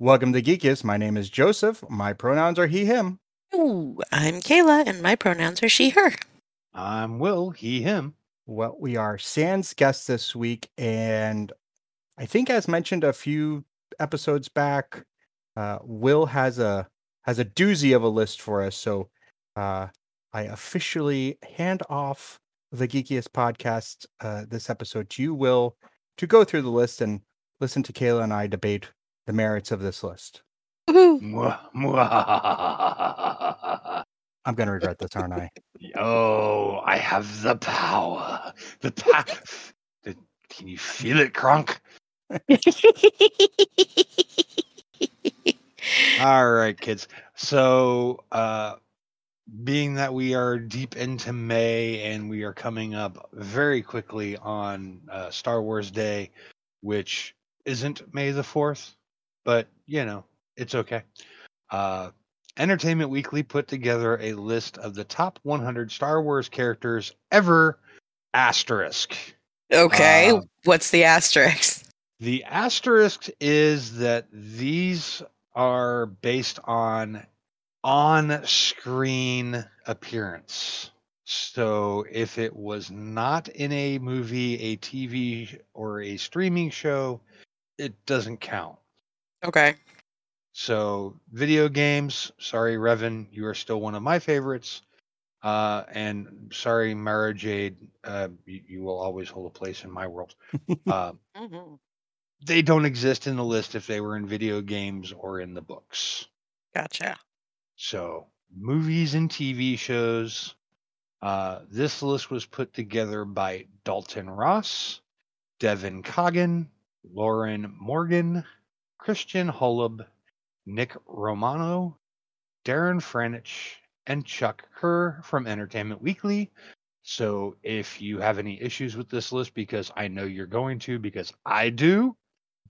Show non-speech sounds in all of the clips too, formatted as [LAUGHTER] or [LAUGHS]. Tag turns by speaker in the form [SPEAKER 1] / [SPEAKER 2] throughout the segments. [SPEAKER 1] Welcome to Geekus. My name is Joseph. My pronouns are he, him.
[SPEAKER 2] Ooh, I'm Kayla, and my pronouns are she, her.
[SPEAKER 3] I'm Will, he, [LAUGHS] him.
[SPEAKER 1] Well, we are Sans guests this week, and I think, as mentioned a few episodes back, uh, Will has a has a doozy of a list for us. So uh, I officially hand off the Geekiest podcast uh, this episode to you, Will, to go through the list and listen to Kayla and I debate the merits of this list.
[SPEAKER 2] Woohoo.
[SPEAKER 3] Mwah, mwah.
[SPEAKER 1] I'm going to regret this, aren't I? [LAUGHS]
[SPEAKER 3] Oh, I have the power. The power. [LAUGHS] the, can you feel it, Kronk? All right, kids. So, uh, being that we are deep into May and we are coming up very quickly on uh, Star Wars Day, which isn't May the 4th, but you know, it's okay. Uh, Entertainment Weekly put together a list of the top 100 Star Wars characters ever, asterisk.
[SPEAKER 2] okay,
[SPEAKER 4] Ah.
[SPEAKER 3] Um,
[SPEAKER 2] what's the asterisk?
[SPEAKER 3] The asterisk is that these are based on on screen appearance. So if it was not in a movie, a TV, or a streaming show, it doesn't count.
[SPEAKER 2] Okay.
[SPEAKER 3] So, video games, sorry, Revan, you are still one of my favorites. Uh, and sorry, Mara Jade, uh, you, you will always hold a place in my world. Uh, they don't exist in the list if they were in video games or in the books.
[SPEAKER 2] Gotcha.
[SPEAKER 3] So, movies and TV shows. Uh, this list was put together by Dalton Ross, Devin Coggin, Lauren Morgan, Christian Holub, Nick Romano, Darren Franich, and Chuck Kerr from Entertainment Weekly. So, if you have any issues with this list, because I know you're going to, because I do,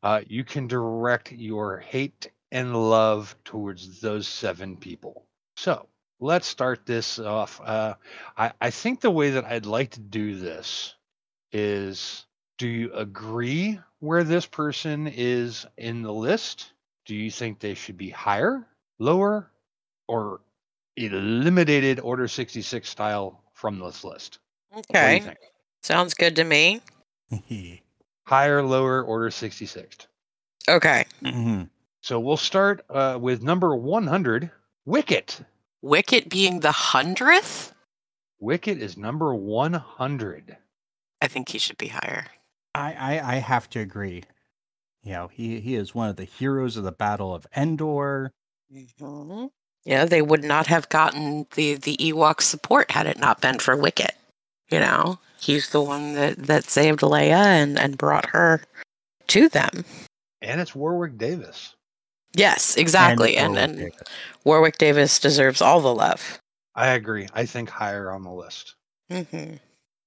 [SPEAKER 3] uh, you can direct your hate and love towards those seven people. So let's start this off. Uh, I, I think the way that I'd like to do this is do you agree where this person is in the list? Do you think they should be higher, lower, or eliminated Order 66 style from this list? What do you
[SPEAKER 2] Okay.
[SPEAKER 3] think?
[SPEAKER 2] Sounds good to me.
[SPEAKER 1] Mm-hmm.
[SPEAKER 3] Higher, lower, Order 66.
[SPEAKER 2] Okay.
[SPEAKER 1] Mhm.
[SPEAKER 3] So we'll start uh, with number 100, Wicket.
[SPEAKER 5] Wicket being the hundredth,
[SPEAKER 3] Wicket is number 100.
[SPEAKER 5] I think he should be higher.
[SPEAKER 1] I, I I have to agree. You know, he he is one of the heroes of the Battle of Endor.
[SPEAKER 5] Yeah, they would not have gotten the the Ewok support had it not been for Wicket. You know, he's the one that that saved Leia and and brought her to them.
[SPEAKER 3] And it's Warwick Davis.
[SPEAKER 5] Yes, exactly. And
[SPEAKER 1] Warwick
[SPEAKER 5] and,
[SPEAKER 1] Davis.
[SPEAKER 2] Warwick Davis deserves all the love.
[SPEAKER 3] I agree. I think higher on the list.
[SPEAKER 2] Mm-hmm.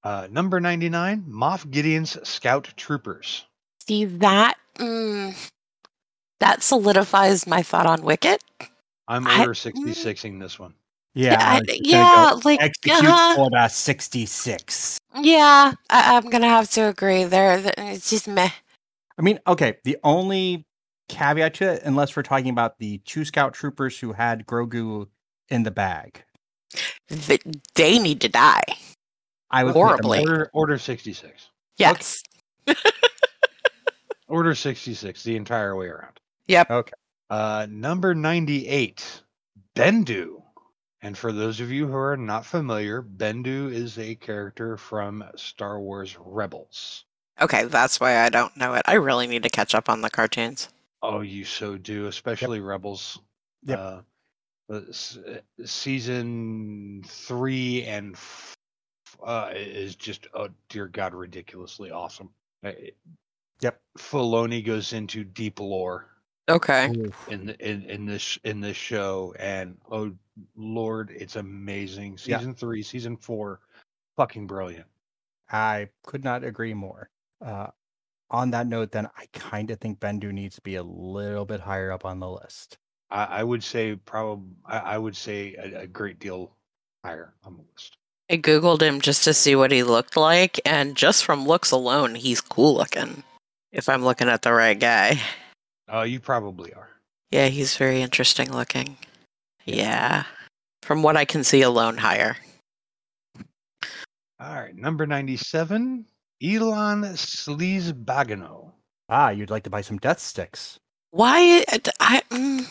[SPEAKER 3] Uh, number 99, Moff Gideon's Scout Troopers.
[SPEAKER 5] see that mm, that solidifies my thought on Wicket.
[SPEAKER 3] I'm
[SPEAKER 5] I-
[SPEAKER 3] Order 66ing this one.
[SPEAKER 1] yeah, I
[SPEAKER 5] I-
[SPEAKER 1] was just gonna go,
[SPEAKER 5] yeah, like
[SPEAKER 1] execute
[SPEAKER 5] uh-huh.
[SPEAKER 1] order 66
[SPEAKER 5] yeah. I, I'm gonna have to agree there. Th- It's just meh.
[SPEAKER 1] i mean okay the only caveat to it unless we're talking about the two scout troopers who had grogu in the bag
[SPEAKER 5] Th- They need to die.
[SPEAKER 1] i would put them
[SPEAKER 5] Horribly.
[SPEAKER 1] there.
[SPEAKER 3] Order, order 66.
[SPEAKER 5] Yes.
[SPEAKER 3] Order 66 the entire way around.
[SPEAKER 2] Yep.
[SPEAKER 1] Okay.
[SPEAKER 3] Uh, number 98, Bendu. And for those of you who are not familiar, Bendu is a character from Star Wars Rebels.
[SPEAKER 5] Okay, that's why I don't know it. I really need to catch up on the cartoons.
[SPEAKER 3] Oh, you so do, especially Rebels.
[SPEAKER 1] Yep.
[SPEAKER 3] Uh, uh, s- season three and f- uh, is just oh dear god ridiculously awesome. Uh, it-
[SPEAKER 1] Yep.
[SPEAKER 3] Filoni goes into deep lore
[SPEAKER 5] Okay.
[SPEAKER 3] in the, in in this in this show, and oh lord, it's amazing.
[SPEAKER 1] Yeah.
[SPEAKER 3] Season three, season four, fucking brilliant.
[SPEAKER 1] I could not agree more. Uh, on that note, then I kind of think Bendu needs to be a little bit higher up on the list.
[SPEAKER 3] I, I would say probably I, I would say a, a great deal higher on the list.
[SPEAKER 5] I googled him just to see what he looked like, and just from looks alone, he's cool looking. If I'm looking at the right guy.
[SPEAKER 3] Oh, you probably are.
[SPEAKER 5] Yeah, he's very interesting looking. Yeah. From what I can see alone, higher.
[SPEAKER 3] All right, number ninety-seven, Elon Slezbagano.
[SPEAKER 1] Ah, you'd like to buy some death sticks.
[SPEAKER 5] Why? I, I- mm,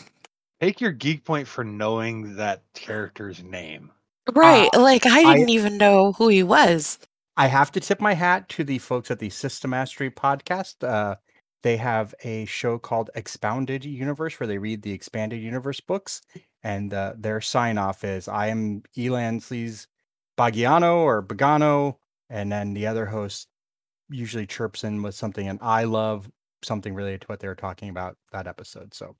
[SPEAKER 3] Take your geek point for knowing that character's name.
[SPEAKER 5] right.
[SPEAKER 3] Ah,
[SPEAKER 5] like, I
[SPEAKER 1] I-
[SPEAKER 5] didn't even know who he was. [LAUGHS]
[SPEAKER 1] I have to tip my hat to the folks at the System Mastery podcast. Uh, they have a show called Expounded Universe where they read the expanded universe books, and uh, their sign off is I am Elan Sleaze Bagiano or Bagano, and then the other host usually chirps in with something, and I love something related to what they were talking about that episode. So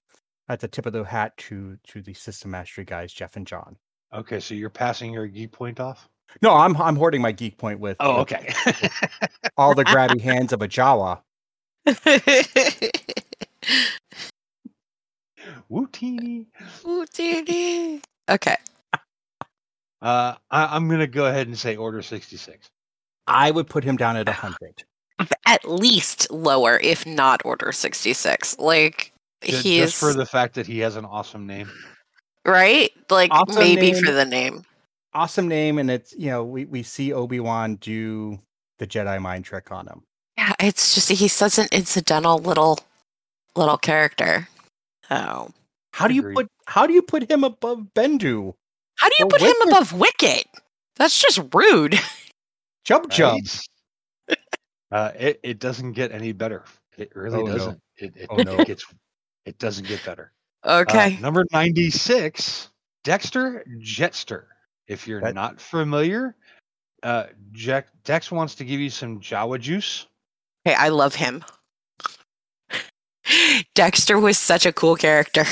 [SPEAKER 1] that's a tip of the hat to to the System Mastery guys, Jeff and John.
[SPEAKER 3] Okay, so you're passing your geek point off.
[SPEAKER 1] No, I'm I'm hoarding my geek point with
[SPEAKER 3] Oh,
[SPEAKER 1] with
[SPEAKER 3] okay. [LAUGHS]
[SPEAKER 1] all the grabby hands of a Jawa.
[SPEAKER 3] Wootini.
[SPEAKER 5] Ooh, dearie. okay.
[SPEAKER 3] Uh, I, I'm gonna go ahead and say Order sixty-six.
[SPEAKER 1] I would put him down
[SPEAKER 5] Ah.
[SPEAKER 1] at 100.
[SPEAKER 5] At least lower, if not Order 66. Like,
[SPEAKER 3] Ju-
[SPEAKER 5] he's.
[SPEAKER 3] Just for the fact that he has an awesome name.
[SPEAKER 5] right? Like,
[SPEAKER 1] Also
[SPEAKER 5] maybe
[SPEAKER 1] named-
[SPEAKER 5] for the name.
[SPEAKER 1] Awesome name, and it's you know we we see Obi Wan do the Jedi mind trick on him.
[SPEAKER 5] Yeah, it's just he's such an incidental little little character. Oh.
[SPEAKER 1] How do you
[SPEAKER 3] Agreed.
[SPEAKER 1] put how do you put him above Bendu?
[SPEAKER 5] How do you
[SPEAKER 1] Well,
[SPEAKER 5] put him
[SPEAKER 1] Wicket-
[SPEAKER 5] above Wicket? That's just rude.
[SPEAKER 1] Jump jump.
[SPEAKER 3] Right? uh, it it doesn't get any better. It really
[SPEAKER 1] Oh, no.
[SPEAKER 3] doesn't. It it,
[SPEAKER 1] Oh, no.
[SPEAKER 3] it [LAUGHS] gets it doesn't get better. Uh,
[SPEAKER 5] [LAUGHS] Okay.
[SPEAKER 3] number ninety six, Dexter Jetster. If you're
[SPEAKER 1] That-
[SPEAKER 3] not familiar, uh, Jack Dex wants to give you some Jawa juice.
[SPEAKER 5] okay, I love him. [LAUGHS] Dexter was such a cool character.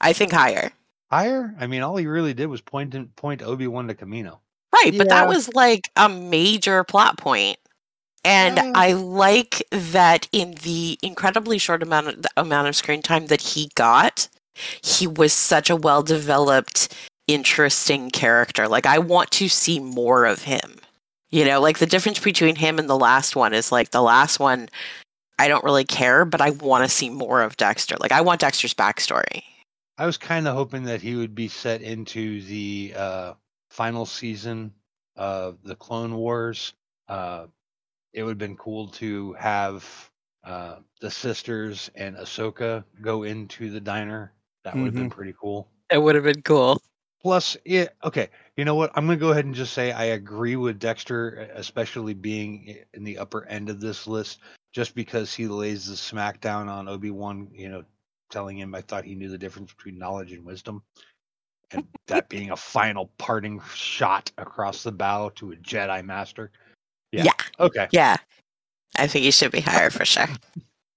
[SPEAKER 5] I think higher.
[SPEAKER 3] Higher. I mean, all he really did was point in, point Obi Wan to Camino.
[SPEAKER 5] Right, but
[SPEAKER 1] Yeah.
[SPEAKER 5] that was like a major plot point. And
[SPEAKER 3] Yeah.
[SPEAKER 5] I like that in the incredibly short amount of, the amount of screen time that he got, he was such a well-developed, interesting character. Like I want to see more of him. You know, like the difference between him and the last one is like the last one I don't really care, but I want to see more of Dexter. Like I want Dexter's backstory.
[SPEAKER 3] I was kind of hoping that he would be set into the uh, final season of the Clone Wars. Uh, it would have been cool to have uh, the sisters and Ahsoka go into the diner. That would have been pretty cool.
[SPEAKER 5] It would have been cool.
[SPEAKER 3] Plus, yeah, okay, you know what? I'm going to go ahead and just say I agree with Dexter, e- especially being i- in the upper end of this list, just because he lays the smack down on Obi Wan, you know, telling him I thought he knew the difference between knowledge and wisdom. And that being a final parting shot across the bow to a Jedi Master.
[SPEAKER 5] Yeah.
[SPEAKER 3] Okay.
[SPEAKER 5] Yeah. I think he should be higher for sure.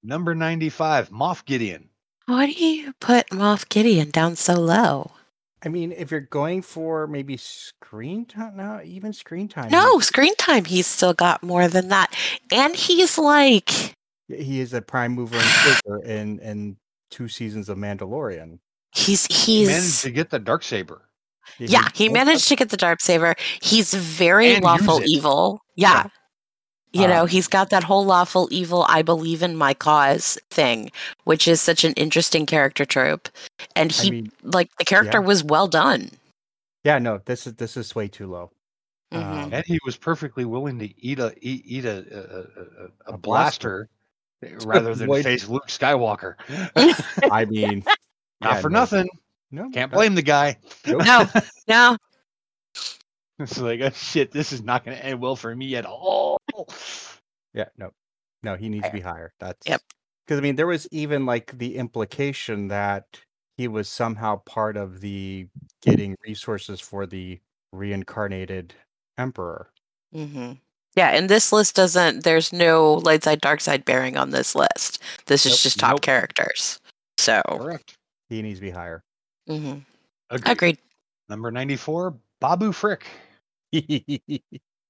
[SPEAKER 3] Number 95, Moff Gideon.
[SPEAKER 5] Why do you put Moff Gideon down so low?
[SPEAKER 1] I mean, if you're going for maybe screen time, no, even screen time.
[SPEAKER 5] No, screen time. He's still got more than that. And he's like,
[SPEAKER 1] he, he is a prime mover and shaker in in two seasons of Mandalorian.
[SPEAKER 5] he's,
[SPEAKER 3] He managed
[SPEAKER 5] he's,
[SPEAKER 3] to get the dark saber.
[SPEAKER 5] yeah, he managed to get the Dark Saber. He's very
[SPEAKER 3] And use
[SPEAKER 5] lawful
[SPEAKER 3] it.
[SPEAKER 5] evil. Yeah. You
[SPEAKER 1] Uh,
[SPEAKER 5] know, he's got that whole lawful evil, I believe in my cause thing, which is such an interesting character trope. And
[SPEAKER 1] I
[SPEAKER 5] he,
[SPEAKER 1] mean,
[SPEAKER 5] like, the character
[SPEAKER 1] yeah.
[SPEAKER 5] was well done.
[SPEAKER 1] yeah, no, this is this is way too low.
[SPEAKER 5] Mhm. [LAUGHS]
[SPEAKER 1] Um,
[SPEAKER 3] and he was perfectly willing to eat a eat, eat a, a- a, a, a
[SPEAKER 1] A
[SPEAKER 3] blaster, eh,
[SPEAKER 1] blaster. [LAUGHS]
[SPEAKER 3] rather than
[SPEAKER 1] avoid-
[SPEAKER 3] face Luke Skywalker. [GASPS]
[SPEAKER 1] I mean,
[SPEAKER 3] Not
[SPEAKER 1] yeah,
[SPEAKER 3] for
[SPEAKER 1] no,
[SPEAKER 3] nothing.
[SPEAKER 1] No,
[SPEAKER 3] Can't
[SPEAKER 1] no,
[SPEAKER 3] blame the guy. [LAUGHS]
[SPEAKER 1] nope.
[SPEAKER 5] Mm-hmm. No, no.
[SPEAKER 3] It's like, oh shit, this is not going to end well for me at all.
[SPEAKER 1] Oh. Yeah, no, no, he needs to be higher. That's
[SPEAKER 5] Yep.
[SPEAKER 1] Because I mean, there was even like the implication that he was somehow part of the getting resources for the reincarnated emperor.
[SPEAKER 5] Mm-hmm. Yeah, and this list doesn't. There's no light side, dark side bearing on this list. This is
[SPEAKER 1] Nope.
[SPEAKER 5] just top
[SPEAKER 3] Nope.
[SPEAKER 5] characters. So
[SPEAKER 3] Correct.
[SPEAKER 1] He needs to be higher. [LAUGHS]
[SPEAKER 5] mhm.
[SPEAKER 3] Agreed.
[SPEAKER 5] agreed.
[SPEAKER 3] Number 94, Babu Frick.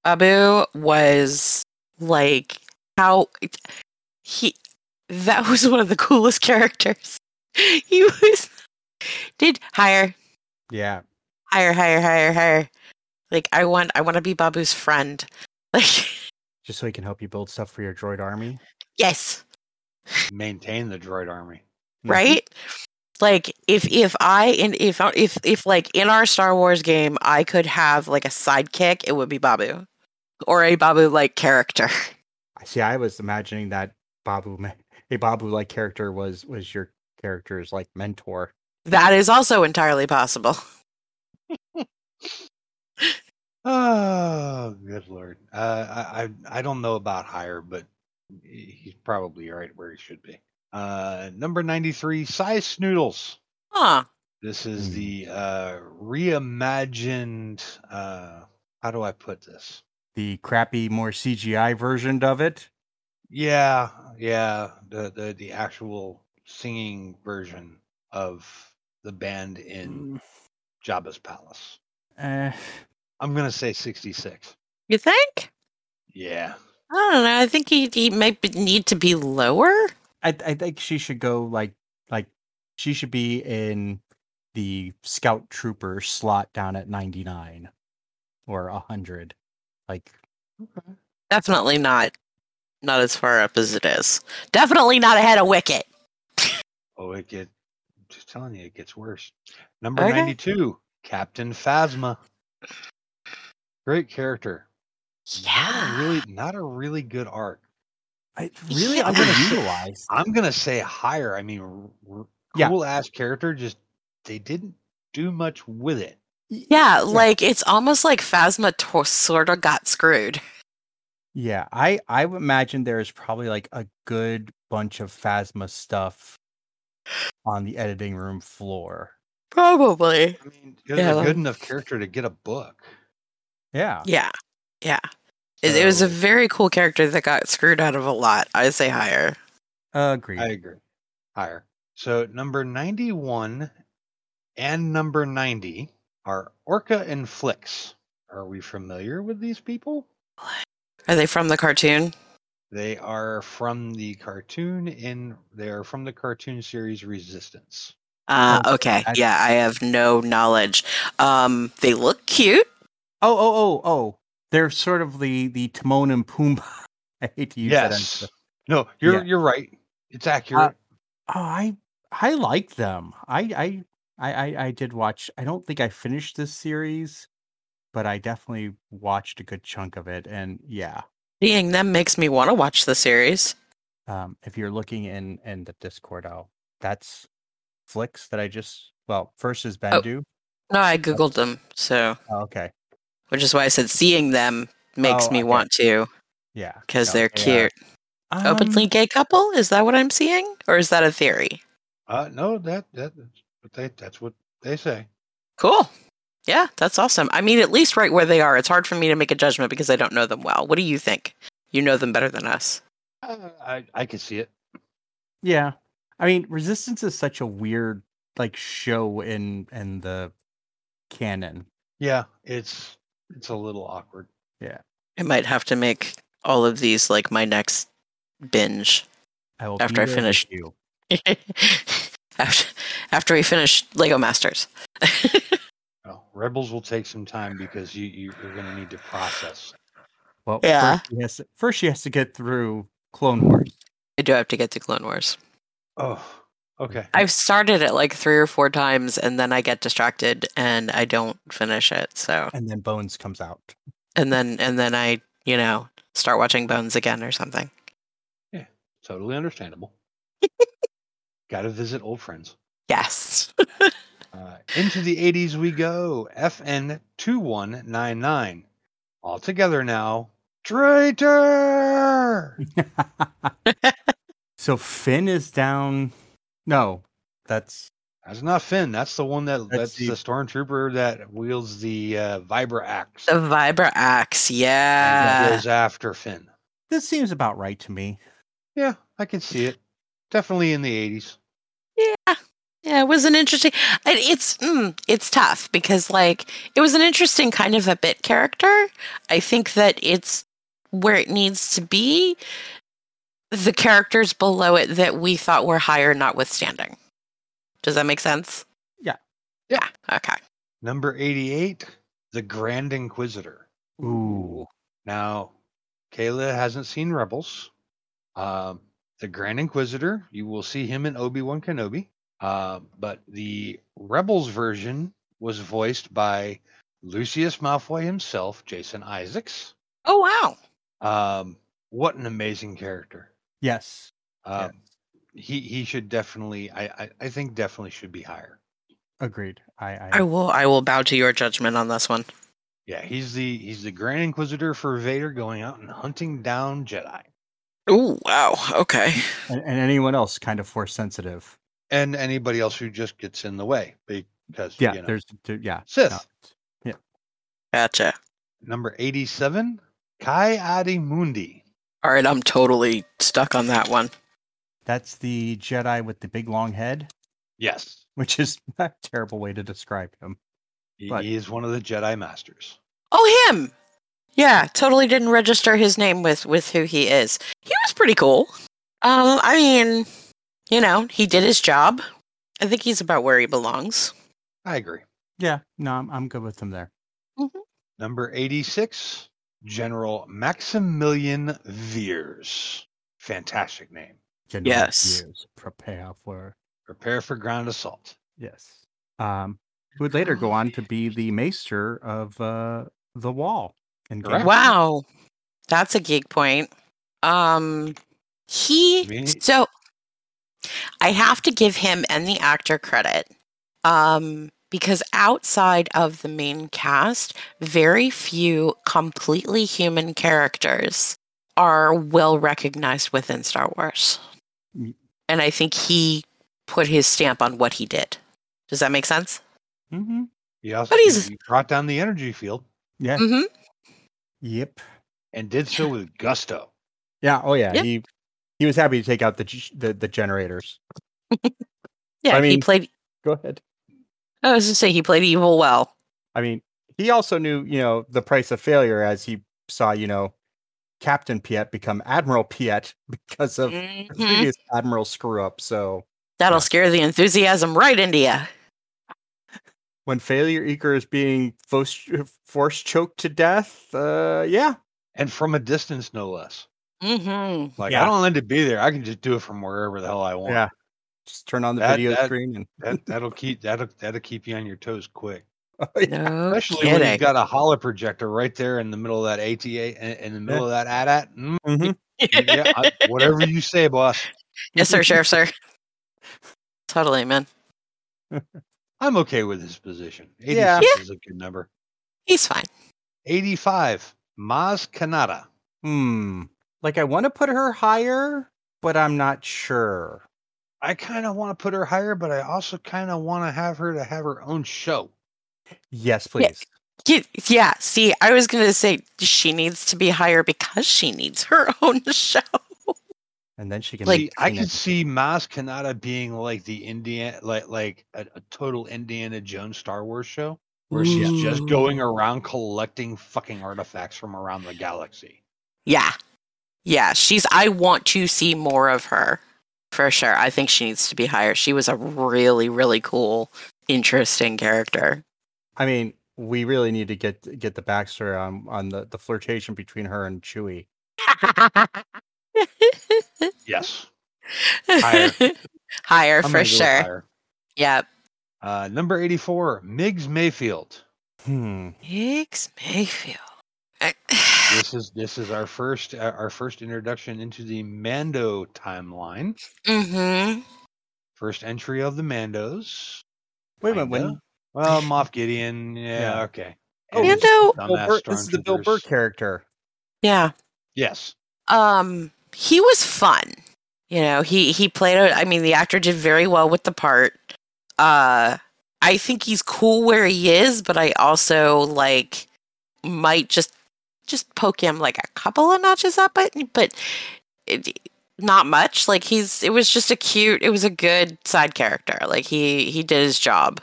[SPEAKER 5] Abu was like how he. That [LAUGHS] was one of the coolest characters. [LAUGHS] He was did higher,
[SPEAKER 1] yeah.
[SPEAKER 5] higher, higher, higher, higher. Like I want, I want to be Babu's friend. [LAUGHS] Like
[SPEAKER 1] Just so he can help you build stuff for your droid army.
[SPEAKER 5] yes.
[SPEAKER 3] Maintain the droid army. [SIGHS]
[SPEAKER 1] Mhm.
[SPEAKER 5] right like if if i in if if if like in our star wars game i could have like a sidekick it would be babu or a babu like character [LAUGHS]
[SPEAKER 1] I See, I was imagining that Babu, ma- a Babu like character, was was your character's like mentor.
[SPEAKER 5] that is also entirely possible
[SPEAKER 3] Oh, good lord. Uh, I, I I don't know about higher, but he- he's probably right where he should be. Uh, number 93, Size Snoodles.
[SPEAKER 5] huh
[SPEAKER 3] This
[SPEAKER 5] Mm.
[SPEAKER 3] is
[SPEAKER 1] Hmm.
[SPEAKER 3] the uh, reimagined. Uh, how do I put this?
[SPEAKER 1] The crappy, more CGI version of it.
[SPEAKER 3] Yeah, yeah, the the, the actual singing version of the band in
[SPEAKER 5] Mm.
[SPEAKER 3] Jabba's palace.
[SPEAKER 1] Uh,
[SPEAKER 3] I'm gonna say 66.
[SPEAKER 5] you think
[SPEAKER 3] Yeah,
[SPEAKER 5] i don't know i think he, he might be, need to be lower
[SPEAKER 1] I I think she should go like like she should be in the scout trooper slot down at 99 or 100 like
[SPEAKER 5] definitely not not as far up as it is definitely not ahead of wicket
[SPEAKER 3] Oh, it get. Just telling you, it gets worse. Number
[SPEAKER 5] Okay.
[SPEAKER 3] ninety-two, Captain Phasma. Great character. Not a
[SPEAKER 5] yeah
[SPEAKER 3] really, not a really good arc.
[SPEAKER 1] I really
[SPEAKER 5] Yeah.
[SPEAKER 1] underutilized.
[SPEAKER 3] I'm gonna say higher. I mean, r- r-
[SPEAKER 1] Yeah.
[SPEAKER 3] cool ass character. Just they didn't do much with it.
[SPEAKER 5] yeah like it's almost like phasma tor sort of got screwed
[SPEAKER 1] Yeah, I I would imagine there is probably like a good bunch of Phasma stuff on the editing room floor.
[SPEAKER 5] probably
[SPEAKER 3] I mean, it was
[SPEAKER 5] Yeah,
[SPEAKER 3] a
[SPEAKER 5] well-
[SPEAKER 3] good enough character to get a book.
[SPEAKER 1] Yeah.
[SPEAKER 5] Yeah. Yeah. It, it was a
[SPEAKER 3] So-
[SPEAKER 5] very cool character that got screwed out of a lot. I say higher.
[SPEAKER 1] Agreed.
[SPEAKER 3] I agree. Higher. So number ninety-one and number ninety are Orca and Flicks. Are we familiar with these people?
[SPEAKER 5] Are they from the cartoon?
[SPEAKER 3] They are from the cartoon in they are from the cartoon series Resistance.
[SPEAKER 5] Uh,
[SPEAKER 1] Oh,
[SPEAKER 5] okay.
[SPEAKER 1] I-
[SPEAKER 5] yeah, I have no knowledge. Um, they look cute.
[SPEAKER 1] Oh, oh, oh, oh. They're sort of the the Timon and Pumbaa. [LAUGHS] I hate to use that. as
[SPEAKER 3] yes.
[SPEAKER 1] the-
[SPEAKER 3] No, you're
[SPEAKER 1] Yeah.
[SPEAKER 3] you're right.
[SPEAKER 5] Uh,
[SPEAKER 3] It's accurate.
[SPEAKER 1] Oh, I I like them. I I I I I did watch. I don't think I finished this series, but I definitely watched a good chunk of it. And yeah,
[SPEAKER 5] Seeing them makes me want to watch the series.
[SPEAKER 1] um, if you're looking in in the Discord, I'll that's flicks that I just well first is
[SPEAKER 5] Oh.
[SPEAKER 1] Bendu.
[SPEAKER 5] No, I googled them, so
[SPEAKER 1] Oh, okay,
[SPEAKER 5] which is why I said seeing them makes
[SPEAKER 1] Oh,
[SPEAKER 5] me
[SPEAKER 1] okay.
[SPEAKER 5] want to
[SPEAKER 1] yeah,
[SPEAKER 5] because
[SPEAKER 1] no,
[SPEAKER 5] they're
[SPEAKER 1] they are.
[SPEAKER 5] cute. Openly
[SPEAKER 1] Um,
[SPEAKER 5] gay couple? Is that what I'm seeing, or is that a theory?
[SPEAKER 3] Uh no, that that that's what they that's what they say.
[SPEAKER 5] Cool. Yeah, that's awesome. I mean, at least right where they are. It's hard for me to make a judgment because I don't know them well. What do you think? You know them better than us.
[SPEAKER 3] Uh, I I can see it.
[SPEAKER 1] Yeah. I mean, Resistance is such a weird like show in in the canon.
[SPEAKER 3] Yeah, it's it's a little awkward.
[SPEAKER 5] I might have to make all of these like my next [LAUGHS] binge.
[SPEAKER 1] I will
[SPEAKER 5] After I
[SPEAKER 1] be there with
[SPEAKER 5] finish.
[SPEAKER 1] you.
[SPEAKER 5] after, after we finish Lego Masters.
[SPEAKER 3] Well, Rebels will take some time because you, you you're going to need to process.
[SPEAKER 1] Well,
[SPEAKER 5] Yeah.
[SPEAKER 1] First she, has to, first she has to get through Clone Wars.
[SPEAKER 5] I do have to get to Clone Wars.
[SPEAKER 3] Oh, okay.
[SPEAKER 5] I've started it like three or four times and then I get distracted and I don't finish it. So,
[SPEAKER 1] and then Bones comes
[SPEAKER 5] [LAUGHS]
[SPEAKER 1] out.
[SPEAKER 5] and then, and then I, you know, start watching Bones again or something.
[SPEAKER 3] Totally understandable. Got to visit old friends.
[SPEAKER 5] Yes.
[SPEAKER 3] Uh, into the 80s we go. FN2199. All together now. Traitor!
[SPEAKER 1] so Finn is down. No, that's
[SPEAKER 3] That's not Finn. That's the one that
[SPEAKER 1] That's
[SPEAKER 3] that's,
[SPEAKER 1] the-
[SPEAKER 3] the stormtrooper that wields the uh, vibra axe.
[SPEAKER 5] The Vibra Axe,
[SPEAKER 3] and
[SPEAKER 5] yeah.
[SPEAKER 3] goes after Finn.
[SPEAKER 1] This seems about right to me.
[SPEAKER 3] Yeah, I can see it. Definitely in the 80s.
[SPEAKER 5] Yeah. Yeah, it was an interesting. It, it's mm, it's tough because like it was an interesting kind of a bit character. I think that it's where it needs to be. The characters below it that we thought were higher, notwithstanding. Does that make sense?
[SPEAKER 1] Yeah.
[SPEAKER 5] Yeah. Okay.
[SPEAKER 3] Number 88, The Grand Inquisitor.
[SPEAKER 1] Ooh.
[SPEAKER 3] Now, Kayla hasn't seen Rebels. Um, the Grand Inquisitor, you will see him in Obi Wan Kenobi. Uh, but the Rebels version was voiced by Lucius Malfoy himself, Jason Isaacs.
[SPEAKER 5] Oh wow.
[SPEAKER 3] Um, what an amazing character.
[SPEAKER 1] Yes.
[SPEAKER 3] Um,
[SPEAKER 1] yes.
[SPEAKER 3] He he should definitely, I, I I think definitely should be higher.
[SPEAKER 1] Agreed. I, I,
[SPEAKER 5] I will I will bow to your judgment on this one.
[SPEAKER 3] Yeah, he's the he's the Grand Inquisitor for Vader, going out and hunting down Jedi.
[SPEAKER 5] Oh wow. Okay.
[SPEAKER 1] and, and anyone else kind of force sensitive.
[SPEAKER 3] and anybody else who just gets in the way because
[SPEAKER 1] Yeah.
[SPEAKER 3] you know,
[SPEAKER 1] There's there- yeah.
[SPEAKER 3] Sith
[SPEAKER 1] no.
[SPEAKER 5] Gotcha.
[SPEAKER 3] number 87 Kai Adi Mundi
[SPEAKER 5] All right, I'm totally stuck on that one.
[SPEAKER 1] That's the Jedi with the big long head, [LAUGHS]
[SPEAKER 3] yes
[SPEAKER 1] which is a terrible way to describe him.
[SPEAKER 3] he,
[SPEAKER 1] Right.
[SPEAKER 3] he is one of the Jedi masters
[SPEAKER 5] Oh, him. Yeah, totally didn't register his name with with who he is. He was pretty cool. Um, I mean, you know, he did his job. I think he's about where he belongs.
[SPEAKER 3] I agree
[SPEAKER 1] Yeah. No, I'm, I'm good with him there.
[SPEAKER 3] number 86 General Maximilian Veers fantastic name
[SPEAKER 1] General
[SPEAKER 5] Yes.
[SPEAKER 1] Veers, prepare for
[SPEAKER 3] prepare for ground assault
[SPEAKER 1] Yes. Um, who would later
[SPEAKER 3] Oh.
[SPEAKER 1] go on to be the maester of uh, the wall. in Game of
[SPEAKER 3] Correct.
[SPEAKER 1] Thrones.
[SPEAKER 5] Wow, that's a geek point. Um, he
[SPEAKER 3] Me-
[SPEAKER 5] so I have to give him and the actor credit. Um, because outside of the main cast, very few completely human characters are well recognized within Star Wars.
[SPEAKER 1] Mm.
[SPEAKER 5] And I think he put his stamp on what he did. Does that make sense?
[SPEAKER 1] Mhm.
[SPEAKER 3] he also
[SPEAKER 5] But he's-
[SPEAKER 3] he brought down the energy field
[SPEAKER 1] Yeah.
[SPEAKER 3] Mm.
[SPEAKER 5] Mm-hmm.
[SPEAKER 1] Yep.
[SPEAKER 3] and did so with gusto
[SPEAKER 1] Yeah. Oh yeah.
[SPEAKER 5] Yeah.
[SPEAKER 1] He he was happy to take out the g- the, the generators.
[SPEAKER 5] Yeah,
[SPEAKER 1] I
[SPEAKER 5] he
[SPEAKER 1] mean-
[SPEAKER 5] played.
[SPEAKER 1] Go ahead.
[SPEAKER 5] I was just say he played evil well.
[SPEAKER 1] I mean, he also knew you know the price of failure as he saw you know Captain Piet become Admiral Piet [LAUGHS] because of the
[SPEAKER 3] Mm-hmm.
[SPEAKER 5] Mhm.
[SPEAKER 1] previous admiral screw up. So
[SPEAKER 5] That'll scare the enthusiasm right into you.
[SPEAKER 1] when failure eager is being force force choked to death, uh, yeah,
[SPEAKER 3] and from a distance no less
[SPEAKER 5] Mm-hmm.
[SPEAKER 3] like
[SPEAKER 1] Yeah.
[SPEAKER 3] I don't need to be there I can just do it from wherever the hell I want
[SPEAKER 1] Yeah. just turn on the
[SPEAKER 3] That-
[SPEAKER 1] video
[SPEAKER 3] that-
[SPEAKER 1] screen and [LAUGHS]
[SPEAKER 3] That that'll keep that'll that'll keep you on your toes quick.
[SPEAKER 5] [LAUGHS]
[SPEAKER 1] Oh,
[SPEAKER 5] No
[SPEAKER 3] Especially when
[SPEAKER 5] kidding.
[SPEAKER 3] you've got a hollow projector right there in the middle of that ATA in, in the middle of that at
[SPEAKER 1] [LAUGHS]
[SPEAKER 3] at. Mm,
[SPEAKER 1] Mhm.
[SPEAKER 3] [LAUGHS] yeah, I- whatever you say, boss.
[SPEAKER 5] yes, sir, sheriff, sir. Totally, man.
[SPEAKER 3] I'm okay with his position. 86
[SPEAKER 1] Yeah.
[SPEAKER 3] is a good number.
[SPEAKER 5] He's fine.
[SPEAKER 3] 85, Maz Kanata.
[SPEAKER 1] Hmm. Like I want to put her higher, but I'm not sure.
[SPEAKER 3] I kind of want to put her higher, but I also kind of want to have her to have her own show.
[SPEAKER 1] Yes,
[SPEAKER 5] Yeah.
[SPEAKER 1] please.
[SPEAKER 5] Ye- Yeah. See, I was gonna say she needs to be higher because she needs her [LAUGHS] own show.
[SPEAKER 1] And then she can
[SPEAKER 5] Like,
[SPEAKER 3] See, I can see Maz Kanata being like the Indiana, like like a, a total Indiana Jones Star Wars show. where she's just going around collecting fucking artifacts from around the galaxy.
[SPEAKER 5] Yeah. Yeah. She's. I want to see more of her for sure. I think she needs to be higher. She was a really, really cool, interesting character.
[SPEAKER 1] I mean, we really need to get get the backstory on on the the flirtation between her and Chewie.
[SPEAKER 3] Yes,
[SPEAKER 5] higher, [LAUGHS] higher
[SPEAKER 3] I'm
[SPEAKER 5] for
[SPEAKER 3] gonna go with
[SPEAKER 5] sure.
[SPEAKER 3] higher.
[SPEAKER 5] Yep.
[SPEAKER 3] Uh, number eighty-four, Miggs Mayfield.
[SPEAKER 1] Hmm.
[SPEAKER 5] Higgs Mayfield. [CLEARS THROAT]
[SPEAKER 3] This is this is our first uh, our first introduction into the Mando timeline.
[SPEAKER 5] mm-hmm.
[SPEAKER 3] First entry of the Mandos.
[SPEAKER 1] Wait a minute.
[SPEAKER 3] kinda.
[SPEAKER 1] When
[SPEAKER 3] Well, Moff Gideon. Yeah,
[SPEAKER 1] Yeah.
[SPEAKER 3] okay.
[SPEAKER 1] Oh,
[SPEAKER 3] And
[SPEAKER 5] Mando-
[SPEAKER 1] Bill
[SPEAKER 3] dumbass
[SPEAKER 1] Burr, this is the Bill Burr
[SPEAKER 3] stormtroopers.
[SPEAKER 1] character.
[SPEAKER 5] Yeah.
[SPEAKER 3] Yes,
[SPEAKER 5] Um, he was fun. You know, he he played. A, I mean, the actor did very well with the part. uh I think he's cool where he is, but I also like might just just poke him like a couple of notches up, but but it, not much. Like he's it was just a cute, it was a good side character. Like he he did his job,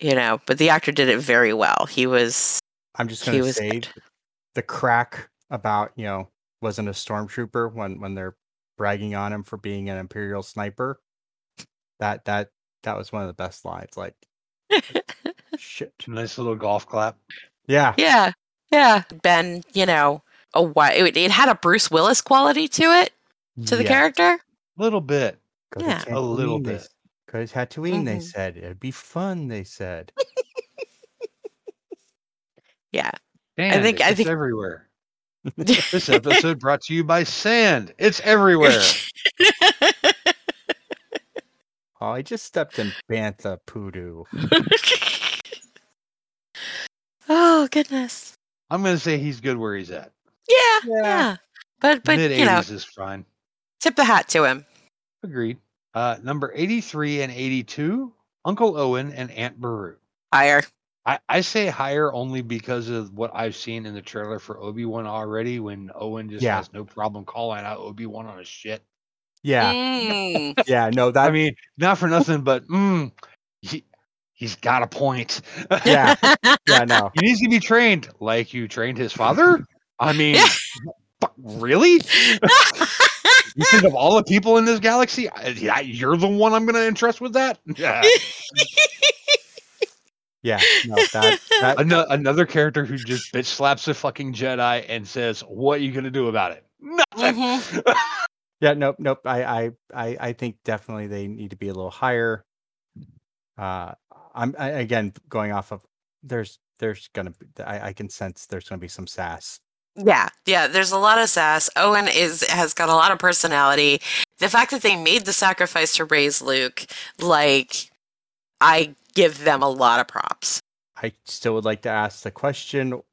[SPEAKER 5] you know. But the actor did it very well. He was
[SPEAKER 1] I'm just
[SPEAKER 5] He
[SPEAKER 1] going to
[SPEAKER 5] was
[SPEAKER 1] say
[SPEAKER 5] good.
[SPEAKER 1] the crack about, you know, wasn't a stormtrooper when when they're bragging on him for being an imperial sniper. That that that was one of the best lines
[SPEAKER 5] [LAUGHS]
[SPEAKER 1] like shit.
[SPEAKER 3] Nice little golf clap.
[SPEAKER 1] Yeah.
[SPEAKER 5] yeah yeah Ben. You know a why it, it had a Bruce Willis quality to it to the
[SPEAKER 1] yeah.
[SPEAKER 5] character.
[SPEAKER 3] Little bit.
[SPEAKER 1] Go to
[SPEAKER 5] Yeah.
[SPEAKER 3] A little
[SPEAKER 1] Tatooine, they
[SPEAKER 3] bit.
[SPEAKER 1] s- Go to Tatooine, they
[SPEAKER 5] Mhm.
[SPEAKER 1] said. It'd be fun, they said.
[SPEAKER 3] Sand,
[SPEAKER 5] think- I
[SPEAKER 3] it's
[SPEAKER 5] think-
[SPEAKER 1] [LAUGHS]
[SPEAKER 3] everywhere. This episode brought to you by Sand. It's everywhere.
[SPEAKER 1] Oh, I just stepped in Bantha Poodoo.
[SPEAKER 5] oh goodness.
[SPEAKER 3] I'm going to say he's good where he's at.
[SPEAKER 5] Yeah,
[SPEAKER 1] Yeah.
[SPEAKER 5] yeah. But but
[SPEAKER 3] Mid
[SPEAKER 5] you know,
[SPEAKER 3] 80s is fine.
[SPEAKER 5] tip the hat to him.
[SPEAKER 3] Agreed. Uh, number 83 and 82, Uncle Owen and Aunt Beru.
[SPEAKER 5] Higher.
[SPEAKER 3] I, I say higher only because of what I've seen in the trailer for Obi Wan already when Owen just
[SPEAKER 1] Yeah.
[SPEAKER 3] has no problem calling out Obi Wan on his shit.
[SPEAKER 1] Yeah.
[SPEAKER 5] Mm.
[SPEAKER 1] Yeah. No, that
[SPEAKER 3] I mean, not for nothing, but mm, he, he's got a point.
[SPEAKER 1] yeah.
[SPEAKER 5] [LAUGHS]
[SPEAKER 1] Yeah, no.
[SPEAKER 3] He needs to be trained like you trained his father. I mean, fuck, really? You think of all the people in this galaxy, I- yeah, you're the one I'm going to entrust with that? [LAUGHS] Yeah.
[SPEAKER 1] Yeah. No, that that
[SPEAKER 3] Ano- another character who just bitch slaps a fucking Jedi and says, "What are you gonna do about it?" [LAUGHS] Nothing. [LAUGHS]
[SPEAKER 1] Yeah, nope, nope. I, I, I, I think definitely they need to be a little higher. Uh, I'm I, again going off of there's there's gonna be, I, I can sense there's gonna be some sass.
[SPEAKER 5] [LAUGHS] Yeah, yeah. There's a lot of sass. Owen is has got a lot of personality. The fact that they made the sacrifice to raise Luke, like, I give them a lot of props.
[SPEAKER 1] I still would like to ask the question: w-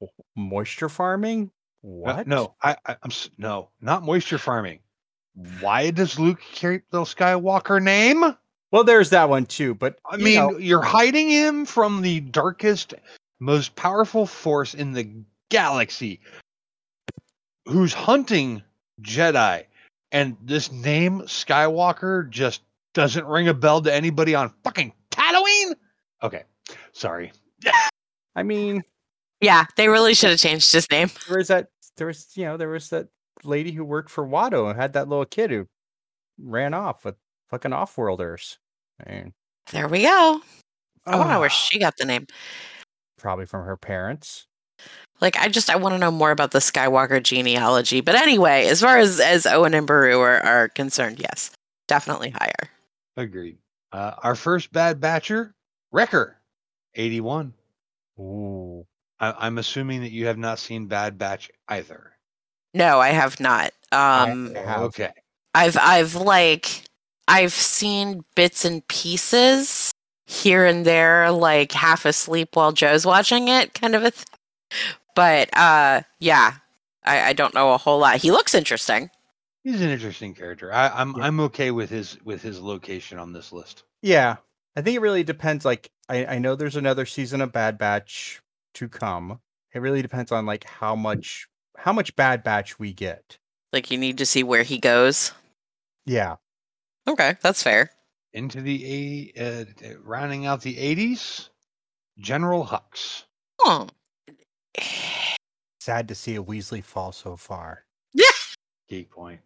[SPEAKER 1] w- moisture farming?
[SPEAKER 3] No,
[SPEAKER 1] What?
[SPEAKER 3] Uh, No, I, I, I'm s- no, not moisture farming. Why does Luke keep the Skywalker name? I
[SPEAKER 1] Well, there's that one too. But I
[SPEAKER 3] mean,
[SPEAKER 1] mean,
[SPEAKER 3] you're hiding him from the darkest, most powerful force in the galaxy, who's hunting Jedi, and this name Skywalker just doesn't ring a bell to anybody on fucking Tatooine. Okay, sorry.
[SPEAKER 1] I mean,
[SPEAKER 5] Yeah, they really should have changed his name.
[SPEAKER 1] there was that there was you know there was that lady who worked for Watto and had that little kid who ran off with fucking off-worlders. I mean,
[SPEAKER 5] There we go. I want to know
[SPEAKER 3] Ah.
[SPEAKER 5] where she got the name.
[SPEAKER 1] probably from her parents.
[SPEAKER 5] Like, I just I want to know more about the Skywalker genealogy. But anyway, as far as as Owen and Baru are, are concerned, yes, definitely higher.
[SPEAKER 3] [SIGHS] Agreed. Uh, our first bad batcher, Wrecker, 81.
[SPEAKER 1] Ooh.
[SPEAKER 3] I- I'm assuming that you have not seen Bad Batch either.
[SPEAKER 5] No, I have not.
[SPEAKER 1] I
[SPEAKER 5] Um,
[SPEAKER 1] have.
[SPEAKER 3] Okay.
[SPEAKER 5] I've I've like I've seen bits and pieces here and there, like half asleep while Joe's watching it, kind of a. Th- but uh, yeah, I, I don't know a whole lot. He looks interesting.
[SPEAKER 3] He's an interesting character. I, I'm
[SPEAKER 1] Yeah.
[SPEAKER 3] I'm okay with his with his location on this list.
[SPEAKER 1] Yeah. I think it really depends. Like, I, I know there's another season of Bad Batch to come. It really depends on like how much how much Bad Batch we get.
[SPEAKER 5] Like you need to see where he goes.
[SPEAKER 1] Yeah.
[SPEAKER 5] Okay, that's fair.
[SPEAKER 3] Into the a uh, uh, rounding out the 80s, General Hux.
[SPEAKER 5] Hmm.
[SPEAKER 1] Sad to see a Weasley fall so far.
[SPEAKER 3] Geek point.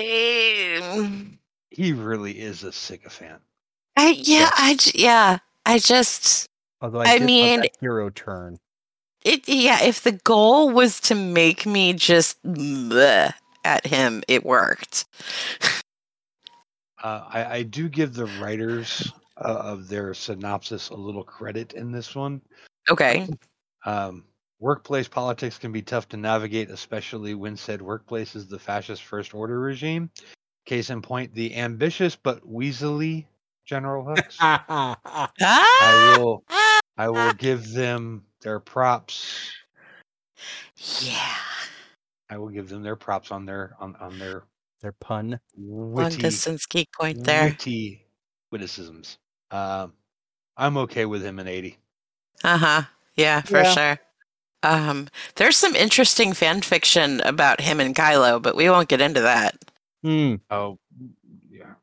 [SPEAKER 5] Um,
[SPEAKER 3] He really is a sycophant.
[SPEAKER 5] I yeah I j- yeah I just
[SPEAKER 1] Although
[SPEAKER 5] I
[SPEAKER 1] I, did mean,
[SPEAKER 5] mean-
[SPEAKER 1] hero turn.
[SPEAKER 5] it yeah if the goal was to make me just bleh at him it worked.
[SPEAKER 3] Uh, I, I do give the writers uh, of their synopsis a little credit in this one.
[SPEAKER 5] [LAUGHS] Okay.
[SPEAKER 3] Um, workplace politics can be tough to navigate, especially when said workplace is the fascist First Order regime. Case in point, the ambitious but weaselly
[SPEAKER 5] [LAUGHS]
[SPEAKER 3] General Hux. I
[SPEAKER 5] Ah!
[SPEAKER 3] will, I will give them their props.
[SPEAKER 5] Yeah.
[SPEAKER 3] I will give them their props on their on on their
[SPEAKER 1] Their pun.
[SPEAKER 5] Long
[SPEAKER 3] Witty,
[SPEAKER 5] distance geek point there.
[SPEAKER 3] witty witticisms. Um, I'm okay with him in 80.
[SPEAKER 5] Uh huh. Yeah, for
[SPEAKER 1] Yeah.
[SPEAKER 5] sure. Um, there's some interesting fan fiction about him and Kylo, but we won't get into that.
[SPEAKER 1] Hmm.
[SPEAKER 3] Oh, yeah.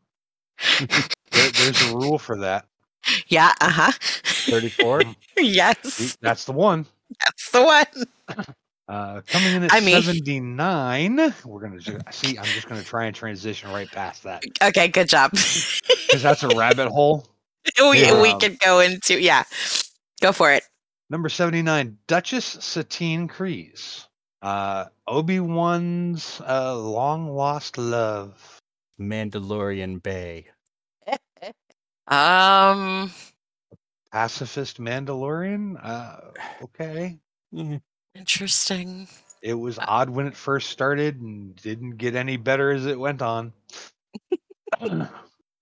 [SPEAKER 3] [LAUGHS] There, there's a rule
[SPEAKER 5] [LAUGHS]
[SPEAKER 3] for that.
[SPEAKER 5] Yeah. Uh huh.
[SPEAKER 1] 34.
[SPEAKER 5] [LAUGHS] yes.
[SPEAKER 3] That's the one.
[SPEAKER 5] That's the one.
[SPEAKER 3] Uh, coming in at
[SPEAKER 5] I mean- [LAUGHS]
[SPEAKER 3] 79, we're gonna ju- see. I'm just gonna try and transition right
[SPEAKER 5] [LAUGHS]
[SPEAKER 3] past that
[SPEAKER 5] Okay. Good job.
[SPEAKER 3] because that's a rabbit hole.
[SPEAKER 5] we we
[SPEAKER 3] Yeah.
[SPEAKER 5] can go into yeah. Go for it.
[SPEAKER 3] Number 79, Duchess Satine Kreese. Uh, Obi Wan's uh, long lost love.
[SPEAKER 1] [LAUGHS] Mandalorian Bay.
[SPEAKER 5] Um.
[SPEAKER 3] Pacifist Mandalorian?
[SPEAKER 5] [SIGHS]
[SPEAKER 3] Uh, okay.
[SPEAKER 1] Mm-hmm.
[SPEAKER 5] Interesting.
[SPEAKER 3] It
[SPEAKER 5] Uh
[SPEAKER 3] was odd when it first started and didn't get any better as it
[SPEAKER 5] [LAUGHS]
[SPEAKER 3] went on. [CLEARS THROAT]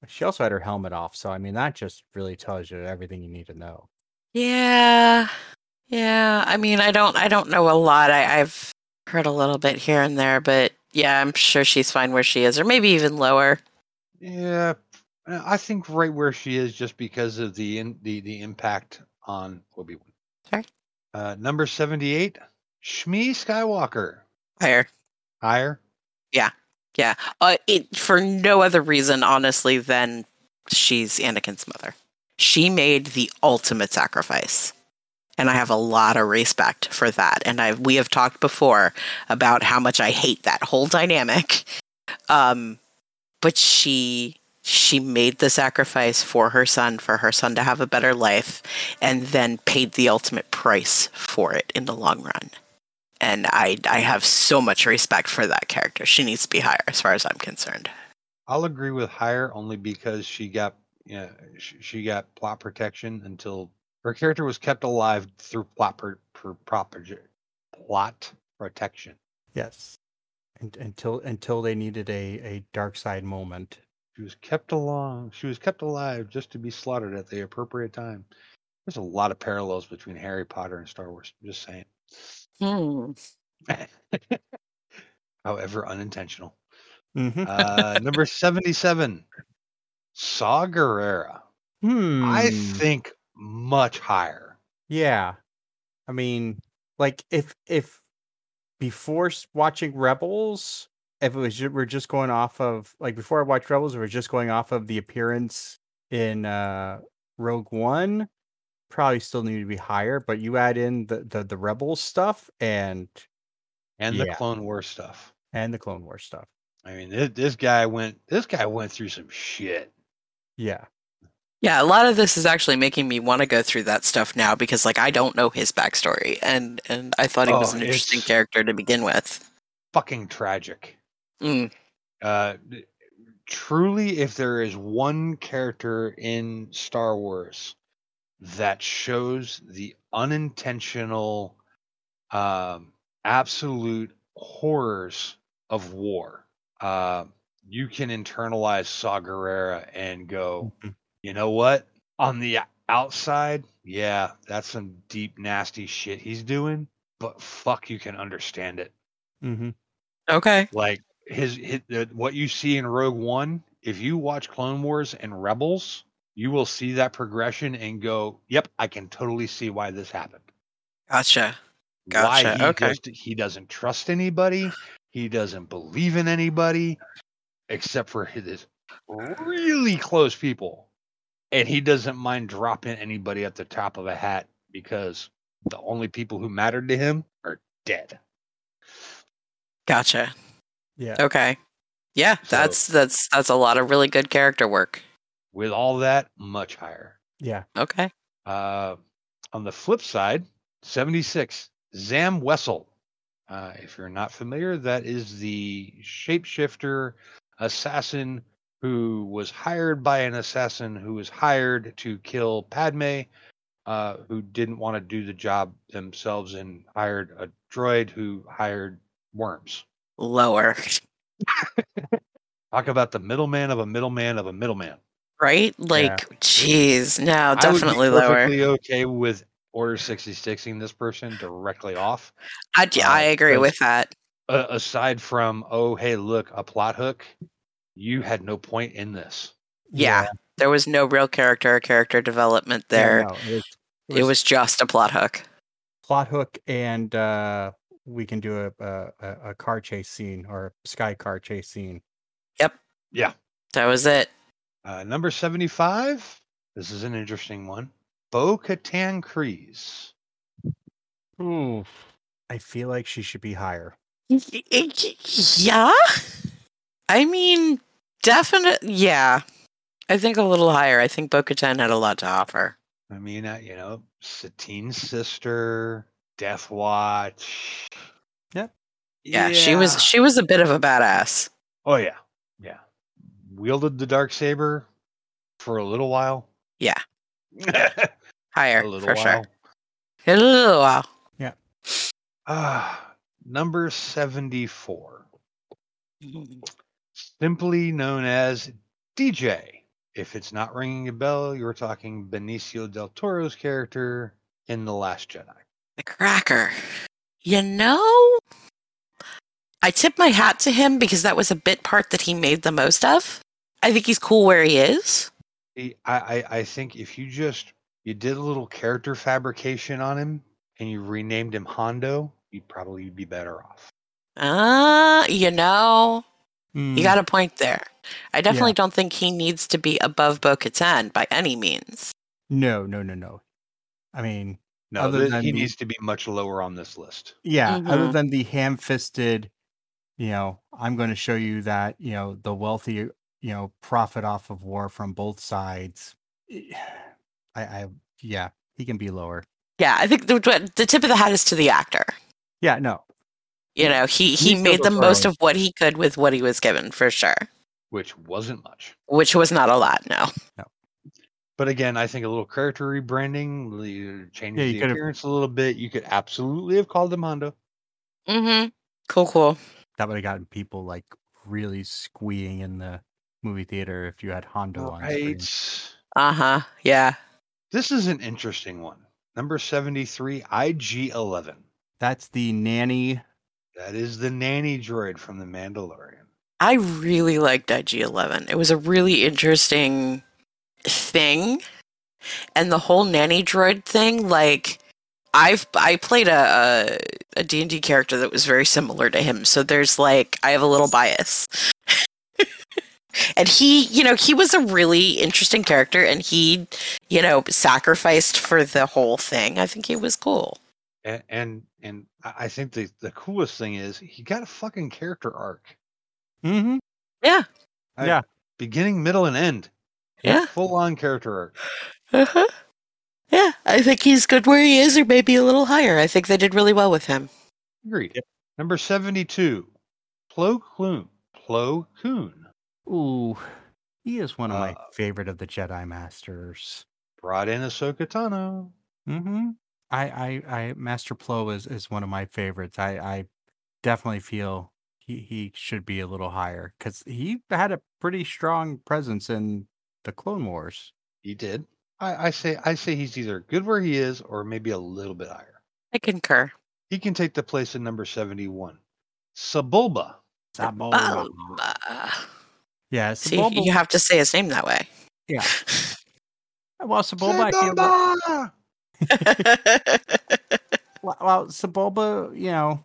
[SPEAKER 1] She also had her helmet off, so I mean that just really tells you everything you need to know.
[SPEAKER 5] Yeah. Yeah. I mean, I don't. I don't know a lot. I, I've heard a little bit here and there, but yeah, I'm sure she's fine where she is, or maybe even lower.
[SPEAKER 3] Yeah, uh, I think right where she is, just because of the in, the the impact on Obi Wan.
[SPEAKER 5] Sure.
[SPEAKER 3] Uh, number seventy-eight, Shmi Skywalker.
[SPEAKER 5] Higher.
[SPEAKER 3] Higher.
[SPEAKER 5] Yeah. Uh, it for no other reason, honestly, than she's Anakin's mother. She made the ultimate sacrifice. And I have a lot of respect for that. And I we have talked before about how much I hate that whole dynamic. Um but she she made the sacrifice for her son, for her son to have a better life, and then paid the ultimate price for it in the long run and I I have so much respect for that character. She needs to be higher, as far as I'm concerned.
[SPEAKER 3] I'll agree with higher only because she got yeah she, she got plot protection until her character was kept alive through plot per, per propag- plot protection.
[SPEAKER 1] Yes. And, until until they needed a, a dark side moment.
[SPEAKER 3] She was kept along. She was kept alive just to be slaughtered at the appropriate time. There's a lot of parallels between Harry Potter and Star Wars. I'm just saying. [LAUGHS] However, unintentional.
[SPEAKER 1] Mhm.
[SPEAKER 3] Uh, number 77, Saw Gerrera.
[SPEAKER 1] hmm.
[SPEAKER 3] I think much higher.
[SPEAKER 1] Yeah. I mean, like if if before s- watching Rebels, if it was ju- we're just going off of like before I watched Rebels, we we're just going off of the appearance in uh Rogue One, probably still need to be higher, but you add in the the, the Rebels stuff and
[SPEAKER 3] And the
[SPEAKER 1] Yeah.
[SPEAKER 3] Clone Wars stuff.
[SPEAKER 1] and the Clone Wars stuff.
[SPEAKER 3] I mean, this, this guy went this guy went through some shit.
[SPEAKER 1] Yeah.
[SPEAKER 5] Yeah, a lot of this is actually making me want to go through that stuff now because, like, I don't know his backstory, and and I thought he was
[SPEAKER 3] Oh,
[SPEAKER 5] an interesting
[SPEAKER 3] it's-
[SPEAKER 5] character to begin with.
[SPEAKER 3] Fucking tragic.
[SPEAKER 5] Mm.
[SPEAKER 3] Uh, th- truly, if there is one character in Star Wars that shows the unintentional, um, absolute horrors of war, uh, you can internalize Saw Gerrera and go,
[SPEAKER 1] Mhm.
[SPEAKER 3] you know what? On the outside, yeah, that's some deep, nasty shit he's doing, but fuck, you can understand it
[SPEAKER 1] Mm-hmm.
[SPEAKER 5] Okay.
[SPEAKER 3] like his, his the, what you see in Rogue One. If you watch Clone Wars and Rebels, you will see that progression and go, "Yep, I can totally see why this happened.
[SPEAKER 5] Gotcha.
[SPEAKER 3] Why
[SPEAKER 5] Gotcha,
[SPEAKER 3] he
[SPEAKER 5] okay.
[SPEAKER 3] just he doesn't trust anybody, he doesn't believe in anybody, except for his really close people, and he doesn't mind dropping anybody at the top of a hat because the only people who mattered to him are dead."
[SPEAKER 5] Gotcha.
[SPEAKER 1] Yeah.
[SPEAKER 5] Okay. Yeah,
[SPEAKER 3] So-
[SPEAKER 5] that's that's that's a lot of really good character work.
[SPEAKER 3] With all that, much higher.
[SPEAKER 1] Yeah.
[SPEAKER 5] Okay.
[SPEAKER 3] Uh, on the flip side, 76, Zam Wessel. Uh, if you're not familiar, that is the shapeshifter assassin who was hired by an assassin who was hired to kill Padme, uh, who didn't want to do the job themselves and hired a droid who hired worms.
[SPEAKER 5] Lower.
[SPEAKER 3] Talk about the middleman of a middleman of a middleman.
[SPEAKER 5] Right? Like, jeez. No, definitely
[SPEAKER 3] I would be
[SPEAKER 5] lower.
[SPEAKER 3] perfectly okay with Order 66ing this person directly off.
[SPEAKER 5] I, d-
[SPEAKER 3] uh,
[SPEAKER 5] I agree
[SPEAKER 3] because-
[SPEAKER 5] with that.
[SPEAKER 3] uh, aside from oh hey look a plot hook, you had no point in this.
[SPEAKER 5] Yeah. There was no real character or character development there.
[SPEAKER 1] no, it, was,
[SPEAKER 5] it was just a plot hook.
[SPEAKER 1] plot hook, and uh, we can do a, a a- a car chase scene or a sky car chase scene.
[SPEAKER 5] That was it.
[SPEAKER 3] Uh, number 75. This is an interesting one. Bo Katan Kreese.
[SPEAKER 1] Ooh, I feel like she should be higher.
[SPEAKER 5] Yeah. I mean, definite. Yeah. I think a little higher. I think Bo Katan had a lot to offer.
[SPEAKER 3] I mean, uh, you know, Satine's sister, Death Watch.
[SPEAKER 1] Yep.
[SPEAKER 5] Yeah, she was she was a bit of a badass.
[SPEAKER 3] Oh yeah, yeah. Wielded the dark saber for a little while. [LAUGHS]
[SPEAKER 5] Yeah.
[SPEAKER 3] a
[SPEAKER 5] Higher
[SPEAKER 3] little
[SPEAKER 5] for
[SPEAKER 3] while.
[SPEAKER 5] sure. A little while.
[SPEAKER 3] Ah, number seventy-four, simply known as DJ. If it's not ringing a bell, you're talking Benicio del Toro's character in The Last Jedi.
[SPEAKER 5] The cracker. You know, I tip my hat to him because that was a bit part that he made the most of. I think he's cool where he is.
[SPEAKER 3] I, I, I think if you just you did a little character fabrication on him and you renamed him Hondo, you'd probably be better off.
[SPEAKER 5] Uh, you know, you got a point there. I definitely
[SPEAKER 1] Yeah.
[SPEAKER 5] don't think he needs to be above Bo Katan by any means.
[SPEAKER 1] Mm, no, no, no, no. I mean,
[SPEAKER 3] No,
[SPEAKER 1] Other
[SPEAKER 3] th-
[SPEAKER 1] than
[SPEAKER 3] he
[SPEAKER 1] the-
[SPEAKER 3] needs to be much lower on this list.
[SPEAKER 1] yeah. Other
[SPEAKER 5] Mhm.
[SPEAKER 1] than the ham-fisted, you know, I'm going to show you that you know the wealthy, you know, profit off of war from both sides. I, [SIGHS] I yeah, he can be lower.
[SPEAKER 5] Yeah, I think the, the tip of the hat is to the actor.
[SPEAKER 1] Yeah, no,
[SPEAKER 5] You know, he, he
[SPEAKER 1] Benicio
[SPEAKER 5] made the
[SPEAKER 1] del
[SPEAKER 5] most
[SPEAKER 1] Toro.
[SPEAKER 5] of what he could with what he was given for sure,
[SPEAKER 3] which wasn't much.
[SPEAKER 5] which was not a lot, no.
[SPEAKER 3] But again, I think a little character rebranding, le- change
[SPEAKER 1] Yeah, you
[SPEAKER 3] the
[SPEAKER 1] could've-
[SPEAKER 3] appearance a little bit. You could absolutely have called him Hondo.
[SPEAKER 5] Mm-hmm. Cool, cool.
[SPEAKER 1] that would have gotten people like really squeeing in the movie theater if you had Hondo on. screen.
[SPEAKER 3] Right.
[SPEAKER 5] Uh-huh. Yeah.
[SPEAKER 3] This is an interesting one. Number 73, IG-11.
[SPEAKER 1] That's the nanny.
[SPEAKER 3] That is the nanny droid from The Mandalorian.
[SPEAKER 5] I really liked IG11. It was a really interesting thing. And the whole nanny droid thing, like I've I played a, a a D&D character that was very similar to him. So there's like I have a little bias. [LAUGHS] and he, you know, he was a really interesting character and he, you know, sacrificed for the whole thing. I think he was cool.
[SPEAKER 3] And and, and I I think the, the coolest thing is he got a fucking character arc.
[SPEAKER 1] Mm-hmm.
[SPEAKER 3] I-
[SPEAKER 1] Yeah.
[SPEAKER 3] Beginning, middle, and end.
[SPEAKER 5] Yeah.
[SPEAKER 3] Full on character arc.
[SPEAKER 5] Uh-huh. Yeah, I think he's good where he is, or maybe a little higher. I think they did really well with him.
[SPEAKER 3] Agreed. Number 72, Plo Koon. Plo Koon.
[SPEAKER 1] Ooh, he is one of my
[SPEAKER 3] Uh,
[SPEAKER 1] favorite of the Jedi Masters.
[SPEAKER 3] Brought in Ahsoka Tano.
[SPEAKER 1] Mm-hmm. I, I, I, Master Plo is is one of my favorites. I, I definitely feel he he should be a little higher because he had a pretty strong presence in the Clone Wars.
[SPEAKER 3] He did. I, I say I say he's either good where he is or maybe a little bit higher.
[SPEAKER 5] I concur.
[SPEAKER 3] He can take the place of number 71. Sabulba.
[SPEAKER 1] Saboba. Yeah,
[SPEAKER 5] See,
[SPEAKER 1] Sebulba-
[SPEAKER 5] you have to say his name that way.
[SPEAKER 1] Yeah. well, Sebulba, I feel like-
[SPEAKER 3] Sabulba!
[SPEAKER 1] Well, well Sebulba, you know,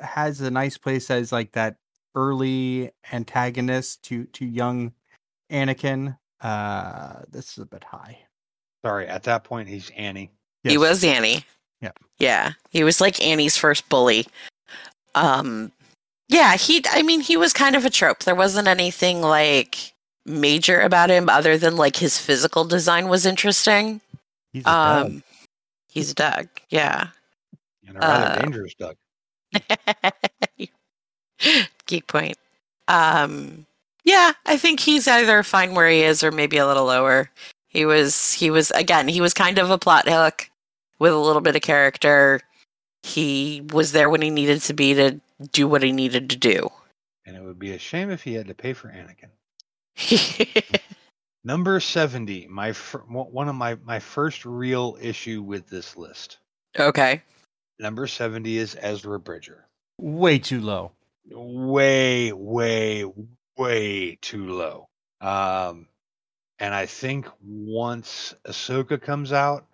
[SPEAKER 1] has a nice place as like that early antagonist to to young Anakin. Uh, this is a bit high.
[SPEAKER 3] Sorry, at that point he's Annie.
[SPEAKER 5] [LAUGHS] He
[SPEAKER 1] Yes.
[SPEAKER 5] was Annie.
[SPEAKER 1] Yeah.
[SPEAKER 5] Yeah. He was like Annie's first bully. Um yeah, he I mean he was kind of a trope. There wasn't anything like major about him other than like his physical design was interesting.
[SPEAKER 1] He's a dud.
[SPEAKER 5] Um he's a dog. Yeah.
[SPEAKER 3] And a rather
[SPEAKER 5] Uh,
[SPEAKER 3] dangerous duck.
[SPEAKER 5] [LAUGHS] Geek point. Um, yeah, I think he's either fine where he is or maybe a little lower. He was he was again, he was kind of a plot hook with a little bit of character. He was there when he needed to be to do what he needed to do. [LAUGHS]
[SPEAKER 3] And it would be a shame if he had to pay for Anakin. Number 70, my fir- one one of my, my first real issue with this list.
[SPEAKER 5] okay.
[SPEAKER 3] Number 70 is Ezra Bridger.
[SPEAKER 1] Way too low.
[SPEAKER 3] way, way, way too low. Um, and I think once Ahsoka comes out,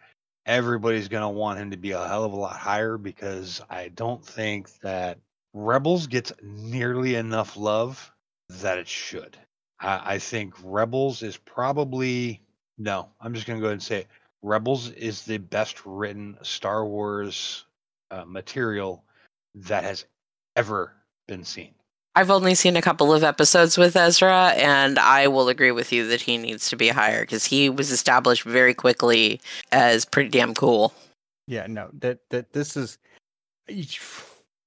[SPEAKER 3] everybody's going to want him to be a hell of a lot higher because I don't think that Rebels gets nearly enough love that it should. I, I think Rebels is probably, no, I'm just going to go ahead and say it. Rebels is the best written Star Wars uh, material that has ever been seen.
[SPEAKER 5] I've only seen a couple of episodes with Ezra, and I will agree with you that he needs to be higher because he was established very quickly as pretty damn cool. [LAUGHS]
[SPEAKER 1] Yeah, no, that that this is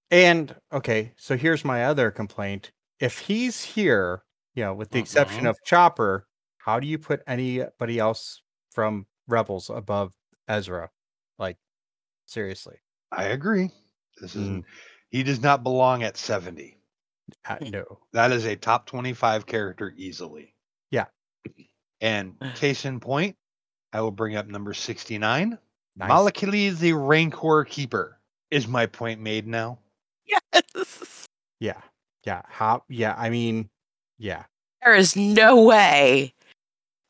[SPEAKER 1] and okay, so here's my other complaint. If he's here, you know, with
[SPEAKER 5] Uh-huh.
[SPEAKER 1] the exception
[SPEAKER 3] Mhm.
[SPEAKER 1] of Chopper, how do you put anybody else from Rebels above Ezra? Like, seriously.
[SPEAKER 3] I agree. This
[SPEAKER 1] Mm.
[SPEAKER 3] is not he does not belong at 70. [LAUGHS]
[SPEAKER 1] Uh, no.
[SPEAKER 3] That is a top 25 character easily.
[SPEAKER 1] Yeah.
[SPEAKER 3] [CLEARS THROAT] And case in point, I will bring up number 69.
[SPEAKER 1] Nice.
[SPEAKER 3] Malakili is the Rancor Keeper. Is my point made now?
[SPEAKER 5] Yes.
[SPEAKER 1] Yeah. Yeah. How yeah, I mean, yeah.
[SPEAKER 5] There is no way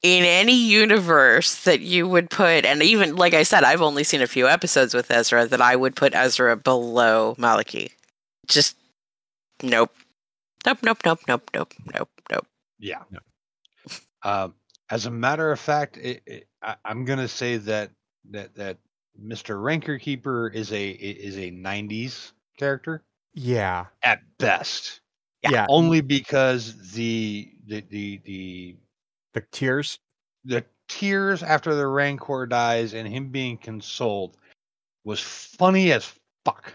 [SPEAKER 5] in any universe that you would put, and even like I said, I've only seen a few episodes with Ezra, that I would put Ezra below Maliki. Just nope. Nope, nope, nope, nope, nope, nope, nope.
[SPEAKER 3] Yeah.
[SPEAKER 1] No.
[SPEAKER 3] [LAUGHS] Um, as a matter of fact, it, it, I, I'm gonna say that that that Mr. Rancor Keeper is a is a 90s character
[SPEAKER 1] Yeah.
[SPEAKER 3] at best.
[SPEAKER 5] Yeah.
[SPEAKER 1] Yeah.
[SPEAKER 3] only because the the the the,
[SPEAKER 1] The tears. [LAUGHS]
[SPEAKER 3] the tears after the rancor dies and him being consoled was funny as fuck.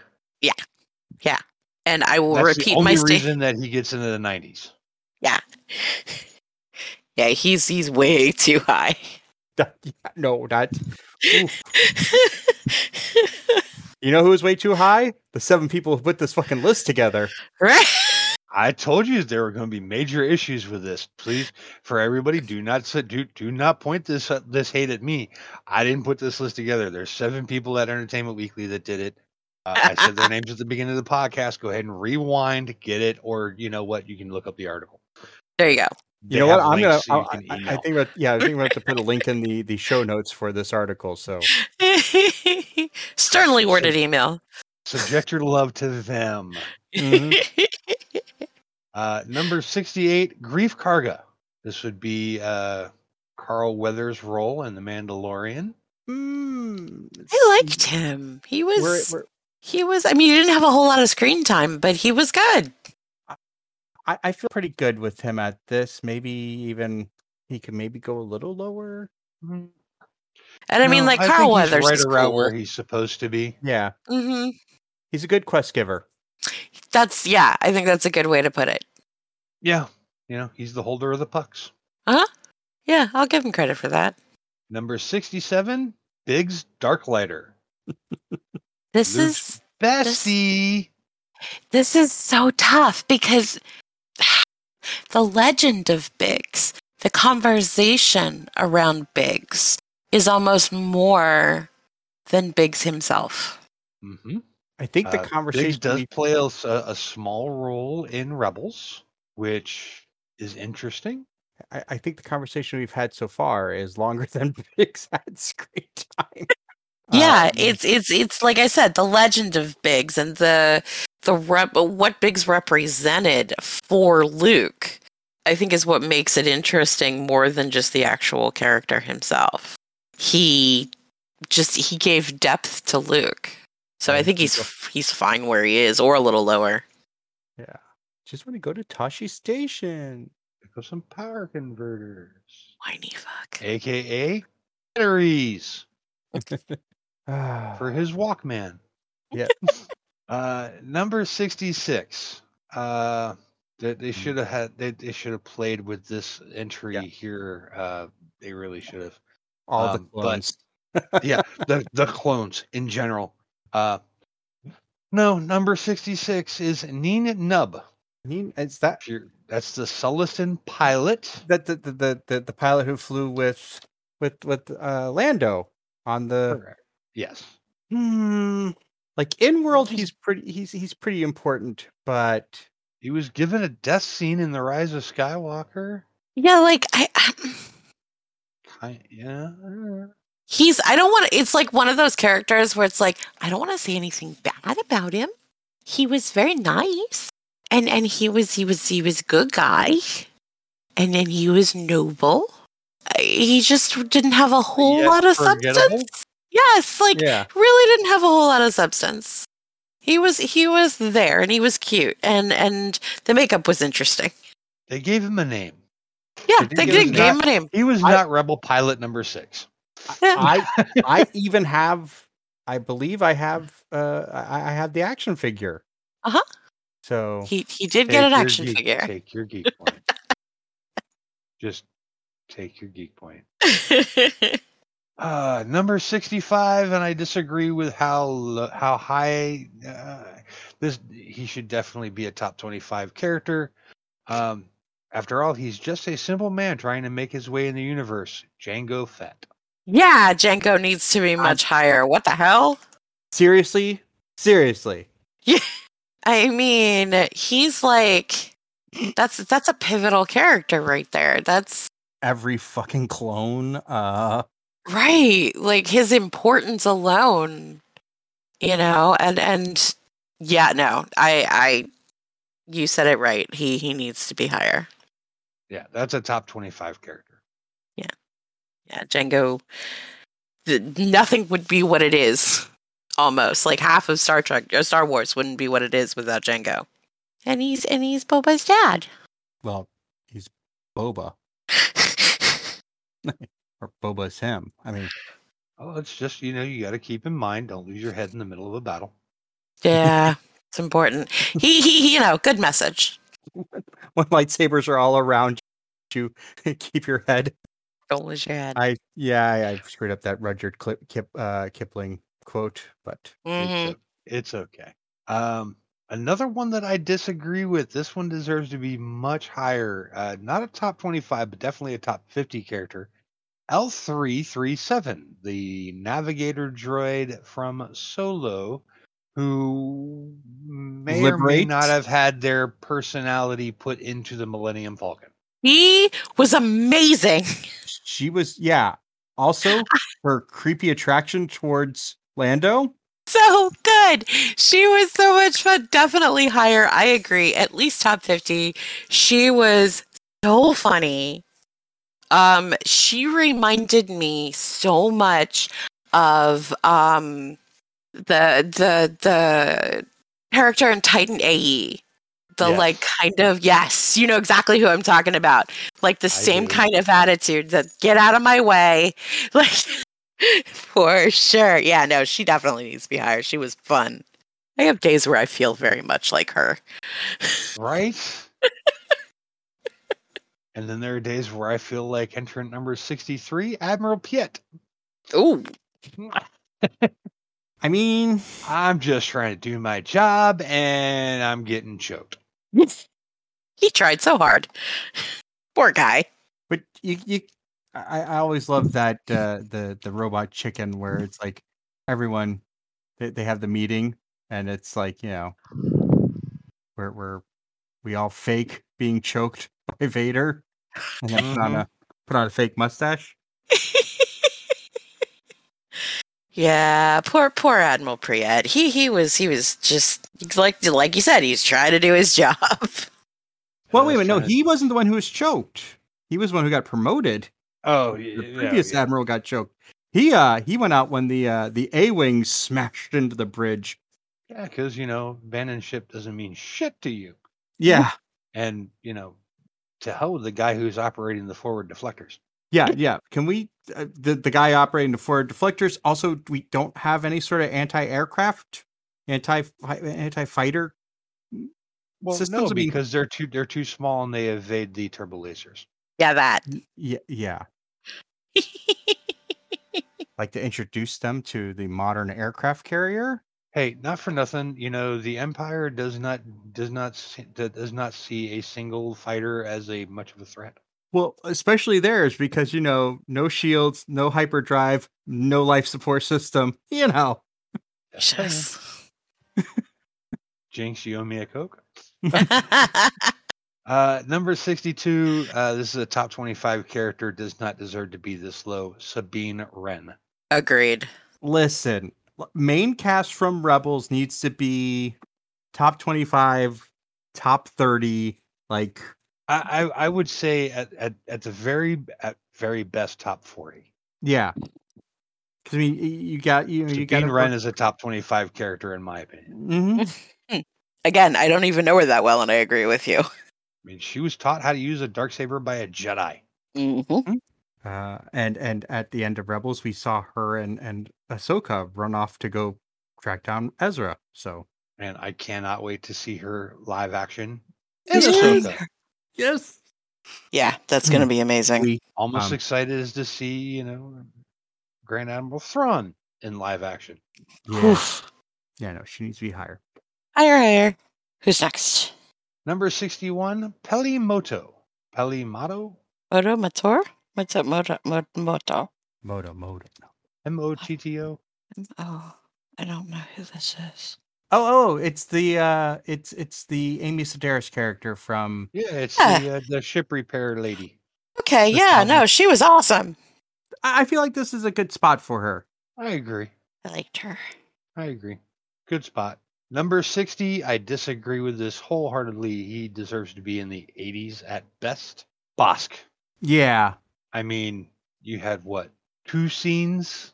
[SPEAKER 5] And I will
[SPEAKER 3] That's the
[SPEAKER 5] repeat my
[SPEAKER 3] only
[SPEAKER 5] statement.
[SPEAKER 3] reason that he gets into the nineties.
[SPEAKER 5] Yeah, he's he's way [LAUGHS] too high.
[SPEAKER 1] No, that
[SPEAKER 3] [LAUGHS]
[SPEAKER 1] oof. you know who is way too high? The seven people who put this fucking list together.
[SPEAKER 5] right?
[SPEAKER 3] I told you there were going to be major issues with this. Please, for everybody, do not s- do do not point this uh, this hate at me. I didn't put this list together. There's seven people at Entertainment Weekly that did it. Uh, I
[SPEAKER 5] [LAUGHS]
[SPEAKER 3] said their names at the beginning of the podcast. Go ahead and rewind, get it, or you know what, you can look up the article.
[SPEAKER 5] There you go.
[SPEAKER 1] you
[SPEAKER 3] They
[SPEAKER 1] know what?
[SPEAKER 3] have
[SPEAKER 1] I'm gonna.
[SPEAKER 3] links so
[SPEAKER 1] I,
[SPEAKER 3] you
[SPEAKER 1] I-
[SPEAKER 3] can
[SPEAKER 1] I- I
[SPEAKER 3] email.
[SPEAKER 1] think that yeah, I think we have to
[SPEAKER 3] [LAUGHS]
[SPEAKER 1] put a link in the the show notes for this article. So
[SPEAKER 5] [LAUGHS] Sternly worded e-. email.
[SPEAKER 3] Subject your love to them. Uh, number 68, Grief Karga. This would be uh, Carl Weathers' role in The Mandalorian. Mm,
[SPEAKER 5] I liked him. He was
[SPEAKER 1] We're, we're,
[SPEAKER 5] he was I mean he didn't have a whole lot of screen time, but he was good.
[SPEAKER 1] I, I feel pretty good with him at this. Maybe even he could maybe go a little lower.
[SPEAKER 5] And I mean
[SPEAKER 3] No,
[SPEAKER 5] like
[SPEAKER 3] think
[SPEAKER 5] Carl
[SPEAKER 3] he's
[SPEAKER 5] Weathers
[SPEAKER 3] right
[SPEAKER 5] is
[SPEAKER 3] around where
[SPEAKER 5] cool.
[SPEAKER 3] he's supposed to be.
[SPEAKER 1] Yeah,
[SPEAKER 5] hmm
[SPEAKER 1] he's a good quest giver.
[SPEAKER 5] That's yeah, I think that's a good way to put it.
[SPEAKER 3] Yeah, you know, he's the holder of the pucks.
[SPEAKER 5] Yeah, I'll give him credit for that.
[SPEAKER 3] Number 67, Biggs Darklighter.
[SPEAKER 5] This
[SPEAKER 3] Luke
[SPEAKER 5] is
[SPEAKER 3] Bestie.
[SPEAKER 5] This is so tough because [SIGHS] the legend of Biggs, the conversation around Biggs, is almost more than Biggs himself.
[SPEAKER 3] Mhm.
[SPEAKER 1] I think the
[SPEAKER 3] Uh, Biggs
[SPEAKER 1] conversation
[SPEAKER 3] does
[SPEAKER 1] we-
[SPEAKER 3] play a, s- a- a small role in Rebels, which is interesting.
[SPEAKER 1] I, I think the conversation we've had so far is longer [LAUGHS] than Biggs had screen time.
[SPEAKER 5] yeah,
[SPEAKER 1] Um,
[SPEAKER 5] it's it's it's like I said, the legend of Biggs and the the rep, what Biggs represented for Luke, I think is what makes it interesting more than just the actual character himself. He just he gave depth to Luke. So
[SPEAKER 1] Yeah,
[SPEAKER 5] I think
[SPEAKER 1] he's
[SPEAKER 5] he's f- he's fine where he is or a little lower.
[SPEAKER 1] just want to go to Tashi Station. [LAUGHS]
[SPEAKER 3] Because some power converters.
[SPEAKER 5] Whiny fuck.
[SPEAKER 3] aka batteries
[SPEAKER 1] Ah,
[SPEAKER 3] for his Walkman.
[SPEAKER 1] Yeah.
[SPEAKER 3] [LAUGHS] uh, number sixty-six. Uh, they, they should have had. They, they should have played with this entry
[SPEAKER 1] Yeah.
[SPEAKER 3] here. Uh, they really should [LAUGHS] have.
[SPEAKER 1] all
[SPEAKER 3] um,
[SPEAKER 1] the
[SPEAKER 3] but-
[SPEAKER 1] clones.
[SPEAKER 3] yeah, the the clones in general. Uh, no, number sixty-six is Neen Nub.
[SPEAKER 1] I mean, it's that
[SPEAKER 3] If you're- That's the Sulliston pilot.
[SPEAKER 1] that the the, the the the pilot who flew with with with uh Lando on the
[SPEAKER 3] Correct. Yes.
[SPEAKER 1] Hmm, Like in world, he's pretty he's he's pretty important, but
[SPEAKER 3] He was given a death scene in The Rise of Skywalker.
[SPEAKER 5] Yeah, like I, um, I
[SPEAKER 3] Kind, yeah.
[SPEAKER 5] he's I don't want to it's like one of those characters where it's like I don't want to say anything bad about him. He was very nice. And and he was he was he was a good guy. And then he was noble. Uh, He just didn't have a whole
[SPEAKER 3] Yet
[SPEAKER 5] lot of
[SPEAKER 3] forgettable?
[SPEAKER 5] substance. Yes, like
[SPEAKER 1] yeah,
[SPEAKER 5] really didn't have a whole lot of substance. He was he was there and he was cute and and the makeup was interesting.
[SPEAKER 3] They gave him a name.
[SPEAKER 5] Yeah,
[SPEAKER 3] Did he
[SPEAKER 5] they
[SPEAKER 3] give
[SPEAKER 5] did
[SPEAKER 3] us
[SPEAKER 5] give him a name.
[SPEAKER 3] He was
[SPEAKER 1] I-
[SPEAKER 3] not Rebel Pilot number six. [LAUGHS]
[SPEAKER 1] I I even have I believe I have uh I, I have the action figure.
[SPEAKER 5] Uh-huh.
[SPEAKER 1] So
[SPEAKER 5] He he did get an
[SPEAKER 3] your
[SPEAKER 5] action
[SPEAKER 3] geek-
[SPEAKER 5] figure.
[SPEAKER 3] Take
[SPEAKER 5] [LAUGHS]
[SPEAKER 3] your geek point. Just take your geek point.
[SPEAKER 5] [LAUGHS]
[SPEAKER 3] Uh, number 65, and I disagree with how l- how high uh, this he should definitely be a top 25 character. Um, after all, he's just a simple man trying to make his way in the universe. Django Fett.
[SPEAKER 5] yeah, Django needs to be much higher. What the hell?
[SPEAKER 1] seriously, seriously.
[SPEAKER 5] I mean, he's like that's that's a pivotal character right there. That's
[SPEAKER 1] Every fucking clone. Uh
[SPEAKER 5] right. Like his importance alone, you know, and and yeah, no. I I you said it right. He he needs to be higher.
[SPEAKER 3] Yeah, that's a top 25 character.
[SPEAKER 5] Yeah, Django th- nothing would be what it is almost. Like half of Star Trek or Star Wars wouldn't be what it is without Django. And he's and he's Boba's dad.
[SPEAKER 1] well, he's Boba. Or Boba's him. I mean [LAUGHS]
[SPEAKER 3] Oh, it's just, you know, you got to keep in mind, don't lose your head in the middle of a battle.
[SPEAKER 5] [LAUGHS] yeah, it's important. He, he, he, you know, good message.
[SPEAKER 1] when lightsabers are all around you, [LAUGHS] keep your head.
[SPEAKER 5] Don't lose your head.
[SPEAKER 1] I yeah, I, I screwed up that Rudyard Clip, Kip, uh, Kipling quote, but Mm-hmm.
[SPEAKER 5] Mhm.
[SPEAKER 3] It's, o- it's okay. Um, another one that I disagree with. This one deserves to be much higher. Uh, not a top 25, but definitely a top 50 character. L337, the navigator droid from Solo, who may or may not
[SPEAKER 1] Liberates?
[SPEAKER 3] have had their personality put into the Millennium Falcon.
[SPEAKER 5] He was amazing.
[SPEAKER 1] she was yeah.
[SPEAKER 5] [LAUGHS]
[SPEAKER 1] Also, her creepy attraction towards Lando.
[SPEAKER 5] So good. She was so much fun. Definitely higher. I agree. At least top 50. She was so funny. Um, she reminded me so much of um the the the character in Titan AE. The
[SPEAKER 1] Yes.
[SPEAKER 5] like kind of yes, you know exactly who I'm talking about. Like the
[SPEAKER 3] I
[SPEAKER 5] same
[SPEAKER 3] do.
[SPEAKER 5] kind of attitude that get out of my way. [LAUGHS] Like for sure. Yeah, no, she definitely needs to be higher. She was fun. I have days where I feel very much like her.
[SPEAKER 3] Right? [LAUGHS] and then there are days where I feel like entrant number 63, Admiral Piet.
[SPEAKER 5] Ooh.
[SPEAKER 1] I mean,
[SPEAKER 3] I'm just trying to do my job and I'm getting choked.
[SPEAKER 5] He tried so hard. [LAUGHS] Poor guy.
[SPEAKER 1] but you, you I, I always love that uh, the the robot chicken where it's like everyone they, they have the meeting and it's like you know we're we're we all fake being choked by Vader and then put on
[SPEAKER 3] Mhm.
[SPEAKER 1] a put on a fake mustache.
[SPEAKER 5] Yeah, poor poor Admiral Priet. He he was he was just like like you said, he's trying to do his [LAUGHS] job.
[SPEAKER 1] Well,
[SPEAKER 3] I
[SPEAKER 1] wait a minute.
[SPEAKER 3] was
[SPEAKER 1] No,
[SPEAKER 3] trying to-
[SPEAKER 1] he wasn't the one who was choked. He was the one who got promoted.
[SPEAKER 3] Oh, y-
[SPEAKER 1] The
[SPEAKER 3] yeah,
[SPEAKER 1] previous
[SPEAKER 3] yeah.
[SPEAKER 1] admiral got choked. He uh he went out when the uh the A wing smashed into the bridge.
[SPEAKER 3] Yeah, because, you know, abandoned ship doesn't mean shit to you.
[SPEAKER 1] Yeah,
[SPEAKER 3] And, you know, to hell with the guy who's operating the forward deflectors.
[SPEAKER 1] yeah, yeah. Can we? Uh, the the guy operating the forward deflectors. Also, we don't have any sort of anti aircraft, anti anti fighter.
[SPEAKER 3] Well,
[SPEAKER 1] Systems
[SPEAKER 3] no,
[SPEAKER 1] are being-
[SPEAKER 3] because they're too they're too small and they evade the turbo lasers.
[SPEAKER 5] Yeah, that.
[SPEAKER 1] Yeah, yeah. Like to introduce them to the modern aircraft carrier.
[SPEAKER 3] Hey, not for nothing, you know, the Empire does not does not see, d- does not see a single fighter as a much of a threat.
[SPEAKER 1] Well, especially theirs because you know, no shields, [LAUGHS] no hyperdrive, no life support system. You know,
[SPEAKER 5] [LAUGHS] Just
[SPEAKER 3] Jinx, you owe me a Coke. Uh, number 62. Uh, this is a top 25 character, does not deserve to be this low. Sabine Wren.
[SPEAKER 5] Agreed.
[SPEAKER 1] Listen, l- main cast from Rebels needs to be top 25, top 30. Like,
[SPEAKER 3] I, I, I would say at, at, at the very at very best top 40.
[SPEAKER 1] yeah. 'Cause, I mean, y- you got, you know, you got
[SPEAKER 3] Sabine Wren is a top 25 character, in my opinion.
[SPEAKER 1] hmm
[SPEAKER 5] Again, I don't even know her that well, and I agree with you.
[SPEAKER 3] I mean, she was taught how to use a dark saber by a Jedi.
[SPEAKER 5] Mm-hmm.
[SPEAKER 1] Uh, and and at the end of Rebels, we saw her and and Ahsoka run off to go track down Ezra. So
[SPEAKER 3] and I cannot wait to see her live action.
[SPEAKER 1] Yes.
[SPEAKER 3] in Ahsoka.
[SPEAKER 1] yes,
[SPEAKER 5] Yeah, that's going to be amazing.
[SPEAKER 1] we
[SPEAKER 3] Almost
[SPEAKER 1] Um,
[SPEAKER 3] excited as to see, you know, Grand Admiral Thrawn in live action.
[SPEAKER 1] yeah, yeah no, she needs to be higher.
[SPEAKER 5] Higher, higher. Who's next?
[SPEAKER 3] Number 61, Pelimoto. Pelimoto?
[SPEAKER 5] Moto Mator? What's up, Moto? Moto? Moto?
[SPEAKER 1] Moto Moto. no.
[SPEAKER 3] M O T T O?
[SPEAKER 5] Oh, I don't know who this is.
[SPEAKER 1] Oh oh, it's the uh, it's it's the Amy Sedaris character from.
[SPEAKER 3] Yeah, it's
[SPEAKER 5] Yeah.
[SPEAKER 3] The, uh, the ship repair lady.
[SPEAKER 5] Okay,
[SPEAKER 1] This
[SPEAKER 5] yeah,
[SPEAKER 1] one.
[SPEAKER 5] no, she was awesome.
[SPEAKER 1] I I feel like this is a good spot for her.
[SPEAKER 3] [LAUGHS] I agree.
[SPEAKER 5] I liked her.
[SPEAKER 3] I agree. Good spot. Number 60, I disagree with this wholeheartedly. He deserves to be in the 80s at best. Bosk.
[SPEAKER 1] Yeah,
[SPEAKER 3] I mean, you had what? Two scenes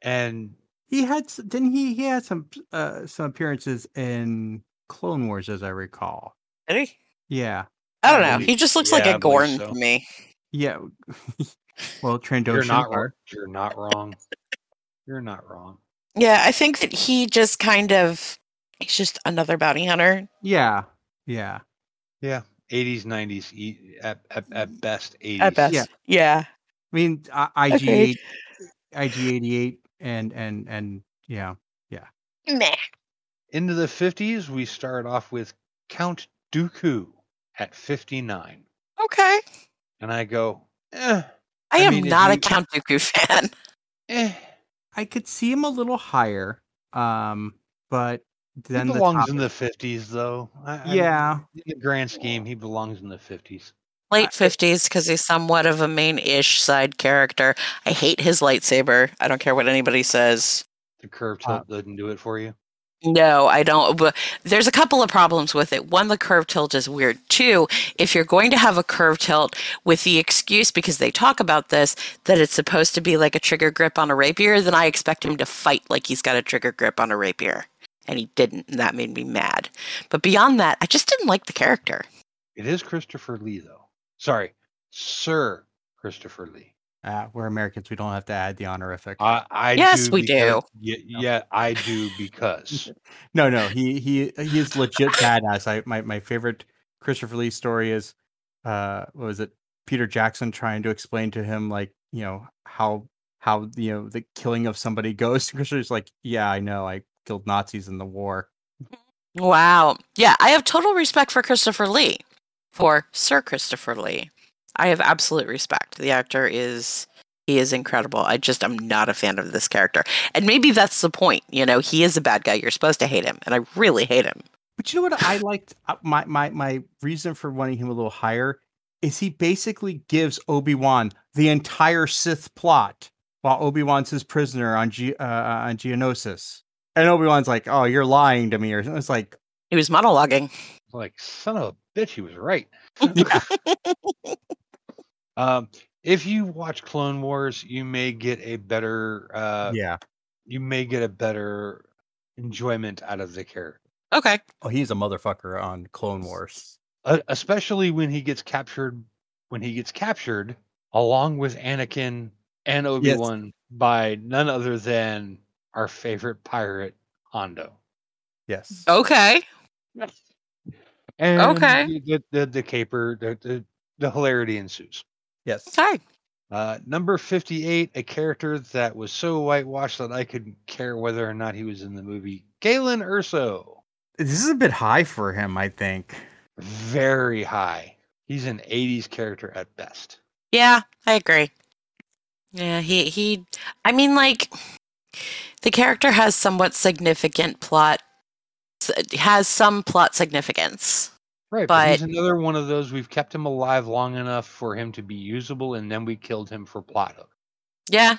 [SPEAKER 3] and
[SPEAKER 1] he had s- didn't he? He had some uh some appearances in Clone Wars, as I recall.
[SPEAKER 5] Did he?
[SPEAKER 1] Yeah,
[SPEAKER 5] I don't
[SPEAKER 3] I
[SPEAKER 5] know.
[SPEAKER 3] believe-
[SPEAKER 5] He just looks like
[SPEAKER 3] Um, yeah,
[SPEAKER 5] a
[SPEAKER 3] I believe
[SPEAKER 5] Gorn
[SPEAKER 3] so.
[SPEAKER 5] to me.
[SPEAKER 1] yeah. [LAUGHS] well, Trandoshan.
[SPEAKER 3] You're not wrong.
[SPEAKER 1] are-
[SPEAKER 3] You're not wrong. You're not wrong.
[SPEAKER 5] Yeah, I think that he just kind of he's just another bounty hunter.
[SPEAKER 1] Yeah, yeah.
[SPEAKER 3] 80s, 90s, e- at, at, at best 80s.
[SPEAKER 5] At best.
[SPEAKER 1] Yeah.
[SPEAKER 5] Yeah.
[SPEAKER 1] I mean, I- IG
[SPEAKER 5] Okay.
[SPEAKER 1] eight, IG eighty eight, and and and yeah,
[SPEAKER 5] Meh.
[SPEAKER 3] Into the 50s, we start off with Count Dooku at 59.
[SPEAKER 5] Okay.
[SPEAKER 3] And I go, eh,
[SPEAKER 5] I,
[SPEAKER 3] I
[SPEAKER 5] am
[SPEAKER 3] mean, if
[SPEAKER 5] not a
[SPEAKER 3] you-
[SPEAKER 5] Count Dooku
[SPEAKER 3] [LAUGHS]
[SPEAKER 5] fan.
[SPEAKER 3] eh.
[SPEAKER 1] I could see him a little higher. Um, but
[SPEAKER 3] He
[SPEAKER 1] then the
[SPEAKER 3] belongs
[SPEAKER 1] top-
[SPEAKER 3] in the 50s, though. I, I-
[SPEAKER 1] yeah,
[SPEAKER 3] in the grand scheme, he belongs in the 50s.
[SPEAKER 5] Late fifties because he's somewhat of a main-ish side character. I hate his lightsaber. I don't care what anybody says.
[SPEAKER 3] The curve
[SPEAKER 1] Uh,
[SPEAKER 3] tilt doesn't do it for you.
[SPEAKER 5] No, I don't. But there's a couple of problems with it. One, the curve tilt is weird. Two, if you're going to have a curve tilt with the excuse, because they talk about this, that it's supposed to be like a trigger grip on a rapier, then I expect him to fight like he's got a trigger grip on a rapier. And he didn't. And that made me mad. But beyond that, I just didn't like the character.
[SPEAKER 3] It is Christopher Lee, though. Sorry, Sir Christopher Lee.
[SPEAKER 1] uh, we're Americans. We don't have to add the honorific.
[SPEAKER 3] I, I
[SPEAKER 5] Yes, we do.
[SPEAKER 3] because- ye- yeah, I do because.
[SPEAKER 1] no, no, he he he is legit badass. I my my favorite Christopher Lee story is, uh, what was it? Peter Jackson trying to explain to him like you know how how you know the killing of somebody goes. [LAUGHS] Christopher's like, yeah, I know. I killed Nazis in the war.
[SPEAKER 5] Wow. Yeah, I have total respect for Christopher Lee, for Sir Christopher Lee. I have absolute respect. The actor is he is incredible. I just I'm not a fan of this character. And maybe that's the point, you know, he is a bad guy. You're supposed to hate him, and I really hate him.
[SPEAKER 1] But you know what I liked? Uh, My my my reason for wanting him a little higher is he basically gives Obi Wan the entire Sith plot while Obi Wan's his prisoner on G, uh, on Geonosis, and Obi Wan's like, "Oh, you're lying to me," or something. It's like,
[SPEAKER 5] He was monologuing.
[SPEAKER 3] Like, son of a bitch, he was right.
[SPEAKER 1] yeah,
[SPEAKER 3] [LAUGHS] Um, if you watch Clone Wars, you may get a better uh
[SPEAKER 1] yeah.
[SPEAKER 3] you may get a better enjoyment out of the character.
[SPEAKER 5] Okay.
[SPEAKER 1] Oh, he's a motherfucker on Clone Wars.
[SPEAKER 3] Uh, especially when he gets captured when he gets captured along with Anakin and Obi-Wan by none other than our favorite pirate Hondo.
[SPEAKER 1] Yes.
[SPEAKER 5] Okay.
[SPEAKER 3] And
[SPEAKER 5] Okay.
[SPEAKER 3] the the, the caper the, the the hilarity ensues.
[SPEAKER 1] Yes.
[SPEAKER 5] Okay.
[SPEAKER 3] Uh, number 58, a character that was so whitewashed that I couldn't care whether or not he was in the movie. Galen Urso.
[SPEAKER 1] This is a bit high for him, I think.
[SPEAKER 3] Very high. He's an 80s character at best.
[SPEAKER 5] Yeah, I agree. Yeah, he he I mean like the character has somewhat significant plot s- has some plot significance.
[SPEAKER 3] Right, but, he's
[SPEAKER 5] But-
[SPEAKER 3] another one of those we've kept him alive long enough for him to be usable, and then we killed him for plot. hook.
[SPEAKER 5] Yeah,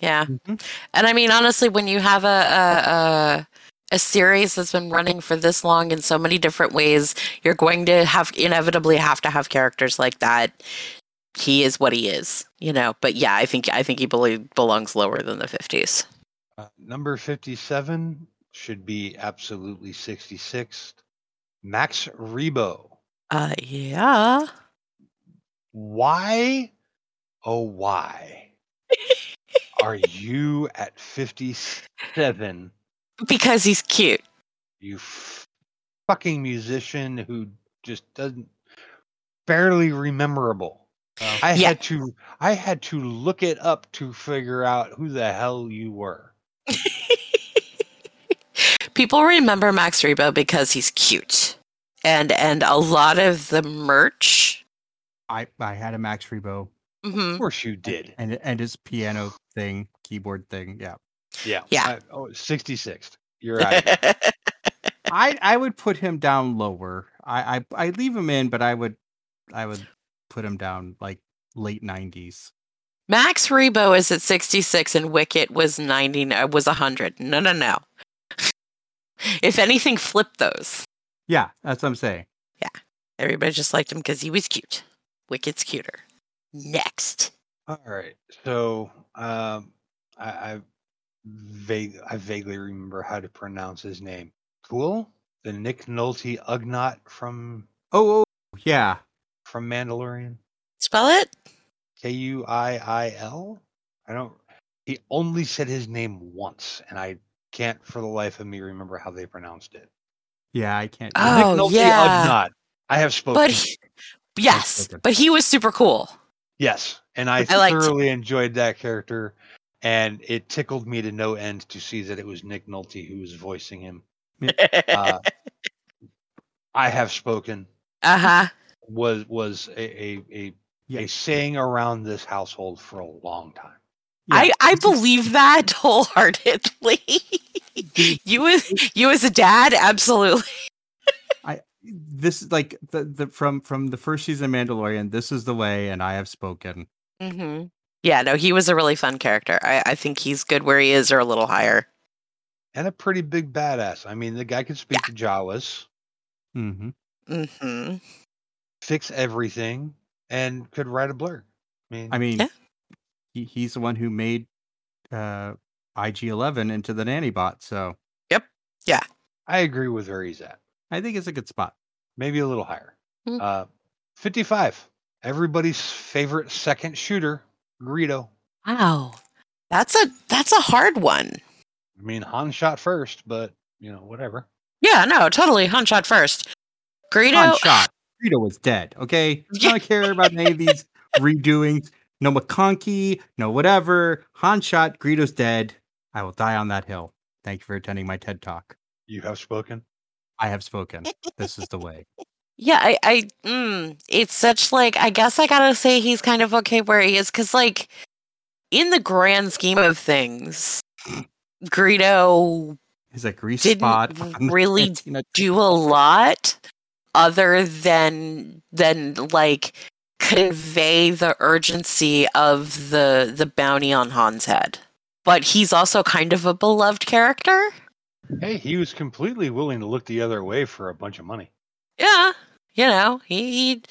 [SPEAKER 5] yeah.
[SPEAKER 1] Mm-hmm.
[SPEAKER 5] And I mean, honestly, when you have a a, a a series that's been running for this long in so many different ways, you're going to have inevitably have to have characters like that. He is what he is, you know. But yeah, I think I think he bel- belongs lower than the fifties.
[SPEAKER 3] Uh, number fifty-seven should be absolutely sixty-six. Max Rebo.
[SPEAKER 5] Uh, yeah.
[SPEAKER 3] Why,
[SPEAKER 5] [LAUGHS]
[SPEAKER 3] oh why, are you at fifty-seven?
[SPEAKER 5] Because he's cute.
[SPEAKER 3] You f- fucking musician who just doesn't barely rememberable. I
[SPEAKER 5] Yeah.
[SPEAKER 3] had to I had to look it up to figure out who the hell you were.
[SPEAKER 5] People remember Max Rebo because he's cute, and and a lot of the merch.
[SPEAKER 1] I I had a Max Rebo
[SPEAKER 5] hmm
[SPEAKER 3] Of course you did.
[SPEAKER 1] and and his piano thing, keyboard thing. Yeah,
[SPEAKER 3] Yeah.
[SPEAKER 5] Yeah.
[SPEAKER 3] I, oh, 66. You're right.
[SPEAKER 5] [LAUGHS]
[SPEAKER 1] I I would put him down lower. I I I leave him in, but I would I would put him down like late nineties.
[SPEAKER 5] Max Rebo is at 66 and Wicket was 90 uh, was 100. No, no, no. [LAUGHS] if anything flip those.
[SPEAKER 1] Yeah, that's what I'm saying.
[SPEAKER 5] Everybody just liked him cuz he was cute. Wicket's cuter. Next.
[SPEAKER 3] All right. So um, I, I vague I vaguely remember how to pronounce his name. Cool. The Nick Nolte Ugnaught from
[SPEAKER 1] Oh, oh yeah.
[SPEAKER 3] from Mandalorian.
[SPEAKER 5] Spell it?
[SPEAKER 3] K U I I L. I don't. He only said his name once, and I can't for the life of me remember how they pronounced it.
[SPEAKER 1] Yeah, I can't.
[SPEAKER 5] Oh,
[SPEAKER 3] Nick Nolte
[SPEAKER 5] yeah.
[SPEAKER 3] Ugnaught. I have spoken.
[SPEAKER 5] But he- yes,
[SPEAKER 1] spoken.
[SPEAKER 5] but he was super cool.
[SPEAKER 3] Yes, and I,
[SPEAKER 5] I liked it.
[SPEAKER 3] thoroughly enjoyed that character, and it tickled me to no end to see that it was Nick Nolte who was voicing him.
[SPEAKER 1] [LAUGHS]
[SPEAKER 3] Uh, I have spoken
[SPEAKER 5] uh-huh.
[SPEAKER 3] was was a a, a, a
[SPEAKER 1] Yeah.
[SPEAKER 3] saying around this household for a long time.
[SPEAKER 1] Yeah.
[SPEAKER 5] I I believe that [LAUGHS] wholeheartedly. you as you as a dad absolutely.
[SPEAKER 1] this is like the, the from from the first season of Mandalorian. This is the way, and I have spoken.
[SPEAKER 5] Mhm. Yeah, no, he was a really fun character. I, I think he's good where he is or a little higher.
[SPEAKER 3] And a pretty big badass. I mean, the guy could speak to Jawas,
[SPEAKER 1] hmm
[SPEAKER 5] hmm
[SPEAKER 3] fix everything, and could write a blurb. I mean,
[SPEAKER 1] I mean,
[SPEAKER 5] Yeah.
[SPEAKER 1] he, he's the one who made uh, IG Eleven into the nanny bot. So
[SPEAKER 3] I agree with where he's at.
[SPEAKER 1] I think it's a good spot.
[SPEAKER 3] maybe a little higher.
[SPEAKER 5] Mm.
[SPEAKER 3] Uh, 55. Everybody's favorite second shooter, Greedo.
[SPEAKER 5] Wow, that's a that's a hard one.
[SPEAKER 3] I mean, Han shot first, but you know, whatever.
[SPEAKER 5] Yeah, no, totally. Hunt shot first.
[SPEAKER 1] One
[SPEAKER 5] Greedo.
[SPEAKER 1] [SIGHS] shot. Rita was dead. Okay, I don't care about any of these redoings. No McConkey. No whatever. Han shot. Greedo's dead. I will die on that hill. Thank you for attending my TED talk.
[SPEAKER 3] You have spoken.
[SPEAKER 1] I have spoken. This is the way.
[SPEAKER 5] Yeah, I, I, mm, it's such like I guess I gotta say he's kind of okay where he is because like in the grand scheme of things, Greedo
[SPEAKER 1] Is a grease
[SPEAKER 5] Didn't
[SPEAKER 1] spot. on the
[SPEAKER 5] really
[SPEAKER 1] Cantina
[SPEAKER 5] do a lot other than than like convey the urgency of the the bounty on Han's head. But he's also kind of a beloved character.
[SPEAKER 3] Hey, he was completely willing to look the other way for a bunch of money.
[SPEAKER 5] Yeah, you know, he he,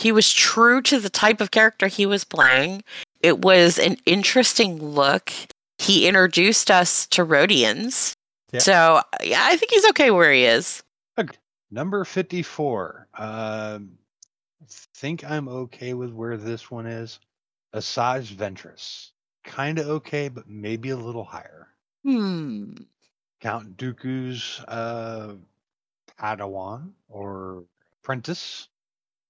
[SPEAKER 5] he was true to the type of character he was playing. It was an interesting look. He introduced us to Rhodians.
[SPEAKER 1] Yeah.
[SPEAKER 5] So, yeah, I think he's okay where he is.
[SPEAKER 3] Number 54. Um, think I'm okay with where this one is. Asajj Ventress. Kind of okay, but maybe a little higher.
[SPEAKER 5] Hmm.
[SPEAKER 3] Count Dooku's uh, Padawan or apprentice.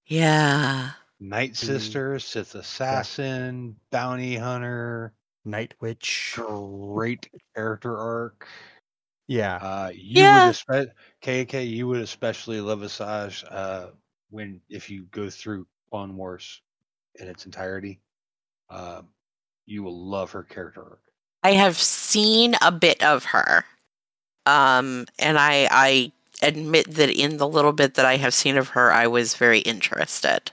[SPEAKER 5] Yeah.
[SPEAKER 3] Night
[SPEAKER 1] Mm.
[SPEAKER 3] Sister, Sith Assassin, Bounty Hunter,
[SPEAKER 1] Night Witch.
[SPEAKER 3] great character arc.
[SPEAKER 1] Yeah.
[SPEAKER 3] Uh, you
[SPEAKER 5] Yeah.
[SPEAKER 3] would espe- KK, you would especially love Asajj uh, when if you go through Clone Wars in its entirety. Uh, you will love her character arc.
[SPEAKER 5] I have seen a bit of her. Um, and I, I admit that in the little bit that I have seen of her, I was very interested.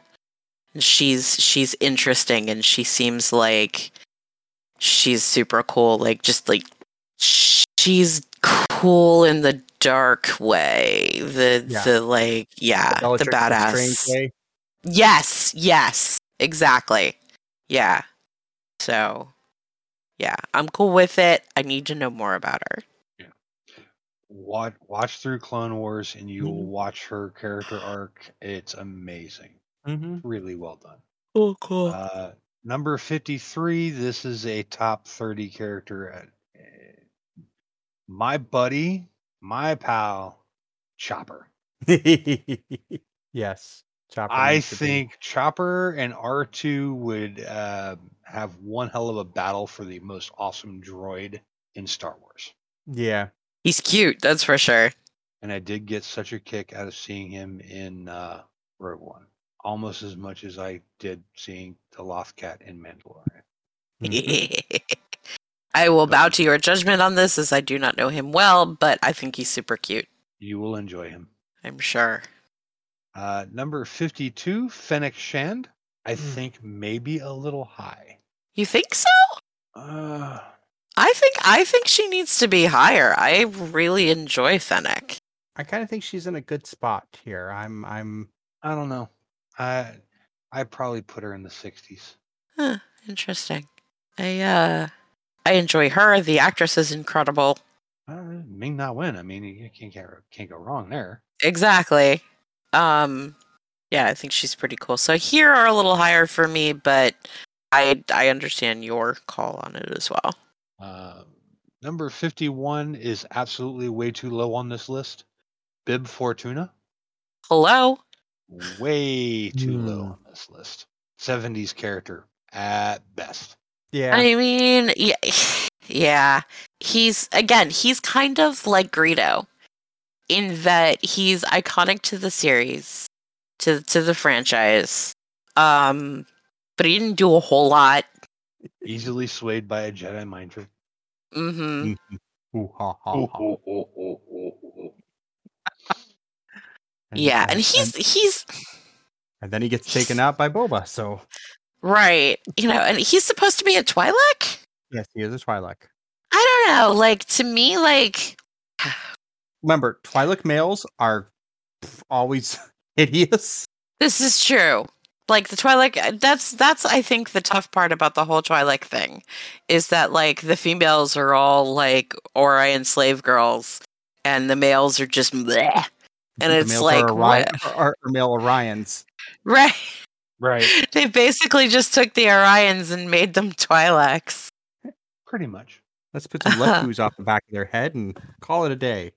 [SPEAKER 5] She's she's interesting, and she seems like she's super cool. Like just like she's cool in the dark way. The
[SPEAKER 1] Yeah.
[SPEAKER 5] the like yeah Ah, the
[SPEAKER 1] Bellatrix in a strange
[SPEAKER 5] badass.
[SPEAKER 1] way.
[SPEAKER 5] Yes, yes, exactly. Yeah. So, yeah, I'm cool with it. I need to know more about her.
[SPEAKER 3] Watch, watch through Clone Wars and you will watch her character arc. It's amazing. Really well done.
[SPEAKER 5] Oh, cool.
[SPEAKER 3] Uh, number 53, this is a top 30 character. At, eh, my buddy, my pal, Chopper.
[SPEAKER 1] Mm-hmm. [LAUGHS] yes. Chopper
[SPEAKER 3] I
[SPEAKER 1] needs to be-
[SPEAKER 3] think Chopper and R2 would uh, have one hell of a battle for the most awesome droid in Star Wars.
[SPEAKER 1] Yeah.
[SPEAKER 5] He's cute, that's for sure.
[SPEAKER 3] And I did get such a kick out of seeing him in uh, Rogue One, almost as much as I did seeing the Lothcat in Mandalorian.
[SPEAKER 1] Mhm.
[SPEAKER 5] [LAUGHS] I will bow to your judgment on this as I do not know him well, but I think he's super cute.
[SPEAKER 3] You will enjoy him.
[SPEAKER 5] I'm sure.
[SPEAKER 3] Uh, number 52, Fennec Shand. I
[SPEAKER 1] Mm.
[SPEAKER 3] think maybe a little high.
[SPEAKER 5] You think so?
[SPEAKER 3] Uh,
[SPEAKER 5] I think I think she needs to be higher. I really enjoy Fennec.
[SPEAKER 1] I kind of think she's in a good spot here. I'm I'm
[SPEAKER 3] I don't know. I I probably put her in the 60s.
[SPEAKER 5] Interesting. I uh I enjoy her. The actress is incredible.
[SPEAKER 3] Well, Ming Na Wen. I mean, you can't get, can't go wrong there.
[SPEAKER 5] Exactly. Um yeah, I think she's pretty cool. So here are a little higher for me, but I I understand your call on it as well.
[SPEAKER 3] Uh, number fifty-one is absolutely way too low on this list. Bib Fortuna,
[SPEAKER 5] Hello?
[SPEAKER 3] way too low
[SPEAKER 1] Hmm.
[SPEAKER 3] on this list. Seventies character at best.
[SPEAKER 1] yeah.
[SPEAKER 5] I mean, yeah, [SIGHS] yeah. He's again, he's kind of like Greedo in that he's iconic to the series, to to the franchise. Um but he didn't do a whole lot.
[SPEAKER 3] Easily swayed by a Jedi mind trick.
[SPEAKER 5] Mhm.
[SPEAKER 1] Mm-hmm. Ooh, ha, ha, ha.
[SPEAKER 5] yeah, and
[SPEAKER 1] and,
[SPEAKER 5] he's
[SPEAKER 1] and,
[SPEAKER 5] he's
[SPEAKER 1] and then he gets taken out by Boba. So
[SPEAKER 5] Right. You know, and he's supposed to be a Twi'lek?
[SPEAKER 1] yes, he is a Twi'lek.
[SPEAKER 5] I don't know. Like, to me, like,
[SPEAKER 1] Remember, Twi'lek males are pff, always [LAUGHS] hideous.
[SPEAKER 5] this is true. Like, the Twi'lek, that's, that's, I think, the tough part about the whole Twi'lek thing is that, like, the females are all, like, Orion slave girls, and the males are just bleh. And
[SPEAKER 1] The
[SPEAKER 5] it's
[SPEAKER 1] males are
[SPEAKER 5] like,
[SPEAKER 1] Orion,
[SPEAKER 5] what?
[SPEAKER 1] are, are- are male Orions.
[SPEAKER 5] [LAUGHS] Right.
[SPEAKER 3] [LAUGHS] Right.
[SPEAKER 5] They basically just took the Orions and made them Twi'leks.
[SPEAKER 3] Pretty much.
[SPEAKER 5] [LAUGHS]
[SPEAKER 1] Let's put some lekus off the back of their head and call it a day.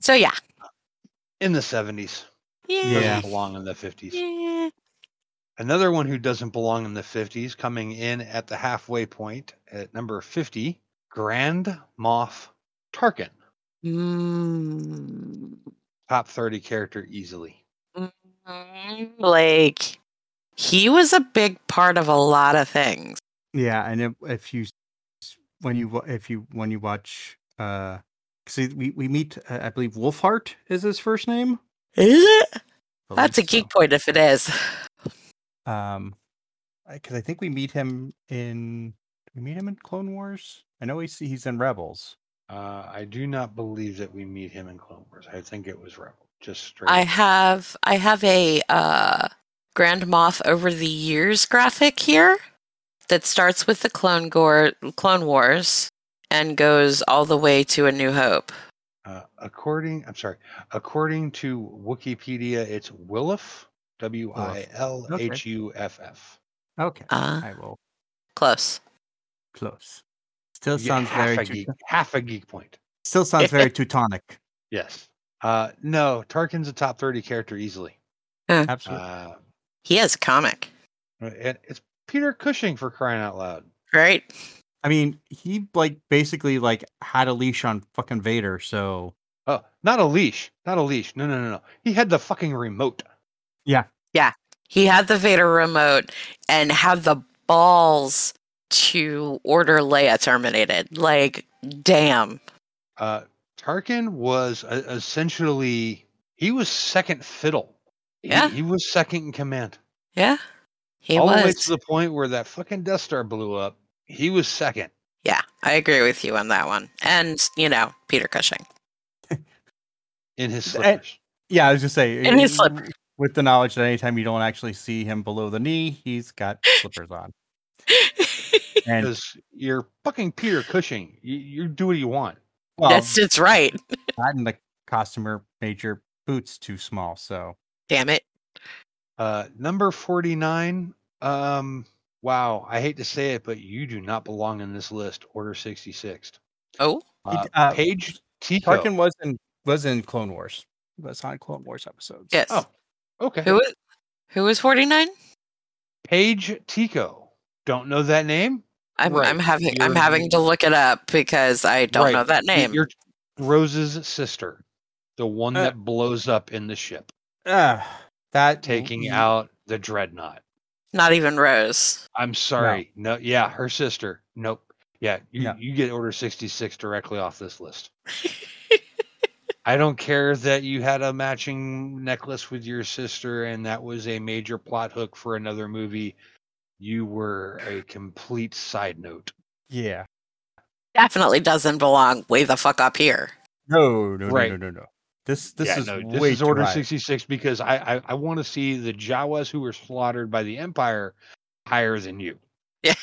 [SPEAKER 5] So, yeah.
[SPEAKER 3] In the seventies.
[SPEAKER 1] Yeah.
[SPEAKER 3] Doesn't belong in the fifties.
[SPEAKER 5] Yeah.
[SPEAKER 3] Another one who doesn't belong in the 50s, coming in at the halfway point at number 50, Grand Moff Tarkin.
[SPEAKER 5] Mm.
[SPEAKER 3] Top 30 character easily.
[SPEAKER 5] Mhm. Like he was a big part of a lot of things.
[SPEAKER 1] Yeah, and if, if you s- when you wa- if you when you watch uh see we we meet uh, I believe Wolfhart is his first name.
[SPEAKER 5] Is it?
[SPEAKER 1] Believe
[SPEAKER 5] That's a
[SPEAKER 1] so.
[SPEAKER 5] geek point if it is.
[SPEAKER 1] Um because I think we meet him in do we meet him in Clone Wars. I know he's he's in Rebels.
[SPEAKER 3] Uh, I do not believe that we meet him in Clone Wars. I think it was Rebel. Just straight.
[SPEAKER 5] I
[SPEAKER 3] up.
[SPEAKER 5] have I have a uh Grand Moff over the years graphic here that starts with the Clone Gore Clone Wars and goes all the way to A New Hope.
[SPEAKER 3] Uh, according, I'm sorry, according to Wikipedia, it's Willif, W I L H U F F.
[SPEAKER 1] Okay.
[SPEAKER 5] Uh
[SPEAKER 1] I will
[SPEAKER 5] close.
[SPEAKER 1] Uh-huh. close. Still
[SPEAKER 3] Yeah,
[SPEAKER 1] sounds
[SPEAKER 3] half,
[SPEAKER 1] very
[SPEAKER 3] a geek, half a geek point.
[SPEAKER 1] still sounds [LAUGHS] very Teutonic.
[SPEAKER 3] Yes. Uh, no, Tarkin's a top 30 character easily.
[SPEAKER 1] Absolutely.
[SPEAKER 3] Uh,
[SPEAKER 5] He is a comic,
[SPEAKER 3] Uh, It, it's Peter Cushing for crying out loud.
[SPEAKER 5] right?
[SPEAKER 1] I mean, he like basically like had a leash on fucking Vader, so
[SPEAKER 3] Oh, not a leash. Not a leash. No, no, no, no. He had the fucking remote.
[SPEAKER 5] He had the Vader remote and had the balls to order Leia terminated. Like, damn.
[SPEAKER 3] Uh, Tarkin was uh, essentially he was second fiddle. He-
[SPEAKER 5] Yeah.
[SPEAKER 3] he, was second in command.
[SPEAKER 5] Yeah. He
[SPEAKER 3] All the way
[SPEAKER 5] was.
[SPEAKER 3] to the point where that fucking Death Star blew up. He was second.
[SPEAKER 5] yeah, I agree with you on that one. And, you know, Peter Cushing.
[SPEAKER 3] in his
[SPEAKER 1] And-
[SPEAKER 3] slippers.
[SPEAKER 1] Yeah, I was just saying.
[SPEAKER 5] [LAUGHS] In his
[SPEAKER 1] uh,
[SPEAKER 5] slippers.
[SPEAKER 1] With the knowledge that anytime you don't actually see him below the knee, he's
[SPEAKER 5] [LAUGHS]
[SPEAKER 1] got slippers on. And
[SPEAKER 3] Because you're fucking Peter Cushing. You, you do what you want.
[SPEAKER 1] well,
[SPEAKER 5] That's it's right.
[SPEAKER 1] not in the costumer major boots too small. So
[SPEAKER 5] Damn it.
[SPEAKER 3] Uh, number 49. Um, wow. I hate to say it, but you do not belong in this list. Order 66.
[SPEAKER 5] Oh,
[SPEAKER 1] He d-
[SPEAKER 3] Uh,
[SPEAKER 1] uh,
[SPEAKER 3] Page Tico.
[SPEAKER 1] Tarkin was in was in Clone Wars. He was on Clone Wars episodes.
[SPEAKER 5] yes.
[SPEAKER 3] Oh, okay.
[SPEAKER 5] Who is who is 49?
[SPEAKER 3] Page Tico. Don't know that name?
[SPEAKER 5] I'm
[SPEAKER 3] Right,
[SPEAKER 5] I'm having I'm
[SPEAKER 3] you're-
[SPEAKER 5] having to look it up because I don't
[SPEAKER 3] Right,
[SPEAKER 5] know that
[SPEAKER 3] Y-
[SPEAKER 5] name.
[SPEAKER 3] You're Rose's sister, the one
[SPEAKER 1] Uh,
[SPEAKER 3] that blows up in the ship,
[SPEAKER 1] Ah, that
[SPEAKER 3] taking
[SPEAKER 1] le-
[SPEAKER 3] out the dreadnought.
[SPEAKER 5] Not even Rose.
[SPEAKER 3] I'm sorry. No. yeah, her sister. Nope. Yeah, you,
[SPEAKER 1] No.
[SPEAKER 3] you get order 66 directly off this
[SPEAKER 1] [LAUGHS]
[SPEAKER 3] list. I don't care that you had a matching necklace with your sister and that was a major plot hook for another movie. You were a complete side note.
[SPEAKER 1] Yeah.
[SPEAKER 5] Definitely doesn't belong way the fuck up
[SPEAKER 3] [LAUGHS]
[SPEAKER 5] here.
[SPEAKER 1] No, no,
[SPEAKER 3] Right.
[SPEAKER 1] no, no, no, no. This this
[SPEAKER 3] Yeah,
[SPEAKER 1] is
[SPEAKER 3] no,
[SPEAKER 1] way
[SPEAKER 3] is order
[SPEAKER 1] too high.
[SPEAKER 3] 66 because I I, I want to see the Jawas who were slaughtered by the Empire higher than you.
[SPEAKER 5] Yeah.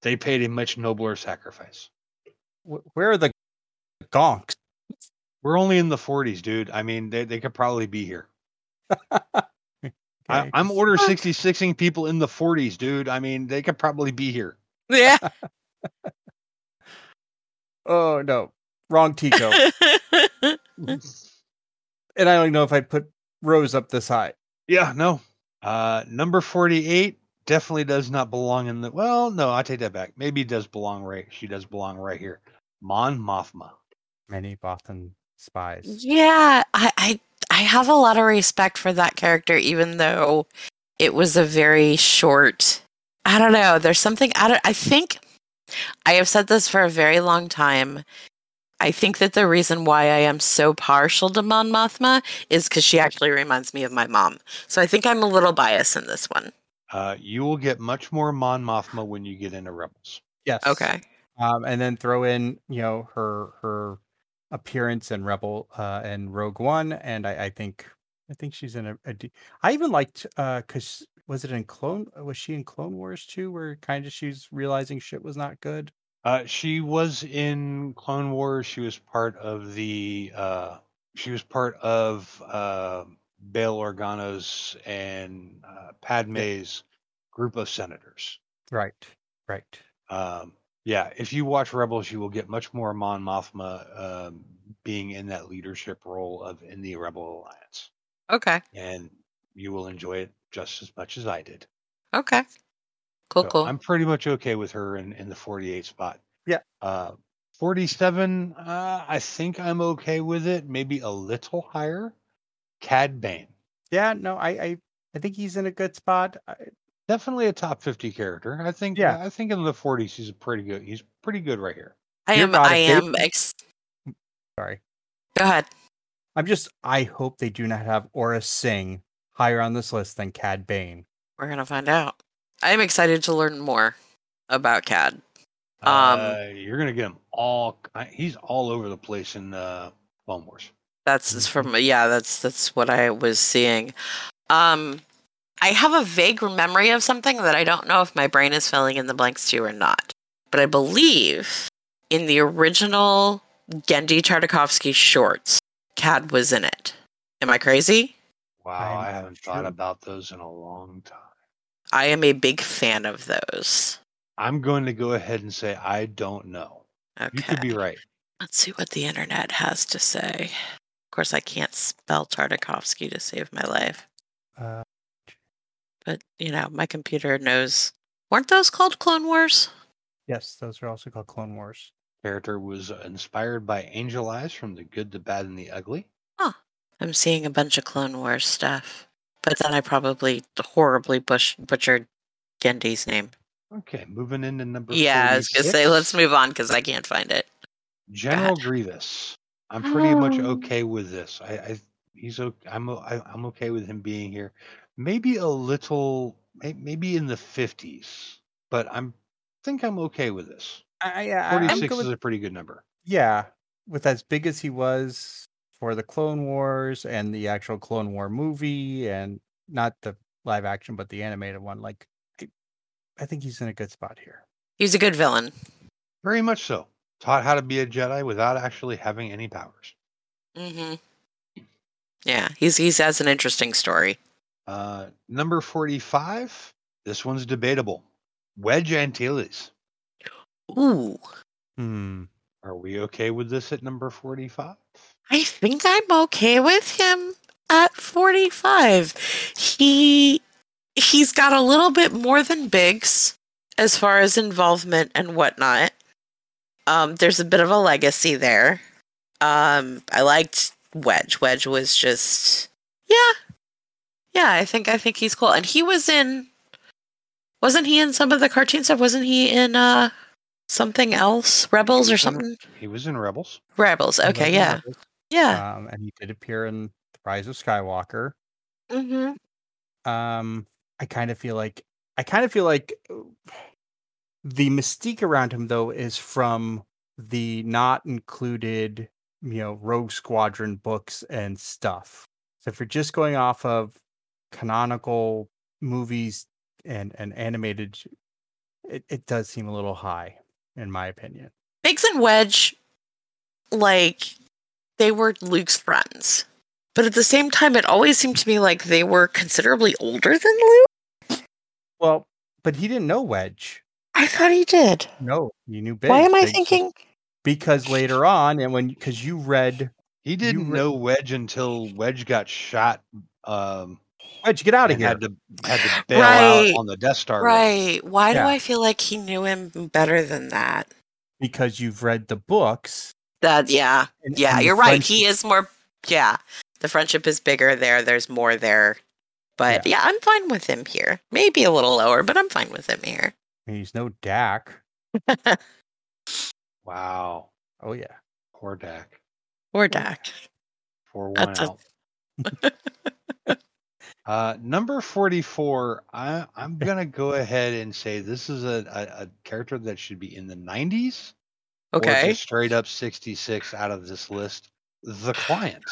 [SPEAKER 3] they paid a much nobler sacrifice.
[SPEAKER 1] Wh- Where are the gonks? [LAUGHS]
[SPEAKER 3] We're only in the 40s, dude. I mean, they, they could probably be here. I,
[SPEAKER 1] Okay,
[SPEAKER 3] I'm
[SPEAKER 1] just-
[SPEAKER 3] order 66ing people in the 40s, dude. I mean, they could probably be here.
[SPEAKER 5] Yeah.
[SPEAKER 1] Oh no,
[SPEAKER 5] [LAUGHS]
[SPEAKER 1] wrong Tico. and I don't know if I put Rose up this high.
[SPEAKER 3] Yeah, no. Uh, number 48 definitely does not belong in the. Well, no, I take that back. Maybe does belong right. She does belong right here. Mon Mothma.
[SPEAKER 1] Many Bothan spies.
[SPEAKER 5] yeah, I, I I have a lot of respect for that character, even though it was a very short. I don't know. There's something I don't. I think I have said this for a very long time. I think that the reason why I am so partial to Mon Mothma is because she actually reminds me of my mom. So I think I'm a little biased in this one.
[SPEAKER 3] Uh, you will get much more Mon Mothma when you get into Rebels.
[SPEAKER 1] Yes.
[SPEAKER 5] Okay.
[SPEAKER 1] Um, and then throw in you know her her appearance in Rebel uh, and Rogue One, and I, I think I think she's in a. a de- I even liked because was it in Clone? uh, Was she in Clone Wars too? Where kind of she's realizing shit was not good.
[SPEAKER 3] Uh, she was in Clone Wars. She was part of the. Uh, she was part of uh, Bail Organa's and uh, Padme's group of senators.
[SPEAKER 1] Right. Right.
[SPEAKER 3] Um, yeah, if you watch Rebels, you will get much more Mon Mothma um, being in that leadership role of in the Rebel Alliance,
[SPEAKER 5] Okay.
[SPEAKER 3] and you will enjoy it just as much as I did.
[SPEAKER 5] Okay. Cool.
[SPEAKER 3] So
[SPEAKER 5] cool.
[SPEAKER 3] I'm pretty much okay with her in, in the 48 spot.
[SPEAKER 1] Yeah.
[SPEAKER 3] Uh, 47, uh, I think I'm okay with it. Maybe a little higher. Cad Bane.
[SPEAKER 1] Yeah. No. I I, I think he's in a good spot. I,
[SPEAKER 3] Definitely a top 50 character. I think,
[SPEAKER 1] Yeah.
[SPEAKER 3] yeah, I think in the 40s, he's a pretty good. He's pretty good right here.
[SPEAKER 5] I
[SPEAKER 1] You're
[SPEAKER 5] am.
[SPEAKER 1] not a
[SPEAKER 5] I am.
[SPEAKER 1] baby.
[SPEAKER 5] Ex-
[SPEAKER 1] sorry.
[SPEAKER 5] Go ahead.
[SPEAKER 1] I'm just. I hope they do not have Aura Singh higher on this list than Cad Bane.
[SPEAKER 5] We're gonna find out. I'm excited to learn more about CAD. Um,
[SPEAKER 3] Uh, you're going to get him all, ki- he's all over the place in uh, Clone Wars.
[SPEAKER 5] That's it's
[SPEAKER 3] Mm-hmm.
[SPEAKER 5] from yeah. That's that's what I was seeing. Um, I have a vague memory of something that I don't know if my brain is filling in the blanks to or not. But I believe in the original Gendy Tartakovsky shorts, CAD was in it. Am I crazy?
[SPEAKER 3] Wow.
[SPEAKER 1] I'm
[SPEAKER 3] I
[SPEAKER 1] not
[SPEAKER 3] haven't thought
[SPEAKER 1] sure.
[SPEAKER 3] about those in a long time.
[SPEAKER 5] I am a big fan of those.
[SPEAKER 3] I'm going to go ahead and say, I don't know.
[SPEAKER 5] Okay.
[SPEAKER 3] You could be right.
[SPEAKER 5] Let's see what the internet has to say. Of course, I can't spell Tartakovsky to save my life,
[SPEAKER 1] Uh,
[SPEAKER 5] but you know, my computer knows. Weren't those called Clone Wars?
[SPEAKER 1] yes. Those are also called Clone Wars.
[SPEAKER 3] character was uh, inspired by Angel Eyes from The Good, the Bad, and the Ugly.
[SPEAKER 5] I'm seeing a bunch of Clone Wars stuff, but then I probably horribly bush- butchered Gendy's name.
[SPEAKER 3] Okay, moving into number.
[SPEAKER 5] yeah, I was gonna say, let's
[SPEAKER 3] 46.
[SPEAKER 5] move on because I can't find it.
[SPEAKER 3] General
[SPEAKER 5] God.
[SPEAKER 3] Grievous. I'm pretty much
[SPEAKER 5] Um.
[SPEAKER 3] okay with this. I, I he's okay. I'm o- I, I'm okay with him being here. Maybe a little, may- maybe in the 50s, but I'm think I'm okay with this.
[SPEAKER 1] I,
[SPEAKER 5] uh,
[SPEAKER 1] I, I'm
[SPEAKER 3] 46
[SPEAKER 1] good
[SPEAKER 3] is
[SPEAKER 1] with-
[SPEAKER 3] a pretty good number.
[SPEAKER 1] yeah, with as big as he was for the Clone Wars and the actual Clone War movie, and not the live action, but the animated one. Like, I, I think he's in a good spot here.
[SPEAKER 5] He's a good villain.
[SPEAKER 3] Very much so. Taught how to be a Jedi without actually having any powers.
[SPEAKER 5] Mm-hmm. Yeah, he's he's has an interesting story.
[SPEAKER 3] Uh, number 45. This one's debatable. Wedge Antilles.
[SPEAKER 5] Ooh,
[SPEAKER 1] Hmm.
[SPEAKER 3] Are we okay with this at number 45?
[SPEAKER 5] I think I'm okay with him at 45. He he's got a little bit more than Biggs as far as involvement and whatnot. Um, there's a bit of a legacy there. Um, I liked Wedge. Wedge was just yeah, yeah. I think I think he's cool, and he was in. Wasn't he in some of the cartoon stuff? Wasn't he in uh something else, Rebels or
[SPEAKER 3] was in-
[SPEAKER 5] something?
[SPEAKER 3] He was in Rebels.
[SPEAKER 5] Rebels.
[SPEAKER 1] Mm-hmm.
[SPEAKER 5] Okay, yeah, yeah.
[SPEAKER 1] Um, and he did appear in Rise of Skywalker.
[SPEAKER 5] Mm-hmm.
[SPEAKER 1] um i kind of feel like i kind of feel like uh, the mystique around him though is from the not included you know rogue squadron books and stuff so if you're just going off of canonical movies and and animated it, it does seem a little high in my opinion
[SPEAKER 5] Biggs and Wedge, like, they were Luke's friends. But at the same time, it always seemed to me like they were considerably older than Luke.
[SPEAKER 1] well but he didn't know wedge
[SPEAKER 5] I thought he did.
[SPEAKER 1] no you knew Biggs.
[SPEAKER 5] Why am I
[SPEAKER 1] Biggs was-
[SPEAKER 5] thinking?
[SPEAKER 1] because later on and when because you read
[SPEAKER 3] He didn't
[SPEAKER 1] re-
[SPEAKER 3] know Wedge until Wedge got shot um,
[SPEAKER 1] wedge get out of
[SPEAKER 3] and
[SPEAKER 1] here
[SPEAKER 3] had to had
[SPEAKER 5] [SIGHS]
[SPEAKER 3] to bail
[SPEAKER 5] Right.
[SPEAKER 3] out on the Death Star. raid.
[SPEAKER 5] Right. Why
[SPEAKER 1] Yeah.
[SPEAKER 5] do I feel like he knew him better than that?
[SPEAKER 1] because you've read the books.
[SPEAKER 5] That, yeah.
[SPEAKER 1] and-
[SPEAKER 5] Yeah,
[SPEAKER 1] and the
[SPEAKER 5] you're right.
[SPEAKER 1] friendship-
[SPEAKER 5] He is more, yeah. The friendship is bigger there. There's more there. But yeah, I'm fine with him here. Maybe a little lower, but I'm fine with him here.
[SPEAKER 1] He's no Dak.
[SPEAKER 3] Wow.
[SPEAKER 1] Oh yeah.
[SPEAKER 3] Poor Dak.
[SPEAKER 5] Or Dak.
[SPEAKER 3] Poor one
[SPEAKER 5] That's a-
[SPEAKER 3] out.
[SPEAKER 5] [LAUGHS]
[SPEAKER 3] Uh, number 44, I, I'm going to go ahead and say this is a, a, a character that should be in the 90s or
[SPEAKER 5] Okay.
[SPEAKER 3] just straight up 66 out of this list. The client.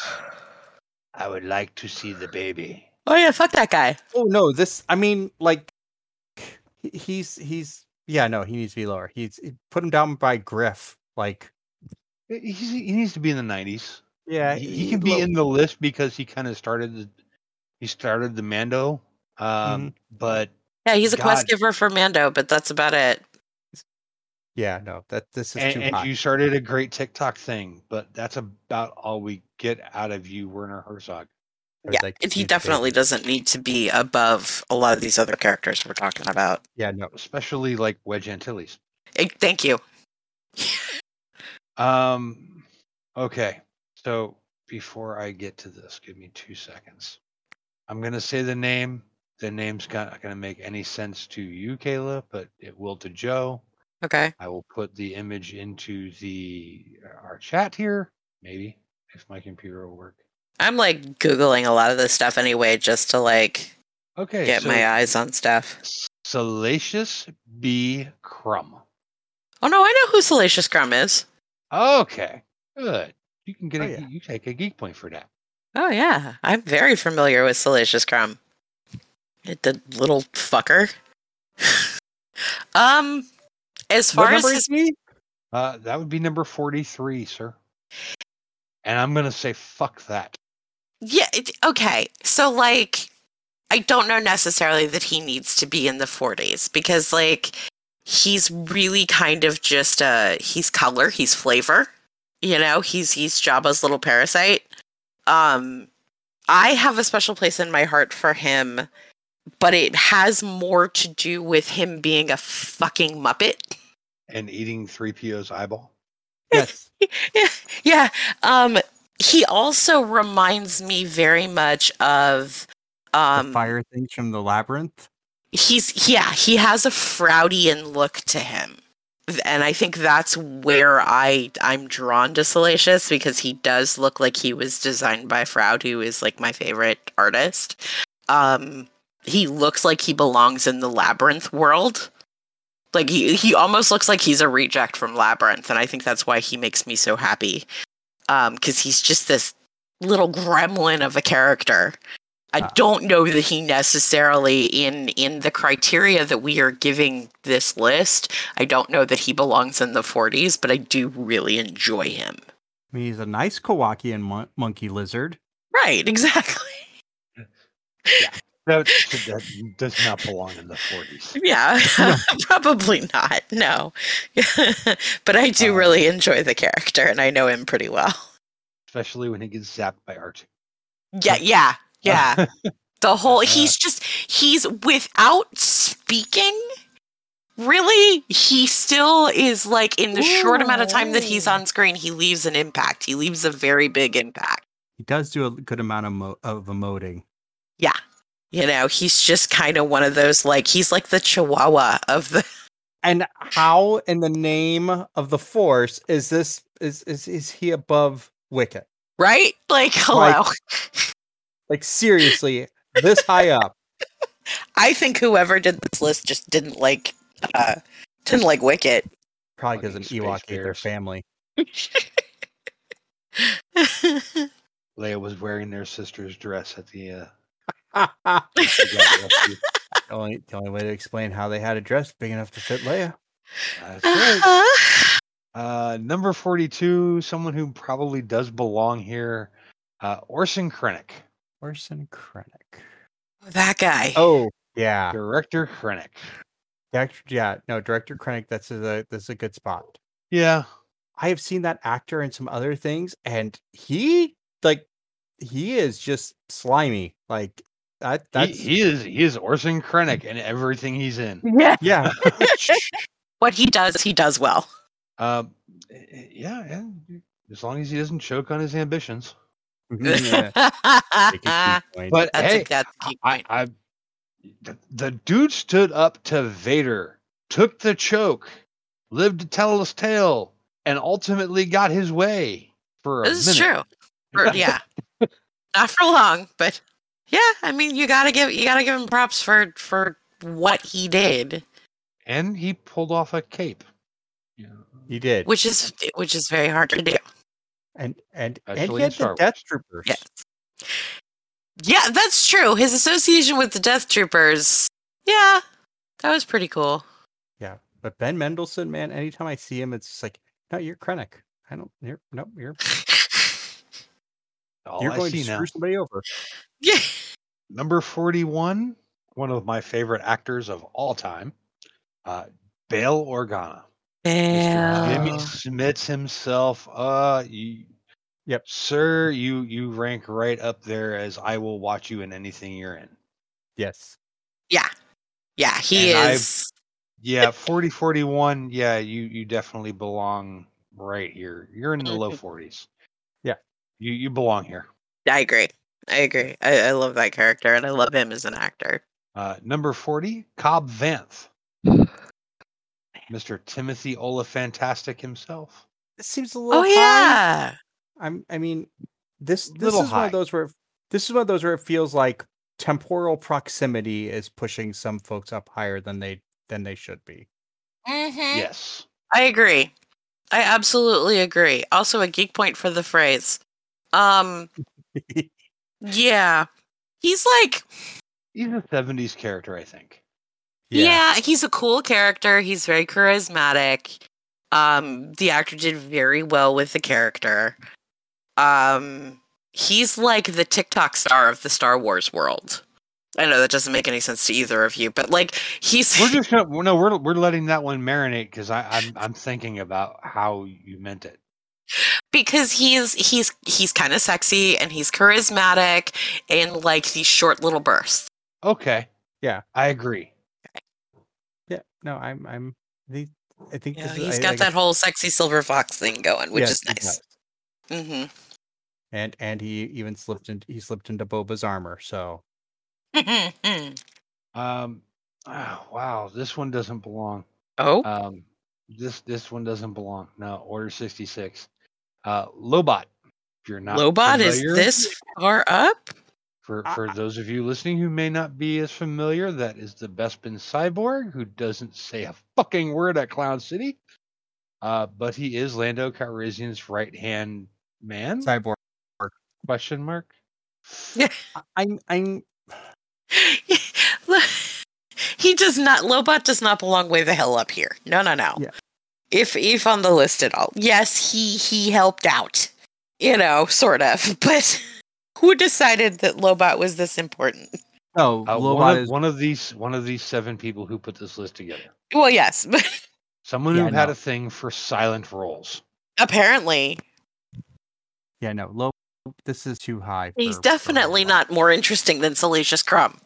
[SPEAKER 3] I would like to see the baby.
[SPEAKER 5] Oh, yeah. Fuck that guy.
[SPEAKER 1] Oh no, this I mean like he- he's he's yeah, no, he needs to be lower. He's he- put him down by Griff. Like
[SPEAKER 3] He- He's, he needs to be in the 90s.
[SPEAKER 1] yeah,
[SPEAKER 3] he, he can be in the list because he kind of started the, he started the Mando. Um, But
[SPEAKER 5] Yeah, he's a quest
[SPEAKER 3] God.
[SPEAKER 5] giver for Mando, but that's about it.
[SPEAKER 1] Yeah, no. That this is
[SPEAKER 3] and,
[SPEAKER 1] too
[SPEAKER 3] and
[SPEAKER 1] high.
[SPEAKER 3] you started a great TikTok thing, but that's about all we get out of you, Werner Herzog.
[SPEAKER 1] I would
[SPEAKER 5] yeah,
[SPEAKER 1] like to
[SPEAKER 5] And
[SPEAKER 1] see
[SPEAKER 5] he
[SPEAKER 1] the
[SPEAKER 5] definitely
[SPEAKER 1] baby.
[SPEAKER 5] doesn't need to be above a lot of these other characters we're talking about.
[SPEAKER 1] Yeah, no.
[SPEAKER 3] especially like Wedge Antilles.
[SPEAKER 5] Eh, thank you.
[SPEAKER 3] Um, okay, so before I get to this, give me two seconds. I'm gonna say the name. The name's not gonna make any sense to you, Kayla, but it will to Joe.
[SPEAKER 5] Okay.
[SPEAKER 3] I will put the image into the our chat here, maybe if my computer will work.
[SPEAKER 5] I'm like Googling a lot of this stuff anyway, just to like
[SPEAKER 3] Okay,
[SPEAKER 5] get
[SPEAKER 3] so
[SPEAKER 5] my eyes on stuff.
[SPEAKER 3] Salacious B. Crumb.
[SPEAKER 5] Oh, no, I know who Salacious Crumb is.
[SPEAKER 3] Okay, good. You can get
[SPEAKER 1] Oh,
[SPEAKER 3] a,
[SPEAKER 1] yeah.
[SPEAKER 3] you take a geek point for that.
[SPEAKER 5] Oh, yeah. I'm very familiar with Salacious Crumb. It- The little fucker. [LAUGHS] um, as
[SPEAKER 1] What
[SPEAKER 5] far as
[SPEAKER 1] number
[SPEAKER 5] his
[SPEAKER 1] is he?
[SPEAKER 3] Uh, that would be number 43, sir. And I'm going to say fuck that.
[SPEAKER 5] Yeah. It, okay. So, like, I don't know necessarily that he needs to be in the 40s because, like, he's really kind of just uh he's color, he's flavor. You know, he's he's Jabba's little parasite. Um, I have a special place in my heart for him, but it has more to do with him being a fucking muppet. [LAUGHS]
[SPEAKER 3] And eating 3PO's eyeball.
[SPEAKER 5] [LAUGHS]
[SPEAKER 1] Yes.
[SPEAKER 5] Yeah. Um he also reminds me very much of
[SPEAKER 1] the
[SPEAKER 5] um
[SPEAKER 1] fire things from the labyrinth.
[SPEAKER 5] he's yeah he has a frowdian look to him and I think that's where I I'm drawn to Salacious because he does look like he was designed by Froud, who is like my favorite artist. Um, he looks like he belongs in the Labyrinth world. Like he he almost looks like he's a reject from Labyrinth, and I think that's why he makes me so happy. Um, because he's just this little gremlin of a character. I
[SPEAKER 1] Ah.
[SPEAKER 5] don't know that he necessarily in in the criteria that we are giving this list. I don't know that he belongs in the 40s, but I do really enjoy him.
[SPEAKER 6] I mean, he's a nice Kowakian mon- monkey lizard.
[SPEAKER 5] Right, exactly. [LAUGHS]
[SPEAKER 3] That, that does not belong in the 40s.
[SPEAKER 5] Yeah, [LAUGHS] probably not. No, [LAUGHS] but I do
[SPEAKER 3] Uh,
[SPEAKER 5] really enjoy the character, and I know him pretty well.
[SPEAKER 3] especially when he gets zapped by R2.
[SPEAKER 5] Yeah, yeah, yeah. The whole he's just he's without speaking. Really, he still is like in the short amount of time that he's on screen, he leaves an impact. He leaves a very big impact.
[SPEAKER 6] He does do a good amount of, mo- of emoting.
[SPEAKER 5] You know, he's just kind of one of those like he's like the chihuahua of the [LAUGHS]
[SPEAKER 1] And how in the name of the force is this is is, is he above Wicket?
[SPEAKER 5] right? Like hello.
[SPEAKER 1] Like seriously, this high up.
[SPEAKER 5] I think whoever did this list just didn't like uh didn't like Wicket.
[SPEAKER 1] Probably because an
[SPEAKER 3] Fucking
[SPEAKER 1] Ewok
[SPEAKER 3] space
[SPEAKER 1] ate their
[SPEAKER 3] bears.
[SPEAKER 1] family.
[SPEAKER 3] [LAUGHS] Leia was wearing their sister's dress at the. Uh,
[SPEAKER 1] the,
[SPEAKER 3] Jack rescue.
[SPEAKER 1] only, the only way to explain how they had a dress big enough to fit Leia.
[SPEAKER 5] [LAUGHS]
[SPEAKER 3] That's right. Uh, number 42, someone who probably does belong here, uh, Orson Krennic,
[SPEAKER 1] Orson Krennic.
[SPEAKER 5] that guy.
[SPEAKER 1] Oh yeah,
[SPEAKER 3] director Krennic.
[SPEAKER 1] Director, yeah, no, Director Krennic. That's a that's a good spot.
[SPEAKER 3] Yeah,
[SPEAKER 1] I have seen that actor in some other things, and he like he is just slimy. Like that.
[SPEAKER 3] he,
[SPEAKER 1] That's
[SPEAKER 3] he is he is Orson Krennic in everything he's in.
[SPEAKER 5] Yeah.
[SPEAKER 1] [LAUGHS] yeah.
[SPEAKER 5] What he does, he does well.
[SPEAKER 3] Uh, yeah, yeah, as long as he doesn't choke on his ambitions.
[SPEAKER 5] Mm-hmm,
[SPEAKER 1] [LAUGHS] Mm,
[SPEAKER 5] [LAUGHS]
[SPEAKER 1] Yeah. Make a key point.
[SPEAKER 3] But
[SPEAKER 5] That's
[SPEAKER 3] hey,
[SPEAKER 5] a, that's a key
[SPEAKER 3] I,
[SPEAKER 5] point.
[SPEAKER 3] I the, the dude stood up to Vader, took the choke, lived to tell his tale, and ultimately got his way for a
[SPEAKER 5] This is
[SPEAKER 3] minute.
[SPEAKER 5] true.
[SPEAKER 3] [LAUGHS]
[SPEAKER 5] For- yeah, not for long, but yeah. I mean, you gotta give you gotta give him props for for what he did,
[SPEAKER 3] And he pulled off a cape. Yeah.
[SPEAKER 1] he did,
[SPEAKER 5] which is which is very hard to do.
[SPEAKER 1] and and and
[SPEAKER 3] Especially
[SPEAKER 1] he
[SPEAKER 3] in
[SPEAKER 1] had
[SPEAKER 3] Star
[SPEAKER 1] the Death Troopers.
[SPEAKER 5] Yes. Yeah, that's true. His association with the Death Troopers. Yeah, that was pretty
[SPEAKER 3] [LAUGHS]
[SPEAKER 5] cool.
[SPEAKER 1] But Ben Mendelsohn, man, anytime I see him, it's just like, no, you're Krennic. I don't. You're nope. You're
[SPEAKER 3] All
[SPEAKER 1] you're
[SPEAKER 3] I
[SPEAKER 1] going to
[SPEAKER 3] see now.
[SPEAKER 1] screw somebody over.
[SPEAKER 5] yeah.
[SPEAKER 3] Number 41, one of my favorite actors of all time, uh, Bail Organa.
[SPEAKER 1] Uh,
[SPEAKER 3] Jimmy Smits himself. Uh, you,
[SPEAKER 1] Yep.
[SPEAKER 3] sir, you you rank right up there as I will watch you in anything you're in.
[SPEAKER 1] Yes.
[SPEAKER 5] Yeah, yeah. He
[SPEAKER 3] And I've-
[SPEAKER 5] is.
[SPEAKER 3] Yeah, 40 41. Yeah, you you definitely belong right here. You're in the low 40s.
[SPEAKER 1] Mm-hmm. Yeah.
[SPEAKER 3] You you belong here.
[SPEAKER 5] I agree. I agree. I, I love that character, and I love him as an actor.
[SPEAKER 3] Uh, number 40, Cobb Vanth. Mr. Timothy Olafantastic himself.
[SPEAKER 1] It seems a little.
[SPEAKER 5] Oh
[SPEAKER 1] high.
[SPEAKER 5] yeah.
[SPEAKER 1] I'm. I mean, this this
[SPEAKER 3] Little
[SPEAKER 1] is one
[SPEAKER 3] high.
[SPEAKER 1] of those where this is one of those where it feels like temporal proximity is pushing some folks up higher than they than they should be. [LAUGHS] Eh.
[SPEAKER 5] Mm-hmm.
[SPEAKER 3] Yes.
[SPEAKER 5] I agree. I absolutely agree. Also, a geek point for the phrase. Um, yeah, he's like,
[SPEAKER 3] He's a 70s character, I think.
[SPEAKER 5] yeah. he's a cool character. He's very charismatic. Um, the actor did very well with the character. Um, he's like the TikTok star of the Star Wars world. I know that doesn't make any sense to either of you, but like, [LAUGHS] he's
[SPEAKER 3] We're just gonna, no, we're we're letting that one marinate because I'm I'm thinking about how you meant it.
[SPEAKER 5] because he's he's he's kind of sexy and he's charismatic and like these short little bursts.
[SPEAKER 3] Okay.
[SPEAKER 1] Yeah.
[SPEAKER 3] I agree.
[SPEAKER 1] Yeah. No, I'm. I'm. I think. I think
[SPEAKER 5] Yeah,
[SPEAKER 1] this is-
[SPEAKER 5] he's
[SPEAKER 1] I-
[SPEAKER 5] got
[SPEAKER 1] I
[SPEAKER 5] that
[SPEAKER 1] guess-
[SPEAKER 5] whole sexy silver fox thing going, which
[SPEAKER 1] yes,
[SPEAKER 5] is
[SPEAKER 1] he
[SPEAKER 5] nice.
[SPEAKER 1] does.
[SPEAKER 5] hmm
[SPEAKER 1] And and he even slipped into he slipped into Boba's armor. So
[SPEAKER 5] Mm-hmm. [LAUGHS]
[SPEAKER 3] Um, ah, wow, this one doesn't belong.
[SPEAKER 5] oh,
[SPEAKER 3] Um, This this one doesn't belong. No, Order 66. Uh, Lobot. If you're not
[SPEAKER 5] Lobot is
[SPEAKER 3] familiar-
[SPEAKER 5] this far up? [LAUGHS]
[SPEAKER 3] For
[SPEAKER 1] I-
[SPEAKER 3] for those of you listening who may not be as familiar, that is the Bespin cyborg who doesn't say a fucking word at Clown City, uh, but he is Lando Calrissian's right hand
[SPEAKER 5] Mm.
[SPEAKER 3] man?
[SPEAKER 7] Cyborg.
[SPEAKER 3] Question mark.
[SPEAKER 1] I'm I'm
[SPEAKER 5] Look, he does not. Lobot does not belong way the hell up here. No, no, no.
[SPEAKER 1] Yeah.
[SPEAKER 5] If if on the list at all, yes, he he helped out. You know, sort of. [LAUGHS] But who decided that Lobot was this important?
[SPEAKER 1] oh
[SPEAKER 3] Uh,
[SPEAKER 1] Lobot
[SPEAKER 3] one, of,
[SPEAKER 1] is
[SPEAKER 3] one of these one of these seven people who put this list together.
[SPEAKER 5] Well, yes, [LAUGHS] but
[SPEAKER 3] Someone
[SPEAKER 1] Yeah,
[SPEAKER 3] who
[SPEAKER 1] I
[SPEAKER 3] had
[SPEAKER 1] know.
[SPEAKER 3] a thing for silent roles.
[SPEAKER 5] apparently
[SPEAKER 1] yeah no Lo this is too high.
[SPEAKER 5] he's
[SPEAKER 1] for- for
[SPEAKER 5] definitely
[SPEAKER 1] Lobot.
[SPEAKER 5] not more interesting than Salacious Crumb.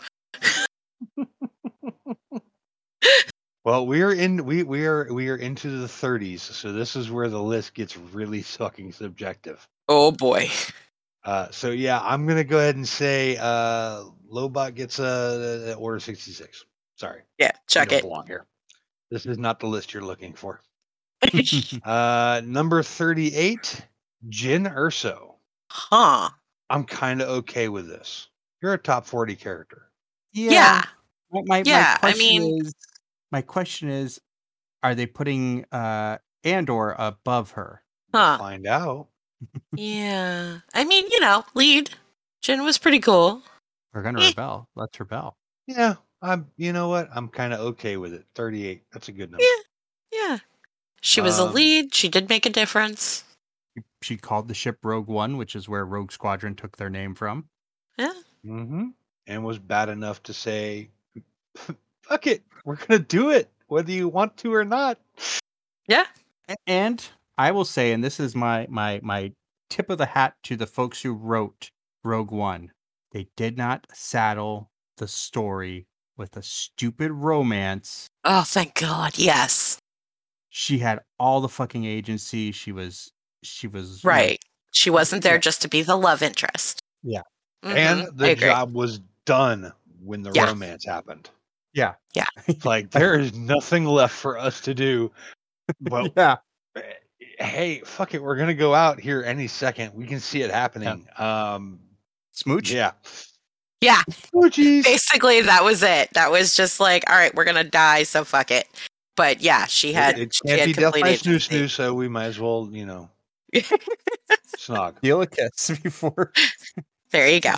[SPEAKER 3] Well, we are in we we are we are into the 30s, so this is where the list gets really [LAUGHS] fucking subjective.
[SPEAKER 5] Oh boy.
[SPEAKER 3] Uh, so yeah, I'm gonna go ahead and say uh, Lobot gets uh, order 66. Sorry,
[SPEAKER 5] Yeah,
[SPEAKER 3] you
[SPEAKER 5] check
[SPEAKER 3] don't
[SPEAKER 5] it.
[SPEAKER 3] belong here. This is not the list you're looking for.
[SPEAKER 1] [LAUGHS]
[SPEAKER 5] [LAUGHS]
[SPEAKER 3] Uh, number 38, Jin Urso.
[SPEAKER 5] [LAUGHS] huh.
[SPEAKER 3] I'm kind of okay with this. You're a top 40 character.
[SPEAKER 5] Yeah.
[SPEAKER 1] My, my,
[SPEAKER 5] Yeah,
[SPEAKER 1] my
[SPEAKER 5] I
[SPEAKER 1] question
[SPEAKER 5] mean-
[SPEAKER 1] is, my question is, are they putting uh Andor above her?
[SPEAKER 3] We'll
[SPEAKER 5] Huh.
[SPEAKER 3] Find out.
[SPEAKER 5] Yeah. I mean, you know, lead. Jin was pretty cool.
[SPEAKER 1] We're gonna
[SPEAKER 5] Eh.
[SPEAKER 1] rebel. Let's rebel.
[SPEAKER 3] Yeah, I'm. You know what? I'm kind of okay with it. 38. That's a good number.
[SPEAKER 5] Yeah. Yeah. She was
[SPEAKER 3] Um,
[SPEAKER 5] a lead. She did make a difference.
[SPEAKER 1] She called the ship Rogue One, which is where Rogue Squadron took their name from.
[SPEAKER 3] Mm-hmm. And was bad enough to say, [LAUGHS] "Fuck it, we're gonna do it, whether you want to or not."
[SPEAKER 1] A- And I will say, and this is my my my tip of the hat to the folks who wrote Rogue One, they did not saddle the story with a stupid romance.
[SPEAKER 5] Oh, thank God. Yes.
[SPEAKER 1] She had all the fucking agency. She was she was you know, [LAUGHS]
[SPEAKER 5] Right. She wasn't there
[SPEAKER 1] Yeah.
[SPEAKER 5] just to be the love interest.
[SPEAKER 1] Yeah.
[SPEAKER 5] Mhm,
[SPEAKER 3] and
[SPEAKER 5] I
[SPEAKER 3] the
[SPEAKER 5] agree.
[SPEAKER 3] job was done when the
[SPEAKER 5] Yeah.
[SPEAKER 3] romance happened.
[SPEAKER 1] Yeah.
[SPEAKER 5] Yeah.
[SPEAKER 3] It's like there is nothing left for us to do.
[SPEAKER 1] [LAUGHS]
[SPEAKER 3] But
[SPEAKER 1] yeah.
[SPEAKER 3] hey, fuck it, we're gonna go out here any second. We can see it happening. Um,
[SPEAKER 1] Smooch.
[SPEAKER 3] yeah.
[SPEAKER 5] Yeah.
[SPEAKER 3] Oh jeez.
[SPEAKER 5] Basically, that was it. That was just like, all right, we're gonna die, so fuck it. But yeah, she
[SPEAKER 3] It-
[SPEAKER 5] had.
[SPEAKER 3] It
[SPEAKER 5] she
[SPEAKER 3] can't
[SPEAKER 5] had
[SPEAKER 3] be death by
[SPEAKER 5] complete
[SPEAKER 3] snoo
[SPEAKER 5] agency.
[SPEAKER 3] snoo, so we might as well,
[SPEAKER 5] [LAUGHS]
[SPEAKER 3] you know, snog.
[SPEAKER 1] Deal a kiss [LAUGHS] before.
[SPEAKER 5] There you go.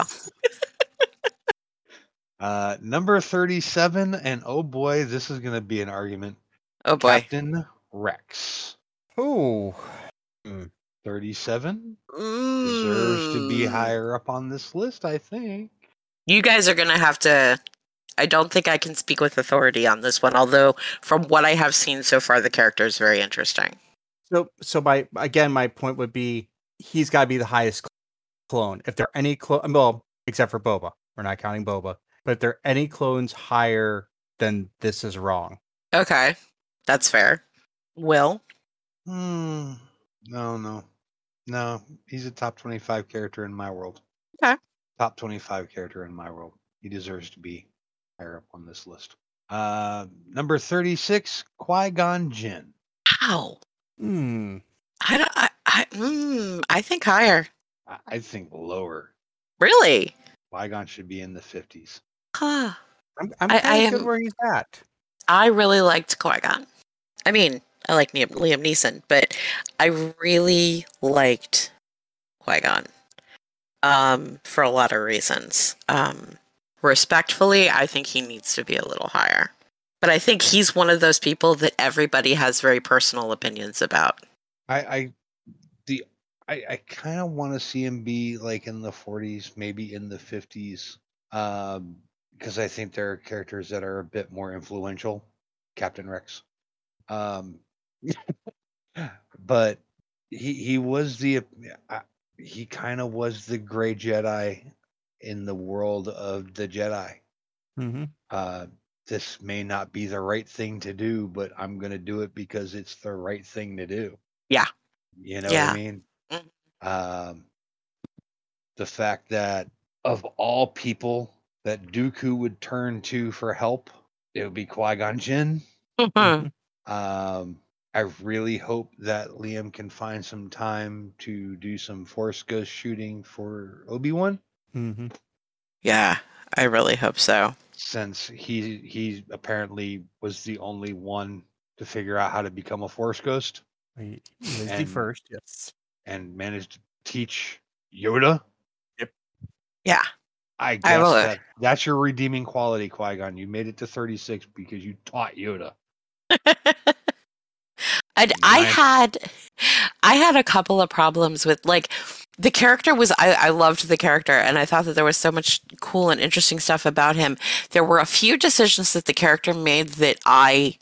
[SPEAKER 3] Uh, number thirty-seven, and oh boy, this is gonna be an argument.
[SPEAKER 5] Oh boy.
[SPEAKER 3] Captain Rex,
[SPEAKER 1] Oh,
[SPEAKER 3] thirty-seven, deserves to be
[SPEAKER 5] Mm.
[SPEAKER 3] higher up on this list, I think.
[SPEAKER 5] You guys are going to have to. I don't think I can speak with authority on this one, although from what I have seen so far, the character is very interesting.
[SPEAKER 1] so so my again, my point would be he's got to be the highest cl- clone. If there are any clone, well, except for Boba, we're not counting Boba. But if there are any clones higher, then this is wrong.
[SPEAKER 5] Okay, that's fair. Will?
[SPEAKER 3] Hmm. No, no, no. He's a top twenty-five character in my world.
[SPEAKER 5] Okay.
[SPEAKER 3] Top twenty-five character in my world. He deserves to be higher up on this list. Uh, number thirty-six, Qui Gon Jinn.
[SPEAKER 5] How?
[SPEAKER 1] Hmm.
[SPEAKER 5] I don't. I, I, mm, I think higher.
[SPEAKER 3] I, I think lower.
[SPEAKER 5] Really?
[SPEAKER 3] Qui Gon should be in the fifties.
[SPEAKER 5] Huh.
[SPEAKER 1] I'm I'm
[SPEAKER 5] I- I
[SPEAKER 1] kind of good
[SPEAKER 5] am-
[SPEAKER 1] where he's at.
[SPEAKER 5] I really liked Qui Gon. I mean, I like Liam, Liam Neeson, but I really liked Qui Gon um, for a lot of reasons. Um, respectfully, I think he needs to be a little higher. But I think he's one of those people that everybody has very personal opinions about.
[SPEAKER 3] I, I the I, I kind of want to see him be like in the 40s, maybe in the 50s, um, because I think there are characters that are a bit more influential, Captain Rex. Um, [LAUGHS] but he he was the uh, he kind of was the gray Jedi in the world of the Jedi.
[SPEAKER 1] Mm-hmm.
[SPEAKER 3] Uh, this may not be the right thing to do, but I'm going to do it because it's the right thing to do.
[SPEAKER 5] Yeah.
[SPEAKER 3] You know
[SPEAKER 5] Yeah.
[SPEAKER 3] what I mean?
[SPEAKER 5] Mhm.
[SPEAKER 3] Um, the fact that of all people that Dooku would turn to for help, it would be Qui Gon Jinn. Um, I really hope that Liam can find some time to do some Force Ghost shooting for Obi Wan,
[SPEAKER 1] Mm-hmm.
[SPEAKER 5] Yeah, I really hope so.
[SPEAKER 3] since he he apparently was the only one to figure out how to become a Force Ghost
[SPEAKER 1] He was the
[SPEAKER 3] And-
[SPEAKER 1] first. Yes.
[SPEAKER 3] and managed to teach Yoda.
[SPEAKER 5] Yeah.
[SPEAKER 3] I guess
[SPEAKER 5] will-
[SPEAKER 3] that, that's your redeeming quality, Qui Gon. You made it to 36 because you taught Yoda.
[SPEAKER 5] And I
[SPEAKER 3] Nice.
[SPEAKER 5] had I had a couple of problems with like the character was I, I loved the character and I thought that there was so much cool and interesting stuff about him. There were a few decisions that the character made that I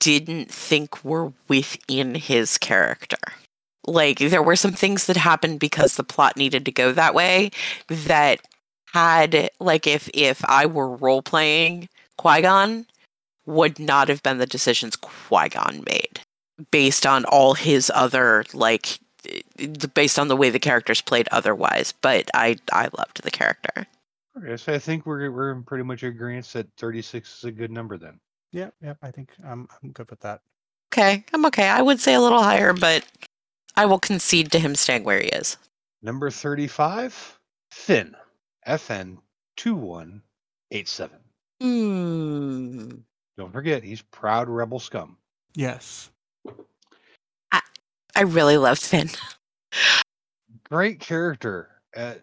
[SPEAKER 5] didn't think were within his character. Like there were some things that happened because the plot needed to go that way that had like if if I were role playing Qui-Gon would not have been the decisions Qui Gon made based on all his other like eh, based on the way the characters played otherwise but i i loved the character
[SPEAKER 3] Okay, so I think we're we're in pretty much agreement that 36 is a good number then.
[SPEAKER 1] Yep. Yep. I think I'm I'm good with that.
[SPEAKER 5] okay i'm okay i would say a little higher but i will concede to him staying where he is
[SPEAKER 3] Number 35, Finn, FN 2187.
[SPEAKER 5] hmm
[SPEAKER 3] Don't forget, he's proud rebel scum.
[SPEAKER 1] Yes.
[SPEAKER 5] i really love finn
[SPEAKER 3] Great character. Uh,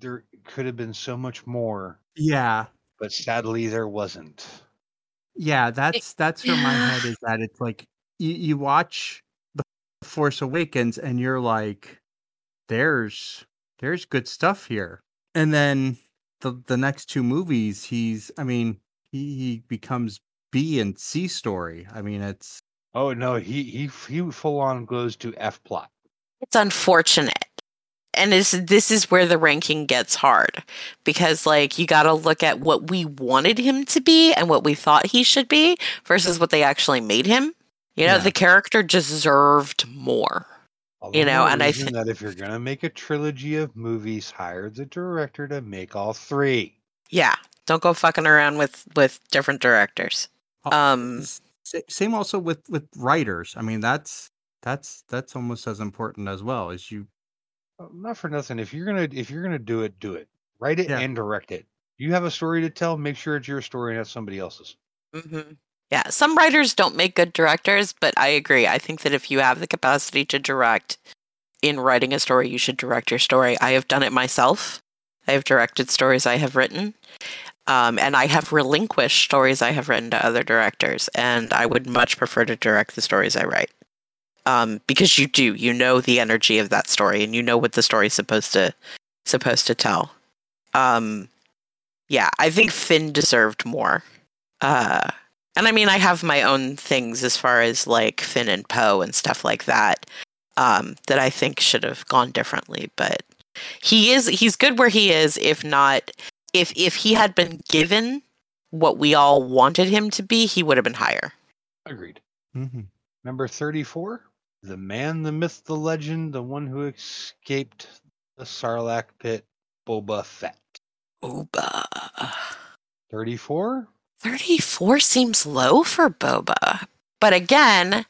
[SPEAKER 3] there could have been so much more,
[SPEAKER 1] Yeah.
[SPEAKER 3] but sadly there wasn't.
[SPEAKER 1] Yeah. That's that's where my head
[SPEAKER 5] yeah.
[SPEAKER 1] is at. It's like you, you watch the Force Awakens and you're like, there's there's good stuff here. And then the the next two movies, he's I mean he, he becomes B and C story. I mean it's
[SPEAKER 3] Oh no, he he he full on goes to F plot.
[SPEAKER 5] it's unfortunate and it's, this is where the ranking gets hard because like you got to look at what we wanted him to be and what we thought he should be versus what they actually made him you know
[SPEAKER 1] Yeah.
[SPEAKER 5] the character deserved more You know, and I thi-
[SPEAKER 3] that if you're gonna make a trilogy of movies, hire the director to make all three.
[SPEAKER 5] yeah don't go fucking around with with different directors
[SPEAKER 1] Oh,
[SPEAKER 5] um
[SPEAKER 1] S- sa- same also with with writers i mean that's that's that's almost as important as well as you
[SPEAKER 3] Well, Oh, not for nothing. If you're gonna if you're gonna do it, do it. Write it
[SPEAKER 1] Yeah.
[SPEAKER 3] and direct it. You have a story to tell. Make sure it's your story, and not somebody else's.
[SPEAKER 5] mhm. yeah some writers don't make good directors but i agree i think that if you have the capacity to direct in writing a story, you should direct your story. I have done it myself. I have directed stories I have written, um, and I have relinquished stories I have written to other directors. And I would much prefer to direct the stories I write um, because you do, you know the energy of that story, and you know what the story's supposed to supposed to tell. Um, yeah, I think Finn deserved more. Uh, and I mean, I have my own things as far as like Finn and Poe and stuff like that um, that I think should have gone differently. But he is he's good where he is. If not, if if he had been given what we all wanted him to be, he would have been higher.
[SPEAKER 3] Agreed.
[SPEAKER 1] mm-hmm.
[SPEAKER 3] Number thirty-four: the man, the myth, the legend, the one who escaped the Sarlacc pit, Boba Fett.
[SPEAKER 5] Boba.
[SPEAKER 3] Thirty-four.
[SPEAKER 5] 34 seems low for Boba. But again,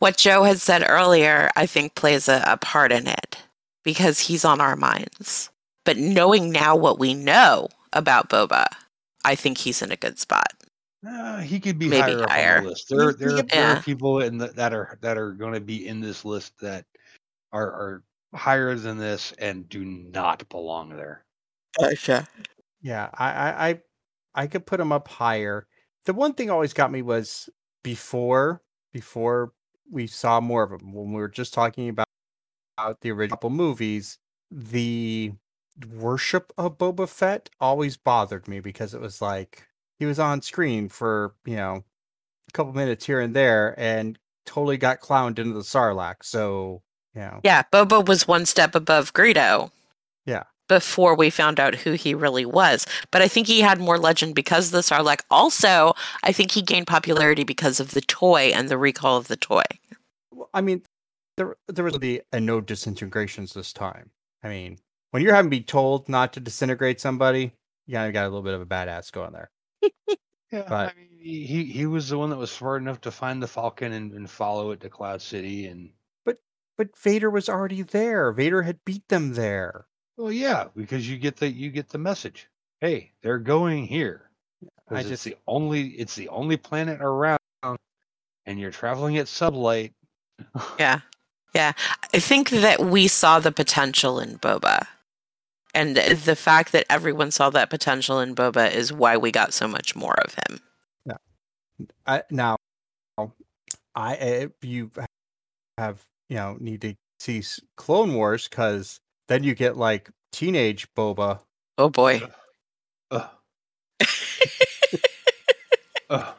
[SPEAKER 5] what Joe had said earlier, I think plays a, a part in it because he's on our minds. But knowing now what we know about Boba, I think he's in a good spot.
[SPEAKER 3] Uh, he could be
[SPEAKER 5] Maybe
[SPEAKER 3] higher, up
[SPEAKER 5] higher.
[SPEAKER 3] on the list. There, there, there
[SPEAKER 5] Yeah.
[SPEAKER 3] are people in the, that are that are going to be in this list that are, are higher than this and do not belong there.
[SPEAKER 5] Gotcha.
[SPEAKER 1] yeah I, I i i could put him up higher the one thing always got me was before before we saw more of him when we were just talking about, about the original couple movies the worship of boba fett always bothered me because it was like he was on screen for you know a couple minutes here and there and totally got clowned into the sarlacc so you know
[SPEAKER 5] Yeah, Boba was one step above Greedo.
[SPEAKER 1] Yeah.
[SPEAKER 5] Before we found out who he really was. But I think he had more legend because of the Sarlacc. Also, I think he gained popularity because of the toy and the recall of the toy.
[SPEAKER 1] Well, I mean, there there was the and no disintegrations this time. I mean, when you're having to be told not to disintegrate somebody, you kind of got a little bit of a badass going there.
[SPEAKER 3] Yeah,
[SPEAKER 1] But-
[SPEAKER 3] I mean, he he- he was the one that was smart enough to find the Falcon and, and follow it to Cloud City, and
[SPEAKER 1] But Vader was already there. Vader had beat them there.
[SPEAKER 3] well, yeah, because you get the you get the message. Hey, they're going here.
[SPEAKER 6] I
[SPEAKER 3] 'cause
[SPEAKER 6] just
[SPEAKER 3] it's the only it's the only planet around, and you're traveling at sublight.
[SPEAKER 5] Yeah. Yeah. I think that we saw the potential in Boba. And th- the fact that everyone saw that potential in Boba is why we got so much more of him.
[SPEAKER 1] I, now, I eh, you have you know need to see s- Clone Wars because then you get like teenage Boba.
[SPEAKER 5] Oh boy.
[SPEAKER 6] [LAUGHS]
[SPEAKER 3] Ugh. Ugh,